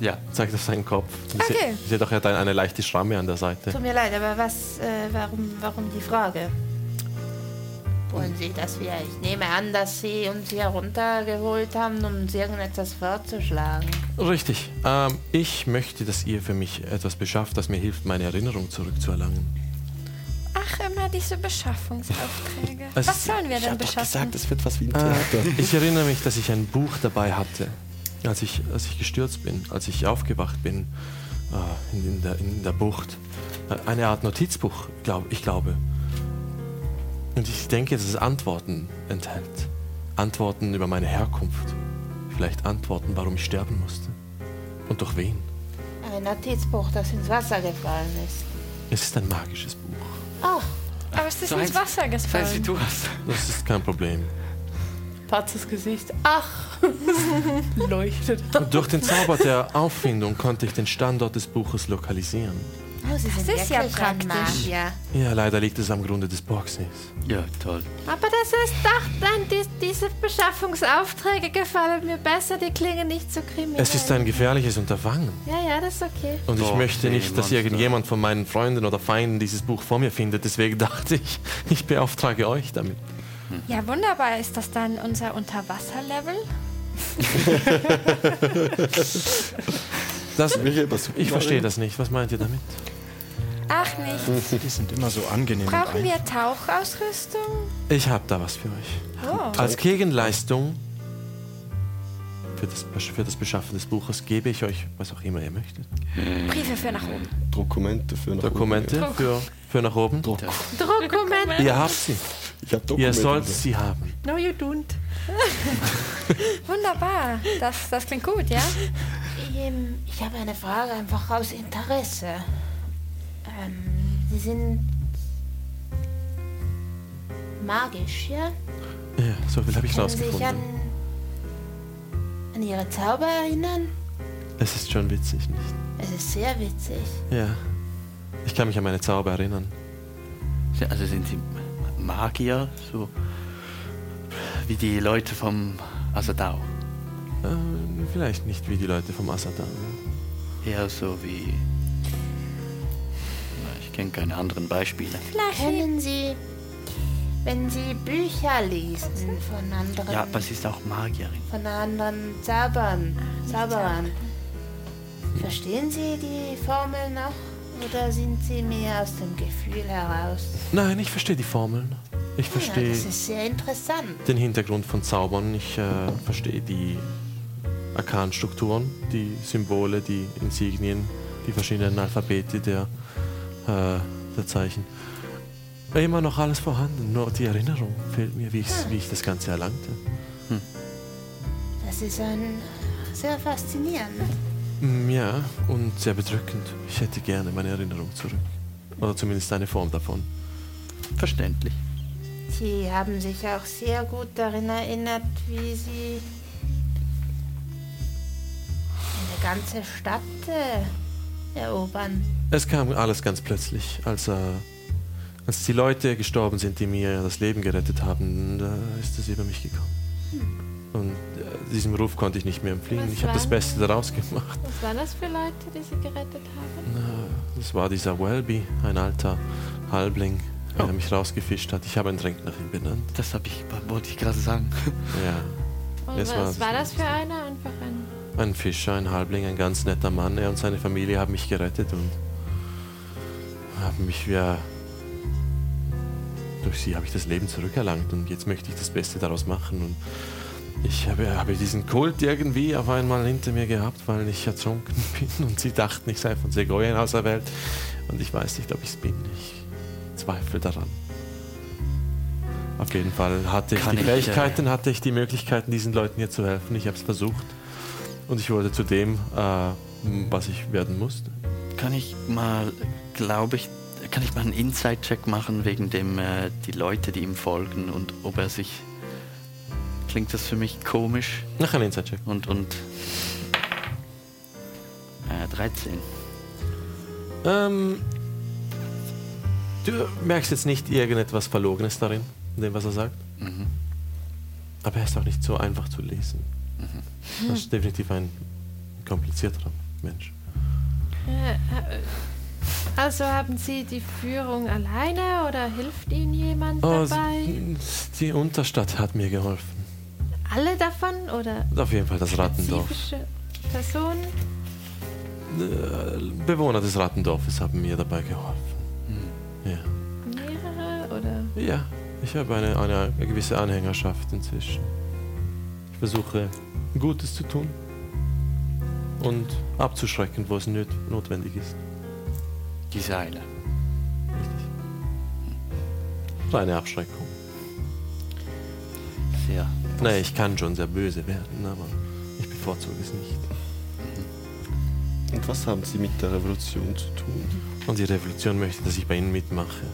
Speaker 3: Ja,
Speaker 1: zeigt auf seinen Kopf.
Speaker 6: Okay.
Speaker 1: Sie, sie hat auch hat eine leichte Schramme an der Seite.
Speaker 7: Tut mir leid, aber was, äh, warum, warum die Frage?
Speaker 5: Wollen Sie, dass wir, ich nehme an, dass Sie uns hier runtergeholt haben, um uns irgendetwas vorzuschlagen.
Speaker 1: Richtig. Ähm, ich möchte, dass ihr für mich etwas beschafft, das mir hilft, meine Erinnerung zurückzuerlangen.
Speaker 6: Ach, immer diese Beschaffungsaufträge.
Speaker 1: Es-
Speaker 6: Was sollen wir denn beschaffen?
Speaker 4: es wird was wie ein
Speaker 1: Äh, Ich erinnere mich, dass ich ein Buch dabei hatte, als ich, als ich gestürzt bin, als ich aufgewacht bin äh, in, in, der, in der Bucht. Äh, Eine Art Notizbuch, glaub, ich glaube. Und ich denke, dass es Antworten enthält. Antworten über meine Herkunft. Vielleicht Antworten, warum ich sterben musste. Und durch wen.
Speaker 5: Ein Notizbuch, das ins Wasser gefallen ist. Oh,
Speaker 1: Es ist ein magisches Buch.
Speaker 6: Aber es ist
Speaker 3: So
Speaker 6: ins
Speaker 3: eins-
Speaker 6: Wasser
Speaker 3: Falls sie
Speaker 6: gefallen.
Speaker 3: du hast.
Speaker 1: Das ist kein Problem.
Speaker 2: Patzes Gesicht.
Speaker 9: <laughs>
Speaker 2: Ach, leuchtet.
Speaker 1: Durch den Zauber der Auffindung konnte ich den Standort des Buches lokalisieren.
Speaker 5: Oh, Sie
Speaker 6: Das ist ja praktisch.
Speaker 5: Magier.
Speaker 1: Ja, leider liegt es am Grunde des Borgsees.
Speaker 3: Ja, toll.
Speaker 5: Aber das ist doch, dann dies, diese Beschaffungsaufträge gefallen mir besser, die klingen nicht so kriminell.
Speaker 1: Es ist ein gefährliches Unterfangen.
Speaker 5: ja, ja, das ist okay.
Speaker 1: Und ich
Speaker 3: Boah,
Speaker 1: möchte
Speaker 3: nee,
Speaker 1: nicht, dass
Speaker 3: Monster.
Speaker 1: irgendjemand von meinen Freunden oder Feinden dieses Buch vor mir findet. Deswegen <laughs> dachte ich, ich beauftrage euch damit.
Speaker 6: Ja, wunderbar. Ist das dann unser Unterwasserlevel?
Speaker 1: Das, ich
Speaker 4: Ich
Speaker 1: verstehe das nicht. Was meint ihr damit?
Speaker 6: Ach nicht.
Speaker 8: Die sind immer so angenehm.
Speaker 6: Brauchen wir Tauchausrüstung?
Speaker 1: Ich habe da was für euch.
Speaker 6: Oh.
Speaker 1: Als Gegenleistung für das, für das Beschaffen des Buches gebe ich euch, was auch immer ihr möchtet,
Speaker 6: Briefe für nach oben.
Speaker 4: Dokumente für nach oben.
Speaker 1: Dokumente für, für nach oben.
Speaker 5: Dokument.
Speaker 1: Ihr habt sie.
Speaker 4: Ich habe Dokumente.
Speaker 1: Ihr sollt sie haben.
Speaker 2: No, you don't.
Speaker 6: Wunderbar. Das, das klingt gut, ja?
Speaker 7: Ähm, ich habe eine Frage einfach aus Interesse. Ähm, sie sind magisch, ja?
Speaker 1: Ja, so viel habe ich
Speaker 7: Können Sie sich an,
Speaker 1: rausgefunden.
Speaker 7: an Ihre Zauber erinnern?
Speaker 1: Es ist schon witzig, nicht?
Speaker 7: Es ist sehr witzig.
Speaker 1: Ja. Ich kann mich an meine Zauber erinnern.
Speaker 3: Ja, Also sind sie Magier, so wie die Leute vom Asadao.
Speaker 1: Ähm, vielleicht nicht wie die Leute vom Asada.
Speaker 3: Eher so wie. Na, Ich kenne keine anderen Beispiele.
Speaker 7: Können Sie, wenn Sie Bücher lesen von anderen,
Speaker 3: Ja, aber sie ist auch Magierin.
Speaker 7: von anderen Zaubern, Zauberern, verstehen Sie die Formel noch? Oder sind Sie mehr aus dem Gefühl heraus?
Speaker 1: Nein, ich verstehe die Formeln. Ich
Speaker 7: Ja,
Speaker 1: verstehe
Speaker 7: das ist sehr interessant.
Speaker 1: den Hintergrund von Zaubern. Ich äh, verstehe die Arkanstrukturen, die Symbole, die Insignien, die verschiedenen Alphabete der, äh, der Zeichen. Immer noch alles vorhanden, nur die Erinnerung fehlt mir, wie,
Speaker 7: Ah.
Speaker 1: ich's- wie ich das Ganze erlangte.
Speaker 7: Das ist ein sehr faszinierend.
Speaker 1: Mm, Ja, und sehr bedrückend. Ich hätte gerne meine Erinnerung zurück. Oder zumindest eine Form davon.
Speaker 3: Verständlich.
Speaker 7: Sie haben sich auch sehr gut darin erinnert, wie sie eine ganze Stadt äh, erobern.
Speaker 1: Es kam alles ganz plötzlich, als, äh, als die Leute gestorben sind, die mir das Leben gerettet haben, da ist es über mich gekommen. Und äh, diesem Ruf konnte ich nicht mehr entfliehen.
Speaker 5: Was
Speaker 1: Ich habe das
Speaker 5: waren-
Speaker 1: Beste daraus gemacht.
Speaker 5: Was waren das für Leute, die sie gerettet haben?
Speaker 1: Na, Das war dieser Welby, ein alter Halbling, der mich rausgefischt hat. Ich habe ein Tränk nach ihm benannt.
Speaker 3: Das habe ich, wollte ich gerade sagen.
Speaker 1: Ja.
Speaker 5: Und
Speaker 1: Das
Speaker 5: was
Speaker 1: war's.
Speaker 5: war das für einer? Einfach ein.
Speaker 1: Ein Fischer, ein Halbling, ein ganz netter Mann. Er und seine Familie haben mich gerettet und haben mich ja. Durch sie habe ich das Leben zurückerlangt und jetzt möchte ich das Beste daraus machen. Und ich habe, habe diesen Kult irgendwie auf einmal hinter mir gehabt, weil ich ertrunken <laughs> bin und sie dachten, ich sei von Segoyen auserwählt. Und ich weiß nicht, ob ich es bin. Ich zweifle daran. Auf jeden Fall hatte ich
Speaker 3: Kann
Speaker 1: die
Speaker 3: ich, äh,
Speaker 1: Fähigkeiten, hatte ich die Möglichkeiten, diesen Leuten hier zu helfen. Ich habe es versucht. Und ich wurde zu dem, äh, m, was ich werden musste.
Speaker 3: Kann ich mal, glaube ich, kann ich mal einen Inside-Check machen wegen dem äh, die Leute, die ihm folgen und ob er sich klingt das für mich komisch
Speaker 1: Nach einem Insight-Check.
Speaker 3: und und äh, 13.
Speaker 1: Ähm, du merkst jetzt nicht irgendetwas Verlogenes darin, in dem, was er sagt.
Speaker 3: Mhm.
Speaker 1: Aber er ist auch nicht so einfach zu lesen. Er ist definitiv ein komplizierterer Mensch.
Speaker 5: Äh, äh, Also haben sie die Führung alleine oder hilft ihnen jemand
Speaker 1: Oh,
Speaker 5: dabei?
Speaker 1: sie- die Unterstadt hat mir geholfen.
Speaker 5: Alle davon oder
Speaker 1: Und auf jeden Fall das Rattendorf.
Speaker 5: spezifische Personen?
Speaker 1: Äh, Bewohner des Rattendorfes haben mir dabei geholfen. Ja.
Speaker 5: Mehrere oder?
Speaker 1: ja, ich habe eine, eine gewisse Anhängerschaft inzwischen. Ich versuche, Gutes zu tun und abzuschrecken, wo es nöt notwendig ist.
Speaker 3: Die Seile.
Speaker 1: Richtig. Kleine Abschreckung.
Speaker 3: Sehr.
Speaker 1: Naja, ich kann schon sehr böse werden, aber ich bevorzuge es nicht.
Speaker 4: Und was haben sie mit der Revolution zu tun?
Speaker 1: Und die Revolution möchte, dass ich bei ihnen mitmache.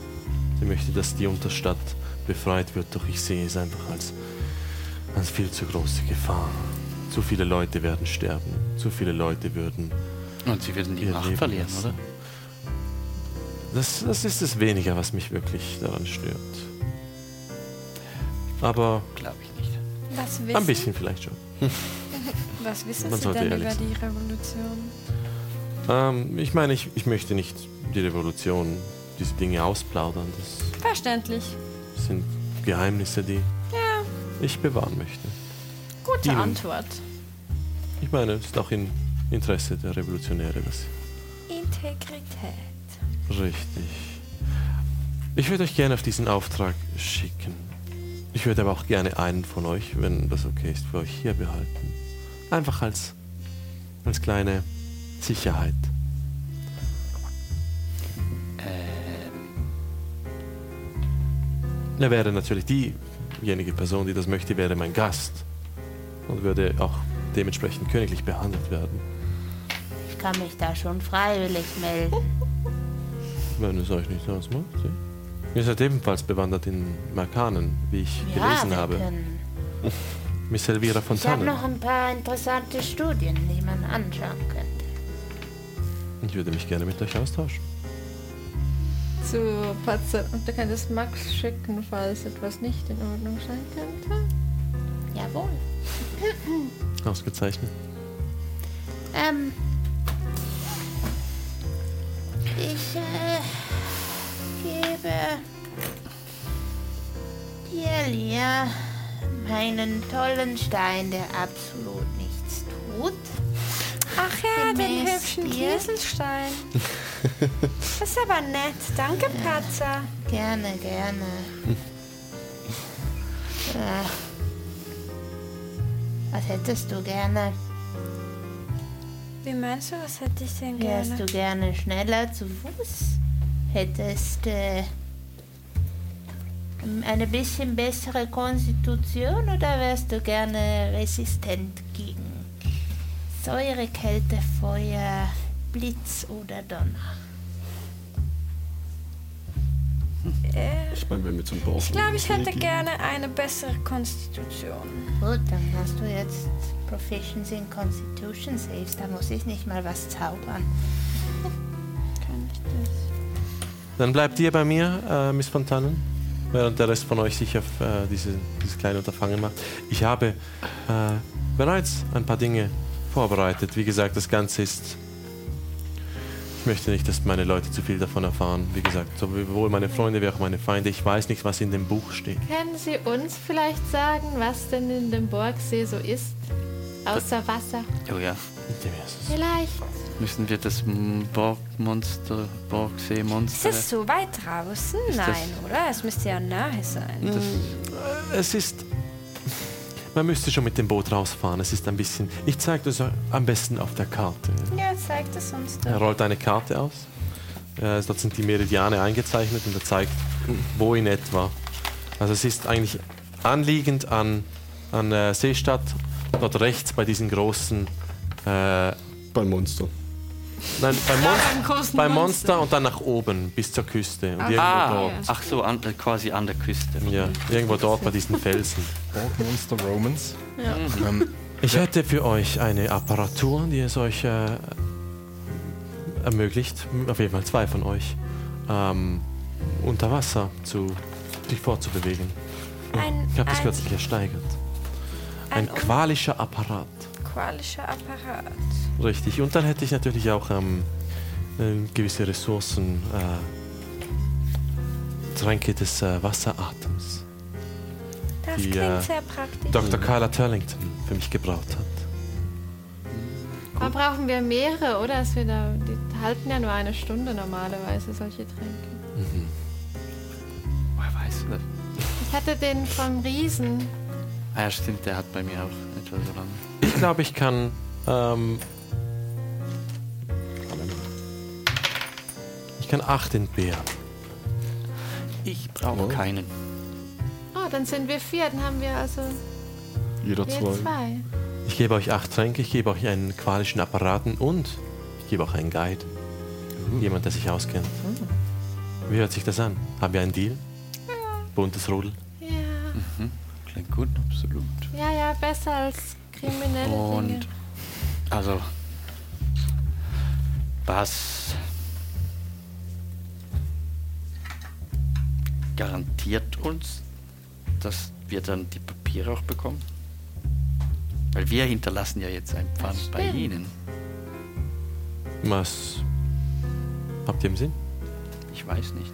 Speaker 1: Sie möchte, dass die Unterstadt befreit wird, doch ich sehe es einfach als, als viel zu große Gefahr. Zu viele Leute werden sterben. Zu viele Leute würden.
Speaker 3: Und sie würden die
Speaker 1: Ihr
Speaker 3: Macht
Speaker 1: Leben
Speaker 3: verlieren,
Speaker 1: lassen.
Speaker 3: oder?
Speaker 1: Das, das ist es weniger, was mich wirklich daran stört. Aber
Speaker 3: Glaube ich nicht.
Speaker 6: Was
Speaker 1: ein
Speaker 6: wissen,
Speaker 1: bisschen vielleicht schon.
Speaker 6: was wissen
Speaker 1: Man
Speaker 6: Sie
Speaker 1: sollte
Speaker 6: denn
Speaker 1: ehrlich
Speaker 6: über
Speaker 1: sein.
Speaker 6: die Revolution?
Speaker 1: Ähm, ich meine, ich, ich möchte nicht die Revolution, diese Dinge ausplaudern. Das
Speaker 6: Verständlich.
Speaker 1: sind Geheimnisse, die ich bewahren möchte.
Speaker 6: Gute
Speaker 1: Ihnen.
Speaker 6: Antwort.
Speaker 1: Ich meine, es ist auch im Interesse der Revolutionäre, dass
Speaker 6: Integrität.
Speaker 1: Richtig. Ich würde euch gerne auf diesen Auftrag schicken. Ich würde aber auch gerne einen von euch, wenn das okay ist, für euch hier behalten. Einfach als, als kleine Sicherheit. Er wäre natürlich diejenige Person, die das möchte, wäre mein Gast und würde auch dementsprechend königlich behandelt werden.
Speaker 7: Ich kann mich da schon freiwillig
Speaker 1: Oh,
Speaker 7: melden.
Speaker 1: Wenn es euch nicht ausmacht. ja. Ihr seid ebenfalls bewandert in Markanen, wie ich gelesen
Speaker 7: wir
Speaker 1: habe.
Speaker 7: können.
Speaker 1: Miss Elvira von
Speaker 7: Ich habe
Speaker 1: Tannen.
Speaker 7: noch ein paar interessante Studien, die man anschauen könnte.
Speaker 1: Ich würde mich gerne mit euch austauschen.
Speaker 9: Zu Patze. Und du könntest Max schicken, falls etwas nicht in Ordnung sein könnte.
Speaker 7: Jawohl.
Speaker 1: Ausgezeichnet.
Speaker 7: Ähm. Ich äh, gebe dir Lia meinen tollen Stein, der absolut nichts tut.
Speaker 6: Ach ja, den
Speaker 7: Gemäß
Speaker 6: hübschen
Speaker 7: dir.
Speaker 1: <laughs>
Speaker 6: Kieselstein. das ist aber nett. Danke, Patzer.
Speaker 7: Gerne, gerne. Äh, Was hättest du gerne?
Speaker 6: Wie meinst du, was hätte ich denn
Speaker 7: Wärst
Speaker 6: gerne?
Speaker 7: du gerne schneller zu Fuß? Hättest äh, eine bisschen bessere Konstitution oder wärst du gerne resistent gegen Säure, Kälte, Feuer, Blitz oder Donner?
Speaker 6: Äh,
Speaker 4: Ich meine, wenn wir zum Dorf.
Speaker 6: ich glaube, ich hätte gerne eine bessere Konstitution.
Speaker 7: Gut, dann hast du jetzt Proficiency in Constitution Saves. Da muss ich nicht mal was zaubern.
Speaker 6: Kann ich das?
Speaker 1: Dann bleibt ihr bei mir, äh, Miss Fontanen, während der Rest von euch sich auf äh, diese, dieses kleine Unterfangen macht. Ich habe äh, bereits ein paar Dinge vorbereitet. Wie gesagt, das Ganze ist. Ich möchte nicht, dass meine Leute zu viel davon erfahren. Wie gesagt, sowohl meine Freunde wie auch meine Feinde. Ich weiß nicht, was in dem Buch steht.
Speaker 9: Können Sie uns vielleicht sagen, was denn in dem Borgsee so ist? Außer Wasser.
Speaker 3: Oh ja.
Speaker 9: Vielleicht.
Speaker 3: Müssen wir das M- Borgmonster,
Speaker 6: Ist
Speaker 3: Borgseemonster.
Speaker 6: das so weit draußen?
Speaker 3: Ist das-
Speaker 6: Nein, oder? Es müsste ja nahe sein.
Speaker 1: Hm.
Speaker 3: Das,
Speaker 1: Es ist. Man müsste schon mit dem Boot rausfahren. Es ist ein bisschen. Ich zeige das am besten auf der Karte.
Speaker 6: Ja, zeigt es uns
Speaker 1: Er
Speaker 6: doch.
Speaker 1: rollt eine Karte aus. Äh, dort sind die Meridiane eingezeichnet und er zeigt, wo in etwa. Also es ist eigentlich anliegend an, an äh, Seestadt, dort rechts bei diesen großen... Äh,
Speaker 4: Beim Monster.
Speaker 1: nein, bei, Mon
Speaker 10: Beim großen
Speaker 1: bei Monster und dann nach oben bis zur Küste. Und irgendwo
Speaker 3: ah,
Speaker 1: dort.
Speaker 3: ach so, an, quasi an der Küste.
Speaker 1: Ja, irgendwo dort bei diesen Felsen.
Speaker 8: Borgmonster Romans. Um,
Speaker 1: Ich hätte für euch eine Apparatur, die es euch äh, ermöglicht, auf jeden Fall zwei von euch, ähm, unter Wasser zu, sich fortzubewegen.
Speaker 6: Ein,
Speaker 1: Ich habe das
Speaker 6: ein,
Speaker 1: kürzlich ersteigert.
Speaker 6: ein,
Speaker 1: Ein qualischer Apparat.
Speaker 6: unqualischer Apparat.
Speaker 1: Richtig. Und dann hätte ich natürlich auch ähm, äh, gewisse Ressourcen, äh, Tränke des äh, Wasseratems,
Speaker 6: Das
Speaker 1: Die,
Speaker 6: klingt
Speaker 1: äh,
Speaker 6: sehr praktisch.
Speaker 1: Dr. Carla Turlington für mich gebraut hat.
Speaker 9: Da brauchen wir mehrere, oder? Dass wir da, die halten ja nur eine Stunde normalerweise, solche Tränke.
Speaker 3: Wer weiß. Ne?
Speaker 9: Ich hatte den vom Riesen.
Speaker 3: Ah, ja, stimmt, der hat bei mir auch etwas so lange.
Speaker 1: Ich glaube, ich kann. Ähm, ich kann acht entbehren.
Speaker 3: Ich brauche keinen.
Speaker 9: Oh, dann sind wir vier, dann haben wir also
Speaker 4: Jeder
Speaker 9: wir
Speaker 4: zwei.
Speaker 9: zwei.
Speaker 1: Ich gebe euch acht Tränke, ich gebe euch einen qualischen Apparaten und ich gebe auch einen Guide. Jemand, der sich auskennt. Wie hört sich das an? Haben wir einen Deal? Buntes Rudel.
Speaker 9: Ja,
Speaker 3: Klingt gut, absolut.
Speaker 9: ja, ja, besser als kriminelle Dinge.
Speaker 3: Und also was garantiert uns, dass wir dann die Papiere auch bekommen? Weil wir hinterlassen ja jetzt ein Pfand bei Ihnen.
Speaker 1: Was habt ihr im Sinn?
Speaker 3: Ich weiß nicht.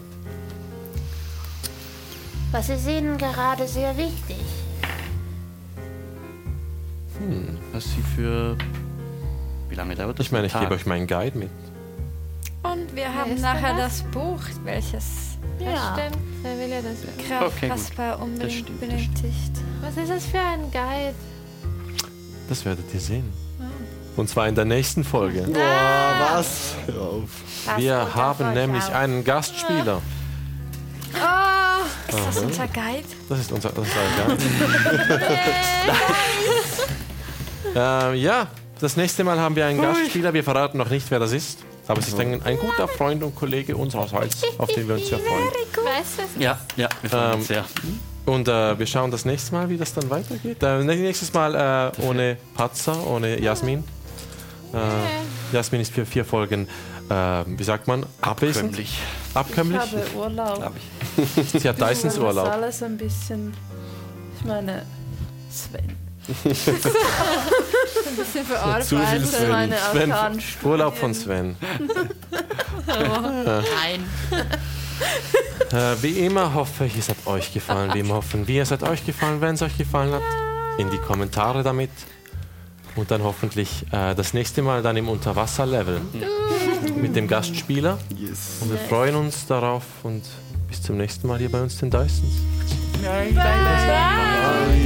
Speaker 7: Was ist Ihnen gerade sehr wichtig?
Speaker 3: Was Sie für wie lange dauert das?
Speaker 1: Ich meine, ich
Speaker 3: Tag?
Speaker 1: gebe euch meinen Guide mit.
Speaker 6: Und wir haben
Speaker 9: ist da
Speaker 6: nachher
Speaker 9: was?
Speaker 6: das Buch, welches
Speaker 9: Ja. Das stimmt. Wer will ja das? wissen?
Speaker 6: Graf
Speaker 3: Okay, gut.
Speaker 6: Kaspar unbedingt
Speaker 3: stimmt, das stimmt.
Speaker 6: benötigt.
Speaker 9: Was ist das für ein Guide?
Speaker 1: Das werdet ihr sehen. Und zwar in der nächsten Folge.
Speaker 4: Boah, Ah, was? Hör auf.
Speaker 7: Das
Speaker 1: Wir
Speaker 7: unter
Speaker 1: haben
Speaker 7: euch
Speaker 1: nämlich
Speaker 7: auch.
Speaker 1: einen Gastspieler.
Speaker 6: Ist das unser Guide?
Speaker 1: Das ist unser, das ist halt, unser Guide. ähm, ja, <laughs> das nächste Mal haben wir einen Gastspieler. Wir verraten noch nicht, wer das ist. Aber es ist ein, ein guter Freund und Kollege unseres Hals, auf den wir uns sehr freuen.
Speaker 9: Weißt du es?
Speaker 3: Ja, ja, wir freuen uns
Speaker 1: Ähm,
Speaker 3: sehr.
Speaker 1: Und äh, wir schauen das nächste Mal, wie das dann weitergeht. Äh, nächstes Mal äh, ohne Patzer, ohne Jasmin. Äh, Jasmin ist für vier Folgen, äh, wie sagt man, abwesend,
Speaker 3: Kömmlich.
Speaker 1: abkömmlich.
Speaker 2: Ich habe Urlaub.
Speaker 1: Sie hat Dysons
Speaker 2: Das ist
Speaker 1: Urlaub.
Speaker 2: alles ein bisschen. Ich meine,
Speaker 1: <laughs>
Speaker 2: Sven. <laughs>
Speaker 9: Ein bisschen verarbeitet.
Speaker 2: Also meine
Speaker 1: Sven,
Speaker 2: Arkanstudien.
Speaker 1: Urlaub von Sven.
Speaker 10: Nein.
Speaker 1: Äh, wie immer hoffe ich, es hat euch gefallen. Wie immer hoffen wir, es hat euch gefallen. Wenn es euch gefallen hat, in die Kommentare damit. Und dann hoffentlich äh, das nächste Mal dann im Unterwasserlevel mit dem Gastspieler.
Speaker 4: Yes.
Speaker 1: Und wir freuen uns darauf und bis zum nächsten Mal hier bei uns den Dysons.
Speaker 4: Bye.